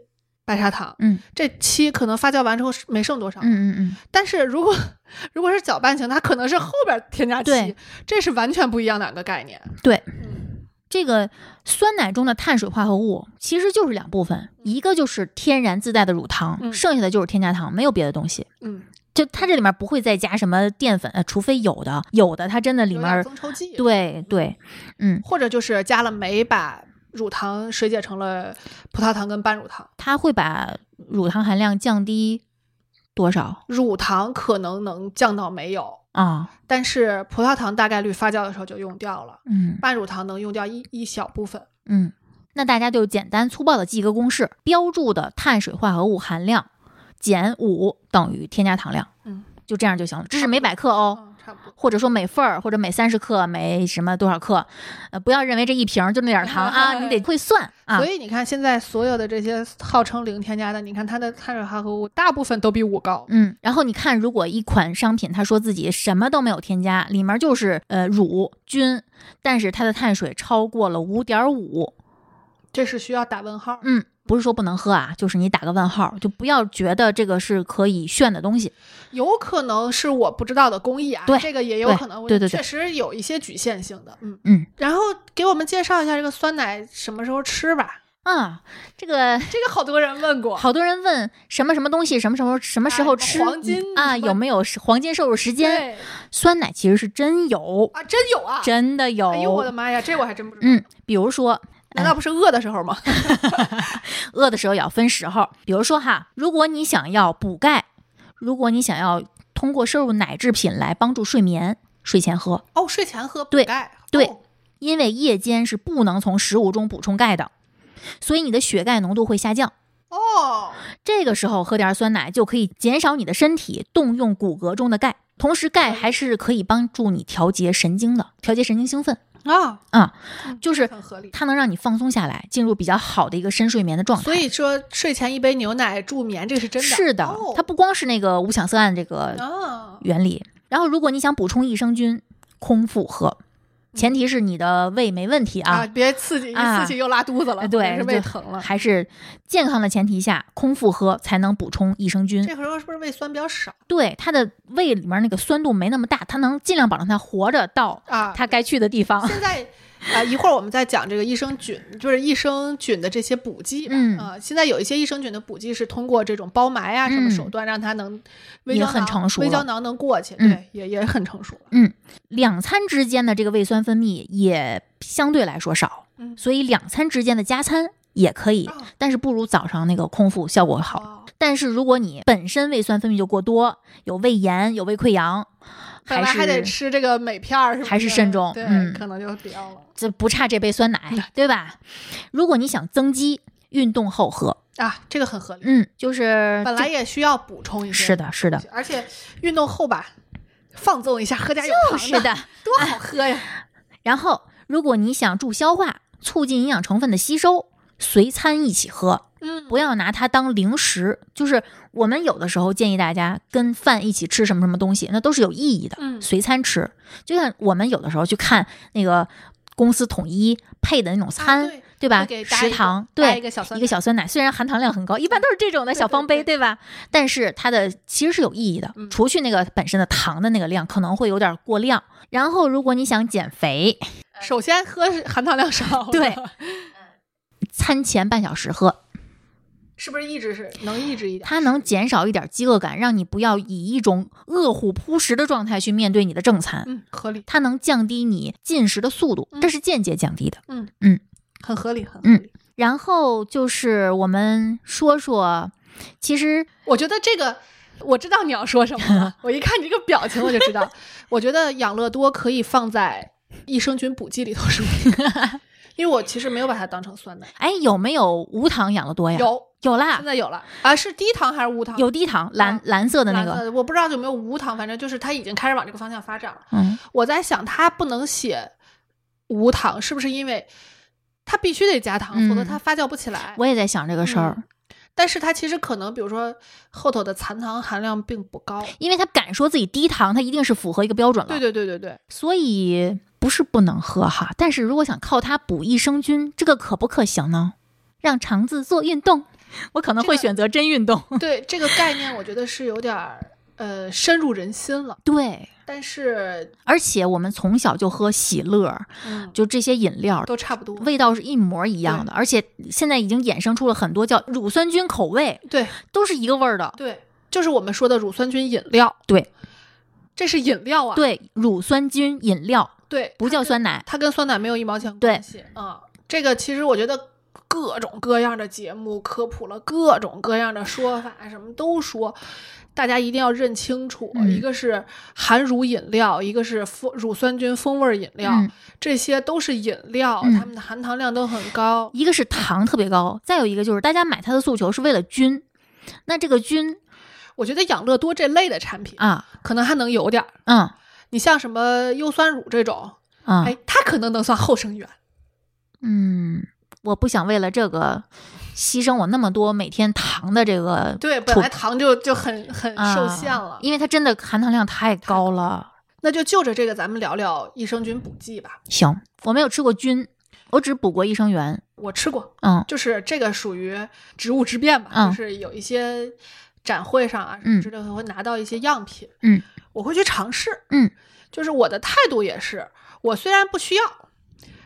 白砂糖，
嗯
这期可能发酵完之后是没剩多少，
嗯嗯嗯，
但是如果如果是搅拌型，它可能是后边添加
对
期，这是完全不一样两个概念。
对
嗯，
这个酸奶中的碳水化合物其实就是两部分，一个就是天然自带的乳糖，
嗯
剩下的就是添加糖，没有别的东西。
嗯，
就它这里面不会再加什么淀粉，呃，除非有的，有的它真的里
有
面
点
儿
增稠剂，，
对对，嗯，
或者就是加了酶，把乳糖水解成了葡萄糖跟半乳糖，
它会把乳糖含量降低多少
乳糖可能能降到没有，
啊？
但是葡萄糖大概率发酵的时候就用掉了，
嗯
半乳糖能用掉一一小部分。
嗯，那大家就简单粗暴的记一个公式：标注的碳水化合物含量减五等于添加糖量。
嗯，
就这样就行了，这是每百克哦。
嗯，差不多。
或者说每份儿或者每三十克每什么多少克，呃，不要认为这一瓶儿就那点儿糖啊， *laughs* 你得会算啊
所。以你看，现在所有的这些号称零添加的，你看它的碳水化合物大部分都比五高。
嗯，然后你看，如果一款商品它说自己什么都没有添加，里面就是呃乳菌，但是它的碳水超过了五点五，
这是需要打问号。
嗯，不是说不能喝啊，就是你打个问号，就不要觉得这个是可以炫的东西。
有可能是我不知道的工艺啊，
对
这个也有
对
可能，
对对对
确实有一些局限性的，嗯
嗯。
然后给我们介绍一下这个酸奶什么时候吃吧，
啊，这个
这个好多人问过，
好多人问什么什么东西，什么什么什么时候
啊
吃
什么黄金
啊？
什么
有没有是黄金摄入时间？
对
酸奶其实是真有，
啊，真有啊，
真的有。
哎呦我的妈呀，这我还真不知道，
嗯，比如说
难道不是饿的时候吗？
饿的时候也要分时候。比如说哈，如果你想要补钙，如果你想要通过摄入奶制品来帮助睡眠，睡前喝，
哦，睡前喝补
对
钙，
对
哦
因为夜间是不能从食物中补充钙的，所以你的血钙浓度会下降。
哦，
这个时候喝点酸奶就可以减少你的身体动用骨骼中的钙，同时钙还是可以帮助你调节神经的，调节神经兴奋
啊，
啊，
嗯
就是
很合理。
它能让你放松下来，进入比较好的一个深睡眠的状态。
所以说，睡前一杯牛奶助眠，这个是真的。
是的，
哦、
它不光是那个五羟色胺这个
啊，
原理，然后如果你想补充益生菌，空腹喝，
嗯
前提是你的胃没问题
啊，
啊。
别刺激，一
啊
刺激又拉肚子了，
哎
或
对
者是胃疼了。
还是健康的前提下，空腹喝才能补充益生菌。
这时候是不是胃酸比较少
对它的胃里面那个酸度没那么大，它能尽量保证它活着到
啊？
它该去的地方。
现在啊、一会儿我们再讲这个益生菌，就是益生菌的这些补剂吧。
嗯
啊、现在有一些益生菌的补剂是通过这种包埋啊什么
嗯
手段，让它能微
也
胶
很
囊
成熟
微
了
胶囊能过去，
嗯
对，也也很成熟了。
两餐之间的这个胃酸分泌也相对来说少，
嗯
所以两餐之间的加餐也可以
哦，
但是不如早上那个空腹效果好。
哦，
但是如果你本身胃酸分泌就过多，有胃炎、有胃溃疡，
本来
还是
还得吃这个镁片儿，是不
还是慎重
对，
嗯
可能就不要了
这不差这杯酸奶，对吧？如果你想增肌，运动后喝，
啊，这个很合理。
嗯，就是
本来也需要补充一些，
是的，是的，，
而且运动后吧，放纵一下，喝点有
就
糖
是的。
多好喝呀！
*laughs* 然后，如果你想助消化，促进营养成分的吸收，随餐一起喝，
嗯，
不要拿它当零食。就是我们有的时候建议大家跟饭一起吃什么什么东西，那都是有意义的。
嗯
随餐吃，就像我们有的时候去看那个公司统一配的那种餐，
啊对
吧
会给？搭一
食
个
堂
搭
对
一个小酸
一个
奶
小酸奶，虽然含糖量很高，一般都是这种的
对
小方杯，
对
对吧？但是它的其实是有意义的，
嗯
除去那个本身的糖的那个量可能会有点过量。然后，如果你想减肥，
首先喝是含糖量少，
对，餐前半小时喝，
*laughs* 是不是抑制是能抑制一点？
它能减少一点饥饿感，让你不要以一种饿虎扑食的状态去面对你的正餐。
嗯，合理，
它能降低你进食的速度，这是间接降低的。
很合理，很合
嗯
理。
然后就是我们说说，其实
我觉得这个。我知道你要说什么
*laughs*
了，我一看你这个表情我就知道。我觉得养乐多可以放在益生菌补剂里头，是不是？
*laughs*
因为我其实没有把它当成酸奶，
哎，有没有无糖养乐多哎呀？
有
有啦
现，在有了啊，是低糖还是无糖？
有低糖蓝、
啊
蓝色的那
蓝
个，
色的我不知道有没有无糖，反正就是它已经开始往这个方向发展了。
嗯
我在想，它不能写无糖，是不是因为它必须得加糖，否则
嗯
它发酵不起来？
我也在想这个事儿，
嗯但是它其实可能，比如说后头的残糖含量并不
*laughs*
高。
因为他敢说自己低糖，他一定是符合一个标准了。
对对对对
*laughs*
对，
所以不是不能喝哈，但是如果想靠它补益生菌，这个可不可行呢？让肠子做运动，我可能会
这个
选择真运动。
*laughs* 对这个概念，我觉得是有点儿呃深入人心了。
对，
但是，
而且我们从小就喝喜乐，
嗯，
就这些饮料。
都差不多。
味道是一模一样的，而且现在已经衍生出了很多叫乳酸菌口味，
对
都是一个味儿的。
对，就是我们说的乳酸菌饮料。
对，
这是饮料啊。
对，乳酸菌饮料
对，
不
它
叫
跟
酸奶。
它跟酸奶没有一毛钱关系啊、这个其实我觉得各种各样的节目科普了各种各样的说法，什么都说，大家一定要认清楚，
嗯
一个是含乳饮料，一个是风乳酸菌风味饮料，
嗯，
这些都是饮料，
嗯
它们的含糖量都很高。
一个是糖特别高，再有一个就是大家买它的诉求是为了菌，那这个菌
我觉得养乐多这类的产品
啊，
可能还能有点儿，
嗯，
你像什么优酸乳这种，
啊，
哎，它可能能算后生源。
嗯，我不想为了这个牺牲我那么多每天糖的这个
对，本
处
来糖就就很很受限了
啊，因为它真的含糖量太高了。
那就就着这个咱们聊聊益生菌补剂吧。
行，我没有吃过菌，我只补过益生元。
我吃过，
嗯
就是这个属于植物之变吧，
嗯
就是有一些展会上啊什
嗯
么之类的会拿到一些样品，
嗯，
我会去尝试，
嗯，
就是我的态度也是，我虽然不需要，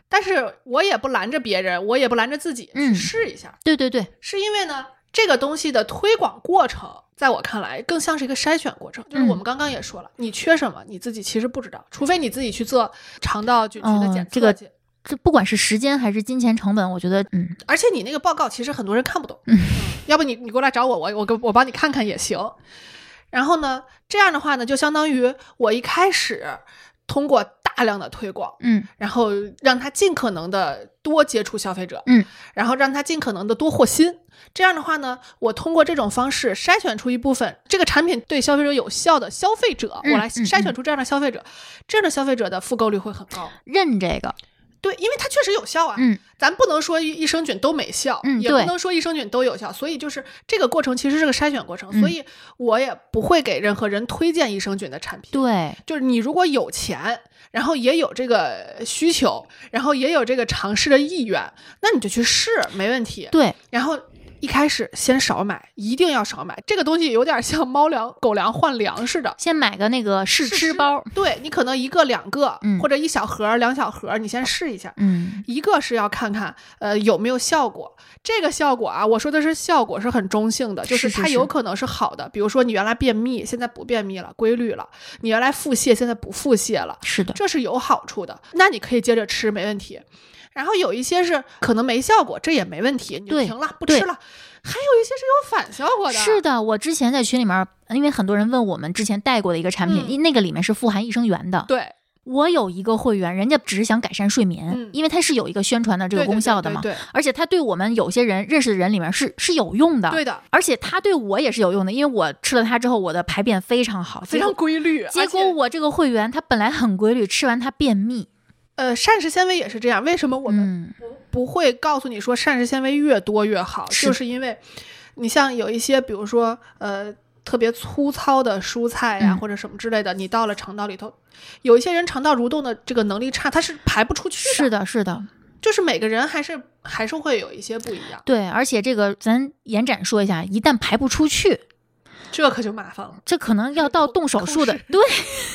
但是我也不拦着别人，我也不拦着自己
嗯
去试一下，
对对对，
是因为呢，这个东西的推广过程。在我看来，更像是一个筛选过程，就是我
嗯
们刚刚也说了，你缺什么，你自己其实不知道，除非你自己去做肠道菌群的
哦
检测去、
这个这不管是时间还是金钱成本，我觉得嗯
而且你那个报告其实很多人看不懂，
嗯
要不你你过来找我，我我给我帮你看看也行。然后呢，这样的话呢，就相当于我一开始通过大量的推广，
嗯
然后让他尽可能的多接触消费者，
嗯，
然后让他尽可能的多获新。这样的话呢，我通过这种方式筛选出一部分这个产品对消费者有效的消费者，
嗯
我来
嗯
筛选出这样的消费者，这样的消费者的复购率会很高。
认这个
对，因为它确实有效啊，
嗯
咱不能说益生菌都没效，
嗯
也不
对
能说益生菌都有效，所以就是这个过程其实是个筛选过程，
嗯
所以我也不会给任何人推荐益生菌的产品。，
对
就是你如果有钱，然后也有这个需求，然后也有这个尝试的意愿，那你就去试，没问题。
对
然后一开始先少买，一定要少买，这个东西有点像猫粮、狗粮换粮似的。
先买个那个试
试
吃嗯
吃
包，
对你可能一个两个，
嗯
或者一小盒儿两小盒儿，你先试一下。
嗯
一个是要看看呃有没有效果，这个效果啊，我说的是效果是很中性的，就是
是
它
是
有可能是好的，比如说你原来便秘，现在不便秘了，规律了；你原来腹泻，现在不腹泻了，
是的，
这是有好处的，那你可以接着吃，没问题。然后有一些是可能没效果，这也没问题，你就
对
停了，不
对
吃了。还有一些是有反效果的，
是的，我之前在群里面，因为很多人问我们之前带过的一个产品，
嗯
因那个里面是富含益生元的。
对，
我有一个会员，人家只是想改善睡眠，
嗯
因为它是有一个宣传的这
对
个
对
功
对
效的
对
嘛，啊
对
而且它对我们有些人认识的人里面是是有用的。
对的，
而且它对我也是有用的，因为我吃了它之后，我的排便非常好，
非常规律。
结果。
而且
结果我这个会员他本来很规律，吃完他便秘。
呃，膳食纤维也是这样，为什么我们
嗯
不不会告诉你说膳食纤维越多越好，
是
就是因为你像有一些，比如说呃特别粗糙的蔬菜呀、
嗯
或者什么之类的，你到了肠道里头，有一些人肠道蠕动的这个能力差，它是排不出去的。
嗯是的，是的，
就是每个人还是还是会有一些不一样，
对，而且这个咱延展说一下，一旦排不出去，
这可就麻烦了。
这可能要到动手
*laughs*
术的
抠。
对， *laughs*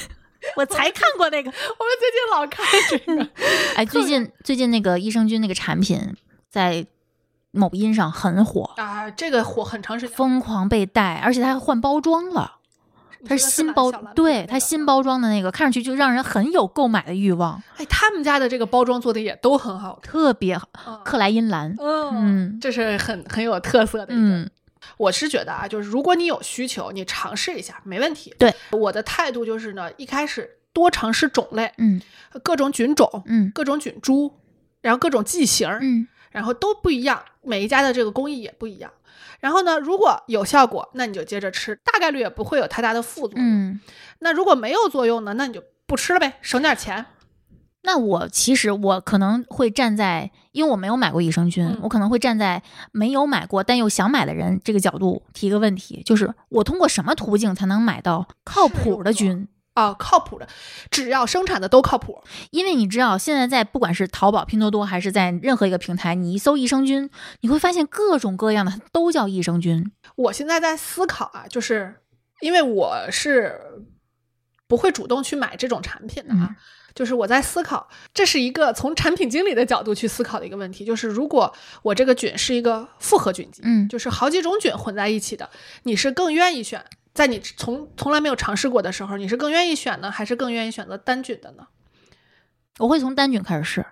我才看过那个。
我们最近老看这个，
哎，最近最近那个益生菌那个产品在某音上很火，
*laughs* 啊，这个火很长时间，
疯狂被带，而且它还换包装了。
你
它
说的
新
蓝
包，
小蓝瓶
对
那
它
个
新包装的那个，看上去就让人很有购买的欲望，
哎，他们家的这个包装做的也都很好
特别好
看，嗯
克莱因蓝。嗯
这是很很有特色哦的一个。
嗯，
我是觉得啊，就是如果你有需求，你尝试一下没问题。
对，
我的态度就是呢，一开始多尝试种类，
嗯
各种菌种、
嗯
各种菌株，然后各种剂型，
嗯
然后都不一样，每一家的这个工艺也不一样。然后呢，如果有效果，那你就接着吃，大概率也不会有太大的副作用。
嗯。
那如果没有作用呢，那你就不吃了呗，省点钱。
那我其实我可能会站在，因为我没有买过益生菌，
嗯
我可能会站在没有买过但又想买的人这个角度提一个问题，就是我通过什么途径才能买到靠谱的菌？
啊，靠谱的，只要生产的都靠谱。
因为你知道，现在在不管是淘宝、拼多多，还是在任何一个平台，你一搜益生菌，你会发现各种各样的，它都叫益生菌。
我现在在思考啊，就是因为我是不会主动去买这种产品的啊，
嗯
就是我在思考，这是一个从产品经理的角度去思考的一个问题，就是如果我这个菌是一个复合菌基，
嗯
就是好几种菌混在一起的，你是更愿意选？在你从从来没有尝试过的时候，你是更愿意选呢，还是更愿意选择单菌的呢？
我会从单菌开始试，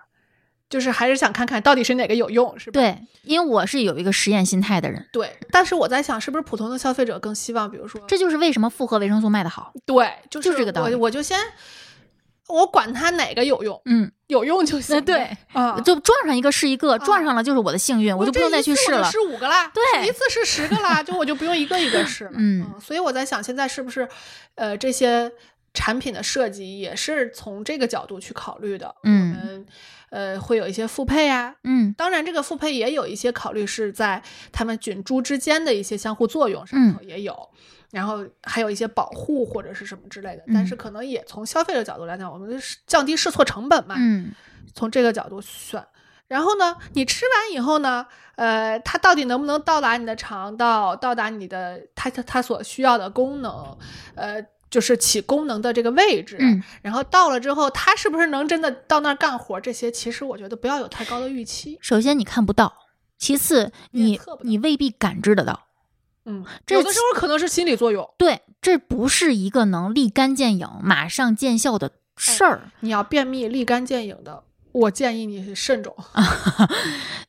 就是还是想看看到底是哪个有用，是吧？
对，因为我是有一个实验心态的人，
对。但是我在想，是不是普通的消费者更希望，比如说
这就是为什么复合维生素卖得好。
对，就
就是这个道理
我我就先，我管它哪个有用，
嗯，
有用就
那
行。
对，
啊，
就撞上一个是一个，
啊
撞上了就是我的幸运，我
我
就不用再去试了。
十五个啦，
对
一次是十个啦，就我就不用一个一个试了。
*laughs* 嗯
所以我在想，现在是不是，呃，这些产品的设计也是从这个角度去考虑的。
嗯
我们呃会有一些复配啊，
嗯
当然这个复配也有一些考虑是在它们菌株之间的一些相互作用
嗯
上头也有。然后还有一些保护或者是什么之类的，但是
嗯
可能也从消费者角度来讲，我们就是降低试错成本嘛，
嗯
从这个角度选。然后呢，你吃完以后呢，呃，它到底能不能到达你的肠道，到达你的它它它所需要的功能，呃，就是起功能的这个位置。
嗯
然后到了之后，它是不是能真的到那儿干活？这些其实我觉得不要有太高的预期。
首先你看不到，其次
你也
你
测不到
你未必感知得到。
嗯，
这
有的时候可能是心理作用，
对，这不是一个能立竿见影、马上见效的事儿。
你要便秘立竿见影的，我建议你慎重。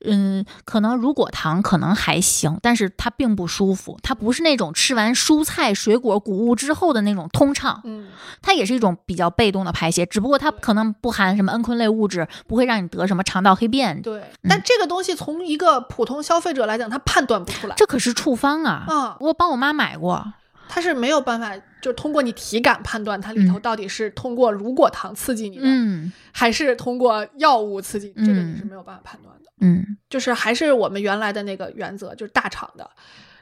嗯，可能如果糖可能还行，但是它并不舒服，它不是那种吃完蔬菜、水果、谷物之后的那种通畅，
嗯，
它也是一种比较被动的排泄，只不过它可能不含什么蒽醌类物质，不会让你得什么肠道黑便。
对。但这个东西从一个普通消费者来讲，他判断不出来。
这可是处方啊！
啊，
我帮我妈买过，
它是没有办法，就是通过你体感判断它里头
嗯
到底是通过乳果糖刺激你的，
嗯
还是通过药物刺激，这个
嗯
你是没有办法判断的。
嗯
就是还是我们原来的那个原则，就是大厂的，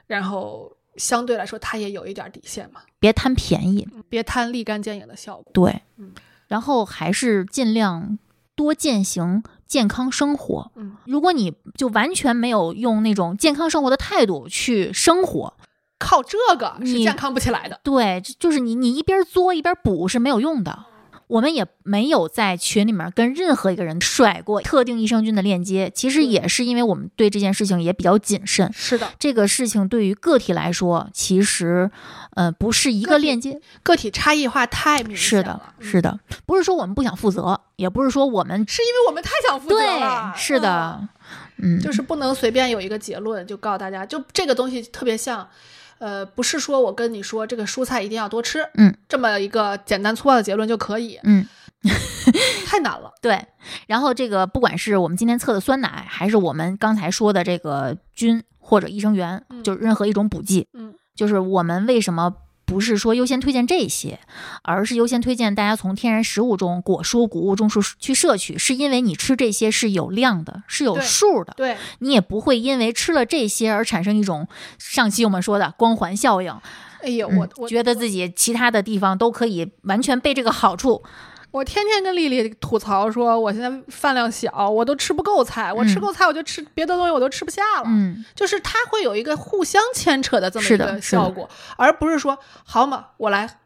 然后相对来说它也有一点底线嘛，
别贪便宜，
别贪立竿见影的效果。
对
嗯，
然后还是尽量多践行健康生活。
嗯，
如果你就完全没有用那种健康生活的态度去生活，
靠这个是
你
健康不起来的。
对，这就是你你一边作一边补是没有用的。我们也没有在群里面跟任何一个人甩过特定益生菌的链接，其实
对
也是因为我们对这件事情也比较谨慎。
是的，
这个事情对于个体来说，其实，呃，不是一
个
个
体
链接，
个体差异化太明
是
显
的
了，，嗯
是
的，
的，不是说我们不想负责，也不是说我们
是因为我们太想负责了
对，。是
嗯
的，嗯，
就是不能随便有一个结论就告诉大家，就这个东西特别像，呃，不是说我跟你说这个蔬菜一定要多吃，
嗯，
这么一个简单粗暴的结论就可以，
嗯，
太难了，
对。然后这个不管是我们今天测的酸奶，还是我们刚才说的这个菌或者益生元，
嗯
就是任何一种补剂，
嗯，
就是我们为什么不是说优先推荐这些，而是优先推荐大家从天然食物中、果蔬、谷物中去去摄取，是因为你吃这些是有量的，是有
对
数的，
对，
你也不会因为吃了这些而产生一种上期我们说的光环效应，
哎呦，
嗯
我我
觉得自己其他的地方都可以完全被这个好处，
我天天跟丽丽吐槽说，我现在饭量小，我都吃不够菜，我吃
嗯
够菜我就吃别的东西我都吃不下了，
嗯，
就是它会有一个互相牵扯的这么
是
一
的
个
是的
效果，而不是说好嘛，我来吃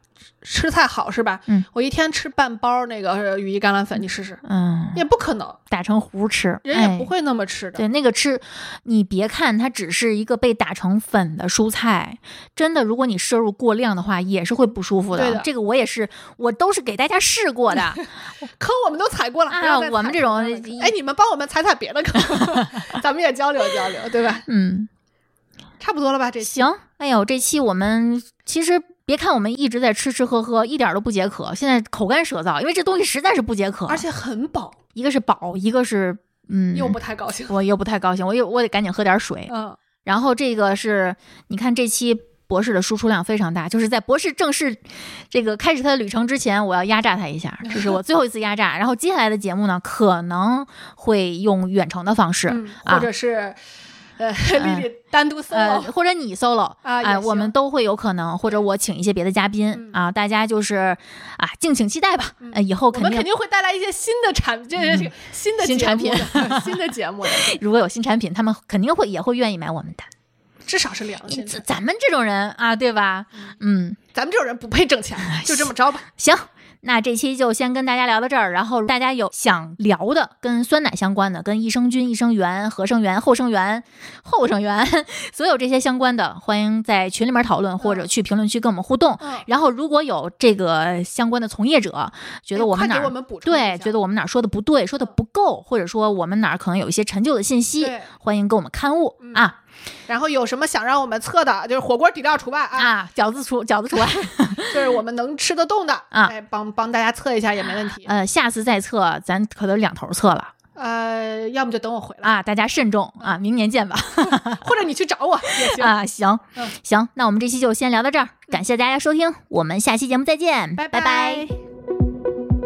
吃菜好是吧？
嗯，
我一天吃半包那个呃羽衣甘蓝粉，你试试，
嗯，
也不可能。
打成糊吃，
人也
哎
不、会那么吃的。
对那个吃，你别看它只是一个被打成粉的蔬菜，真的，如果你摄入过量的话，也是会不舒服的。
对的
这个我也是，我都是给大家试过
*laughs*
的。
坑我们都踩过了，
啊
不要再踩
我们这种
不要再踩哎，你们帮我们踩踩别的
*laughs*
坑， *laughs* 咱们也交流交流，对吧？
嗯，
差不多了吧？这期
行，哎呦，这期我们其实。别看我们一直在吃吃喝喝，一点儿都不解渴，现在口干舌燥，因为这东西实在是不解渴。
而且很饱，
一个是饱，一个是嗯，
又不太高兴。
我又不太高兴，我又我得赶紧喝点水。
嗯，
然后这个是，你看这期博士的输出量非常大，就是在博士正式这个开始他的旅程之前，我要压榨他一下，这是我最后一次压榨。然后接下来的节目呢，可能会用远程的方式，
嗯
啊
或者是呃，丽丽单独
呃，
solo，
或者你 solo
啊也
哎我们
行
都会有可能，或者我请一些别的嘉宾、
嗯
啊，大家就是啊，敬请期待吧。
嗯
呃以后
我
肯
们
定嗯
肯定会带来一些新的产，这这这个新的
新
节
产
目
品
的 *laughs* 新的节目的，
如果有新产品，他们肯定会也会愿意买我们的。
至少是良心
咱
的。
咱们这种人啊，对吧？嗯。
咱们这种人不配挣钱，就这么着吧。
哎行，那这期就先跟大家聊到这儿。然后大家有想聊的，跟酸奶相关的，跟益生菌、益生元、合生元、后生元、后生元， *laughs* 所有这些相关的，欢迎在群里面讨论，或者去评论区跟我们互动。
嗯，
然后如果有这个相关的从业者觉得
哎
我们
快
哪
给我
儿
们补充一
对，
下
觉得我们哪儿说的不对，说的不够，或者说我们哪儿可能有一些陈旧的信息
对，
欢迎跟我们刊物
嗯
啊
然后有什么想让我们测的，就是火锅底料除外啊，
啊，饺子除饺子除外。
*laughs* 就是我们能吃得动的
啊
哎，帮帮大家测一下也没问题。
呃，下次再测，咱可得两头测了。
呃，要么就等我回来，
啊，大家慎重
嗯
啊，明年见吧。
或者你去找我也行。
啊，行
嗯
行，那我们这期就先聊到这儿，感谢大家收听，我们下期节目再见，拜拜
拜